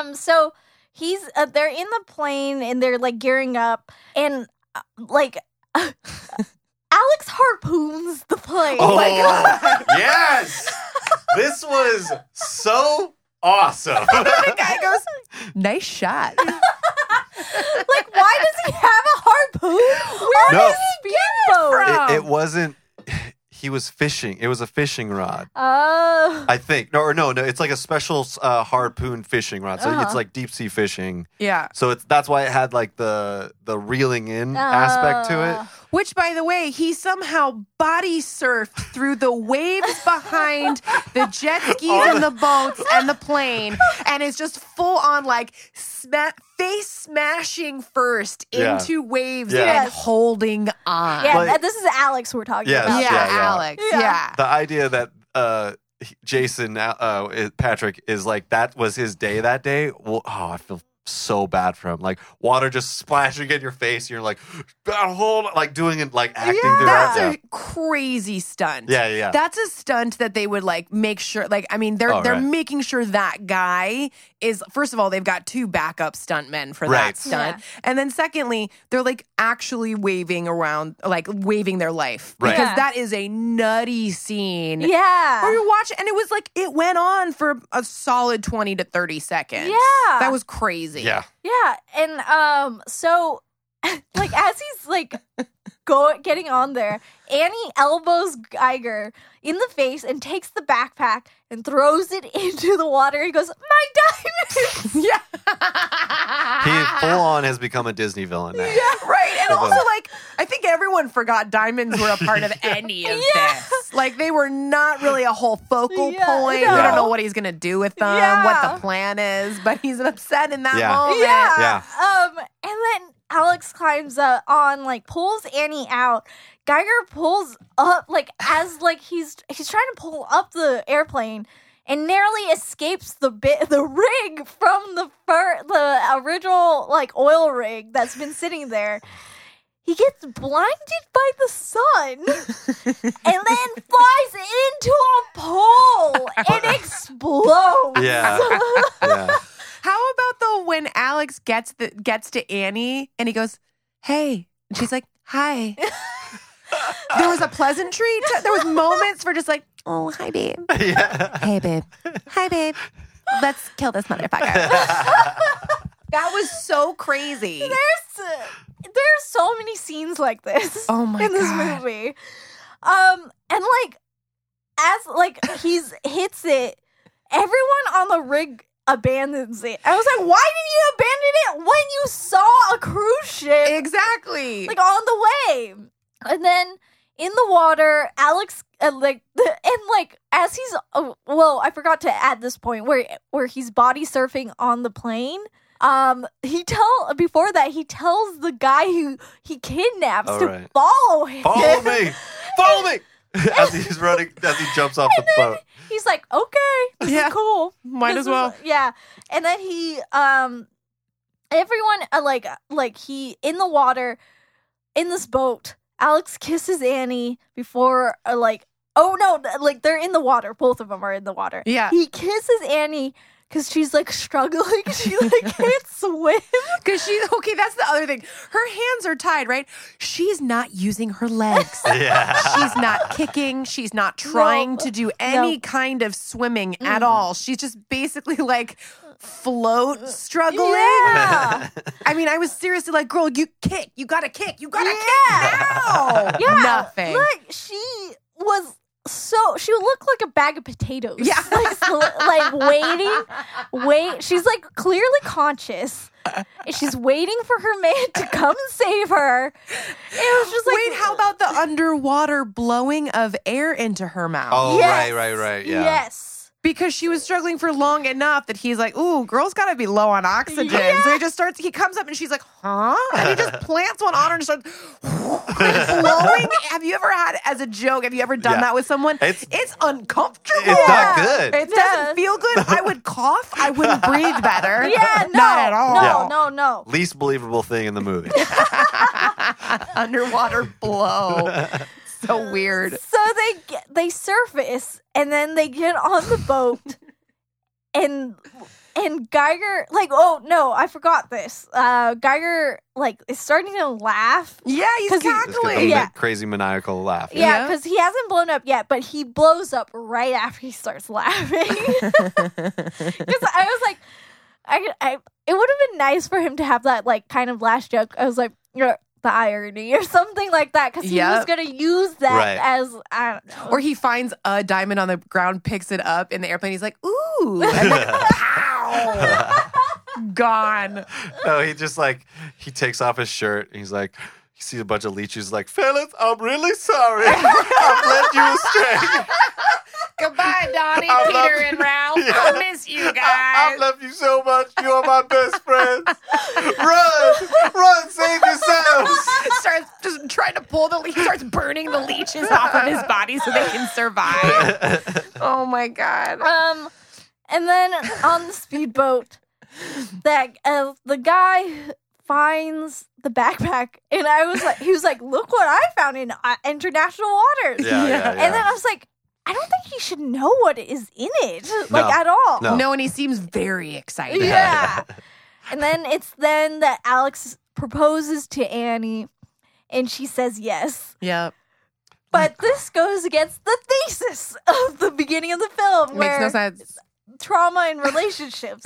Um, so he's uh, they're in the plane and they're like gearing up and uh, like Alex harpoons the plane.
Oh,
Like,
yes. This was so awesome.
The guy goes, nice shot.
like, why does he have a harpoon? Where
No.
is his speedboat?
it, it wasn't. He was fishing. It was a fishing rod,
Oh,
I think. No, or no, no. It's like a special uh, harpoon fishing rod. So
Uh-huh.
it's like deep sea fishing.
Yeah.
So it's that's why it had like the the reeling in aspect to it.
Which, by the way, he somehow body surfed through the waves behind the jet skis
All
and the boats and the plane, and is just full on like sma- face smashing first
Yeah.
into waves
Yeah.
and holding on.
Yeah,
Like-
that- this is Alex we're talking
Yes,
about.
Yeah,
yeah, yeah.
Alex.
Yeah.
Yeah.
The idea that uh, he- Jason uh, uh, Patrick is like that was his day that day. Well, oh, I feel so bad for him. Like water just splashing in your face. And you're like, "Ah, hold, on," like doing it, like acting through that.
That's
Yeah.
a crazy stunt.
Yeah, yeah, yeah.
That's a stunt that they would like make sure like I mean they're
Oh,
they're
right.
making sure that guy is first of all they've got two backup stuntmen for
Right.
that stunt. And then secondly, they're like actually waving around like waving their life
Right.
because
Yeah.
that is a nutty scene. Or
Yeah.
you watch and it was like it went on for a solid 20 to 30 seconds.
Yeah.
That was crazy.
yeah.
Yeah, and um, so like as he's like go getting on there, Annie elbows Geiger in the face and takes the backpack and throws it into the water. He goes, "My diamonds!"
Yeah.
He full on has become a Disney villain now.
Ah. Yeah, right. And
Uh-huh.
also, like, I think everyone forgot diamonds were a part of any of
Yeah.
this. Like, they were not really a whole focal
Yeah,
point.
no.
We don't know what he's going to do with them,
Yeah.
what the plan is, but he's upset in that
Yeah.
moment.
Yeah.
Yeah.
Um, and then Alex climbs uh, on, like pulls Annie out. Geiger pulls up, like as like he's he's trying to pull up the airplane. And nearly escapes the bit the rig from the fir- the original like oil rig that's been sitting there. He gets blinded by the sun and then flies into a pole and explodes.
Yeah. yeah.
How about the when Alex gets the, gets to Annie and he goes, "Hey," and she's like, "Hi." there was a pleasantry. To, there was moments for just like, "Oh, hi, babe."
yeah.
Hey, babe. Hi, babe. Let's kill this motherfucker. That was so crazy.
there's uh, there's so many scenes like this
Oh my
in this
God.
movie. Um and like as like he's hits it, everyone on the rig abandons it. I was like, why did you abandon it when you saw a cruise ship
Exactly.
like on the way? And then in the water, Alex uh, like and like as he's oh, well, I forgot to add this point where where he's body surfing on the plane. Um, he tell before that he tells the guy who he kidnaps
All
to
right.
follow him.
Follow me. Follow me. as he's running, as he jumps off the boat.
He's like, okay, this
Yeah.
is cool.
Might
This
as
is-
well.
yeah. And then he, um, everyone uh, like like he in the water, in this boat. Alex kisses Annie before uh, like oh no th- like they're in the water. Both of them are in the water.
Yeah.
He kisses Annie because she's like struggling. She like can't swim.
Because she, okay, that's the other thing. Her hands are tied, right? She's not using her legs.
Yeah.
She's not kicking. She's not trying
No. Mm.
to do any kind of swimming at all. She's just basically like float struggling.
Yeah.
I mean, I was seriously like, girl, you kick. You gotta kick. You gotta
Yeah.
kick now.
Yeah.
Nothing.
Like she was so she looked like a bag of potatoes.
Yeah.
like, sl- like waiting, wait. She's like clearly conscious. And She's waiting for her man to come and save her. It was just like
Wait, how about the underwater blowing of air into her mouth?
Oh,
Yes.
right, right, right. Yeah.
Yes.
because she was struggling for long enough that he's like, "Ooh, girl's got to be low on oxygen." So he just starts. He comes up and she's like, "Huh?" And he just plants one on her and starts like, blowing. have you ever had as a joke? Have you ever done
Yeah.
that with someone?
It's-
uncomfortable.
It's not good.
It
Yeah.
doesn't feel good I would cough. I wouldn't breathe better.
Yeah, no,
Not at
No,
all.
no, no.
Least believable thing in the movie.
Underwater blow. So weird.
So they get, they surface and then they get on the boat and and Geiger like oh no I forgot this uh Geiger like is starting to laugh
Yeah, he's
'Cause he-
Just get the
cackling.
Yeah.
ma- crazy maniacal laugh.
yeah
Yeah.
because he hasn't blown up yet but he blows up right after he starts laughing because I was like I, I it would have been nice for him to have that like kind of last joke I was like "Ugh, the irony or something like that because he was
Yep.
gonna use that
Right.
as I don't know
Or he finds a diamond on the ground, picks it up in the airplane. He's like, ooh, and then pow, gone.
no, he just like he takes off his shirt and he's like he sees a bunch of leeches like, fellas, I'm really sorry. I've led you astray.
Goodbye, Donnie,
I love
Peter, and Ralph.
Yeah.
I miss you
I,
guys.
I love you so much. You are my best friends. Run! Run! Save yourselves!
starts just trying to pull the. He starts burning the leeches off of his body so they can survive. Oh my god.
Um, and then on the speedboat, that uh, the guy finds the backpack, and I was like, he was like, "Look what I found in uh, international waters."
Yeah, yeah, yeah.
And then I was like, I don't think he should know what is in it, like
No.
at all.
No.
No, and he seems very excited.
Yeah. and then it's then that Alex proposes to Annie, and she says yes.
Yep.
But this goes against the thesis of the beginning of the film,
Makes
where
no sense.
trauma in relationships.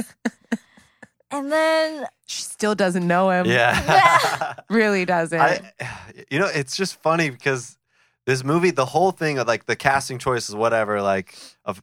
and then
She still doesn't know him.
yeah.
Really doesn't.
I, you know, it's just funny because this movie, the whole thing of like the casting choices, whatever, like of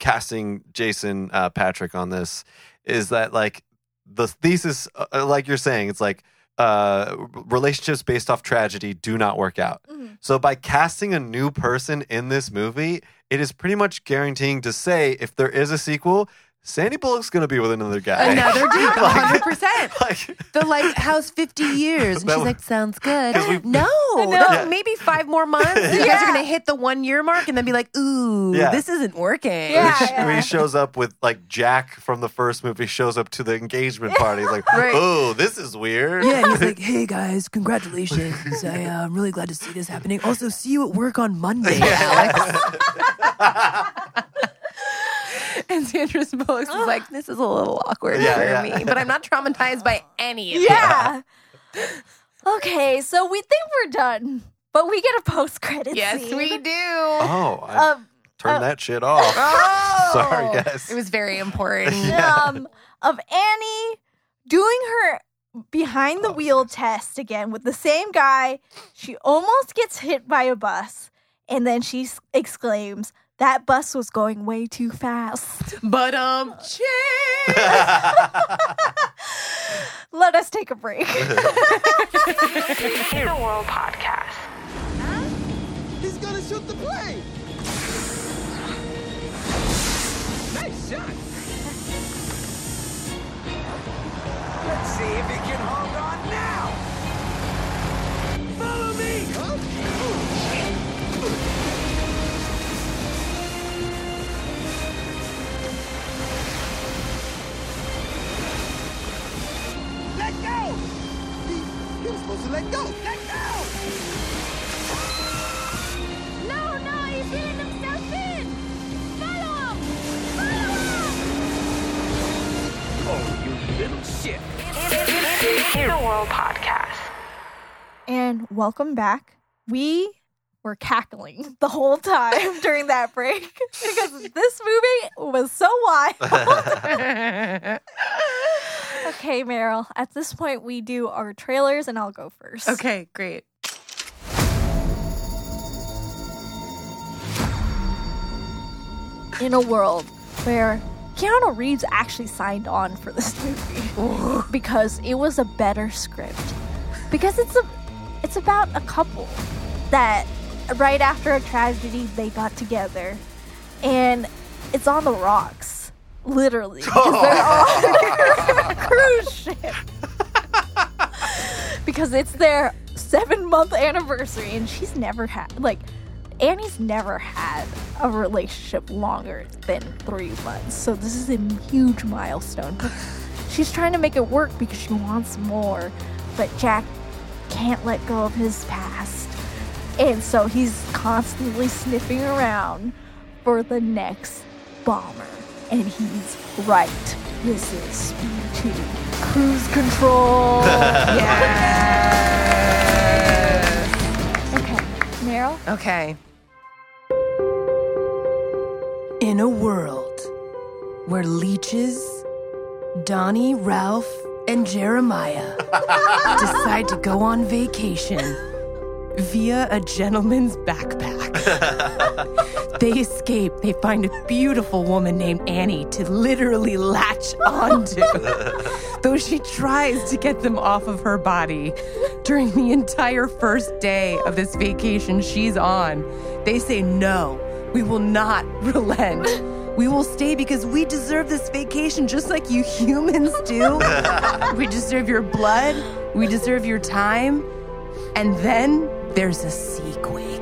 casting Jason uh, Patrick on this, is that like the thesis, uh, like you're saying, it's like uh, relationships based off tragedy do not work out.
Mm-hmm.
Mhm.
So by casting a new person in this movie, it is pretty much guaranteeing to say if there is a sequel, Sandy Bullock's going to be with another guy.
Another dude,
Like-
100%.
like,
The like house 50 years. And
That
she's
was-
like, sounds good.
'Cause we-
no,
No.
that's
Yeah.
maybe five more months. You guys
Yeah.
are going to hit the one year mark and then be like, ooh,
Yeah.
this isn't working.
Yeah,
When she- when
yeah.
he shows up with like Jack from the first movie shows up to the engagement party. He's like,
Right.
oh, this is weird.
Yeah, and he's like, "Hey guys, congratulations! I, uh, I'm really glad to see this happening. Also, see you at work on Monday, Alex."
And Sandra Bullock is like, this is a little awkward
Yeah,
for
yeah.
me, but I'm not traumatized by any of it.
yeah. okay, so we think we're done, but we get a post credit
Yes,
scene.
we do.
Oh, I
Um,
turned that shit off.
Oh,
Sorry, guys.
It was very important.
um, of Annie doing her behind the wheel test again with the same guy. She almost gets hit by a bus, and then she s- exclaims, "That bus was going way too fast."
but um, shit.
Let us take a break.
the World Podcast.
He's gonna shoot the plane! Nice shot! Let's see if he can hold on now! Follow me! Let go! He, he was supposed to let go! Let go!
No, no, he's hitting himself in! Follow him! Follow him!
Oh, you little shit!
The World Podcast.
And welcome back. We were cackling the whole time during that break because this movie was so wild. okay, Meryl, at this point, we do our trailers and I'll go first.
okay, great.
In a world where Keanu Reeves actually signed on for this movie because it was a better script. Because it's a it's about a couple that right after a tragedy they got together and it's on the rocks. Literally. 'cause they're on a cruise ship. because it's their seven month anniversary and she's never had like Annie's never had a relationship longer than three months, so this is a huge milestone. But she's trying to make it work because she wants more, but Jack can't let go of his past, and so he's constantly sniffing around for the next bomber. And he's right. This is Speed 2 Cruise Control. Okay, Meryl.
Okay.
In a world where leeches, Donnie, Ralph, and Jeremiah decide to go on vacation via a gentleman's backpack. they escape. They find a beautiful woman named Annie to literally latch onto, though she tries to get them off of her body. During the entire first day of this vacation she's on, they say, No, we will not relent. We will stay because we deserve this vacation just like you humans do. we deserve your blood, we deserve your time. And then there's a sea quake.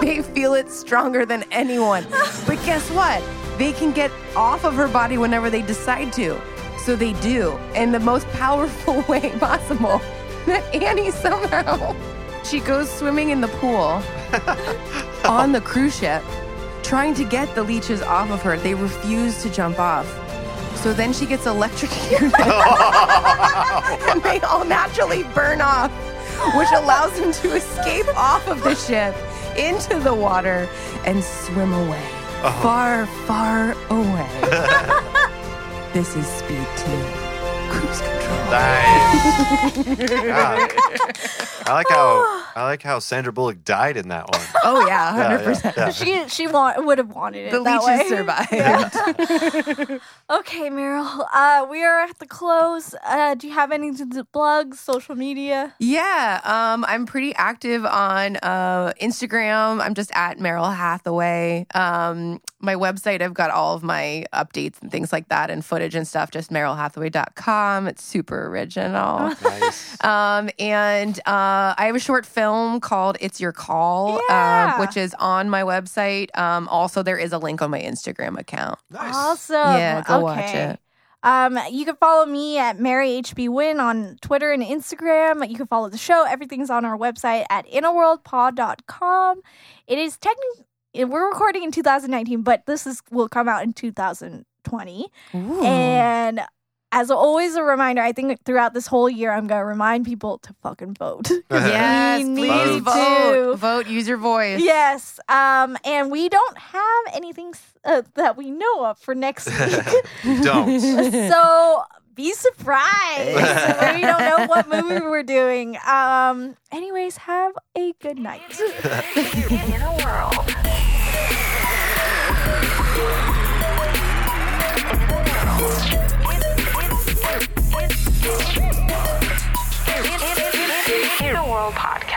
They feel it stronger than anyone. But guess what? They can get off of her body whenever they decide to. So they do in the most powerful way possible. That Annie somehow she goes swimming in the pool on the cruise ship, trying to get the leeches off of her. They refuse to jump off. So then she gets electrocuted. and they all naturally burn off, which allows them to escape off of the ship into the water and swim away. Far, far away. this is Speed 2 Cruise Control.
Nice. God. I like how I like how Sandra Bullock died in that one.
Oh, yeah, 100%.
Yeah, yeah, yeah.
She she want, would have wanted it
The
that
leeches
way.
survived.
Okay, Meryl. Uh, we are at the close. Uh, do you have any to d- plug? Social media?
Yeah, um, I'm pretty active on uh, Instagram. I'm just at Meryl Hathaway. Um, my website, I've got all of my updates and things like that and footage and stuff, just merylhathaway.com. It's super original.
Oh.
Nice.
Um, and uh, I have a short film called It's Your Call,
Yeah.
um, which is on my website. Um, also, there is a link on my Instagram account.
Nice.
Awesome.
Yeah, go
Oh, okay.
watch it.
Um, you can follow me at Mary HB Win on Twitter and Instagram. You can follow the show. Everything's on our website at innerworldpod.com. It is technically we're recording in 2019, but this is will come out in 2020. And as always, a reminder. I think throughout this whole year, I'm gonna remind people to fucking vote.
Yes,
We
please
need
vote.
to.
Vote, use your voice.
Yes. Um, and we don't have anything uh, that we know of for next week.
You don't.
so be surprised. we don't know what movie we're doing. Um, anyways, have a good night.
In a world. In a world podcast.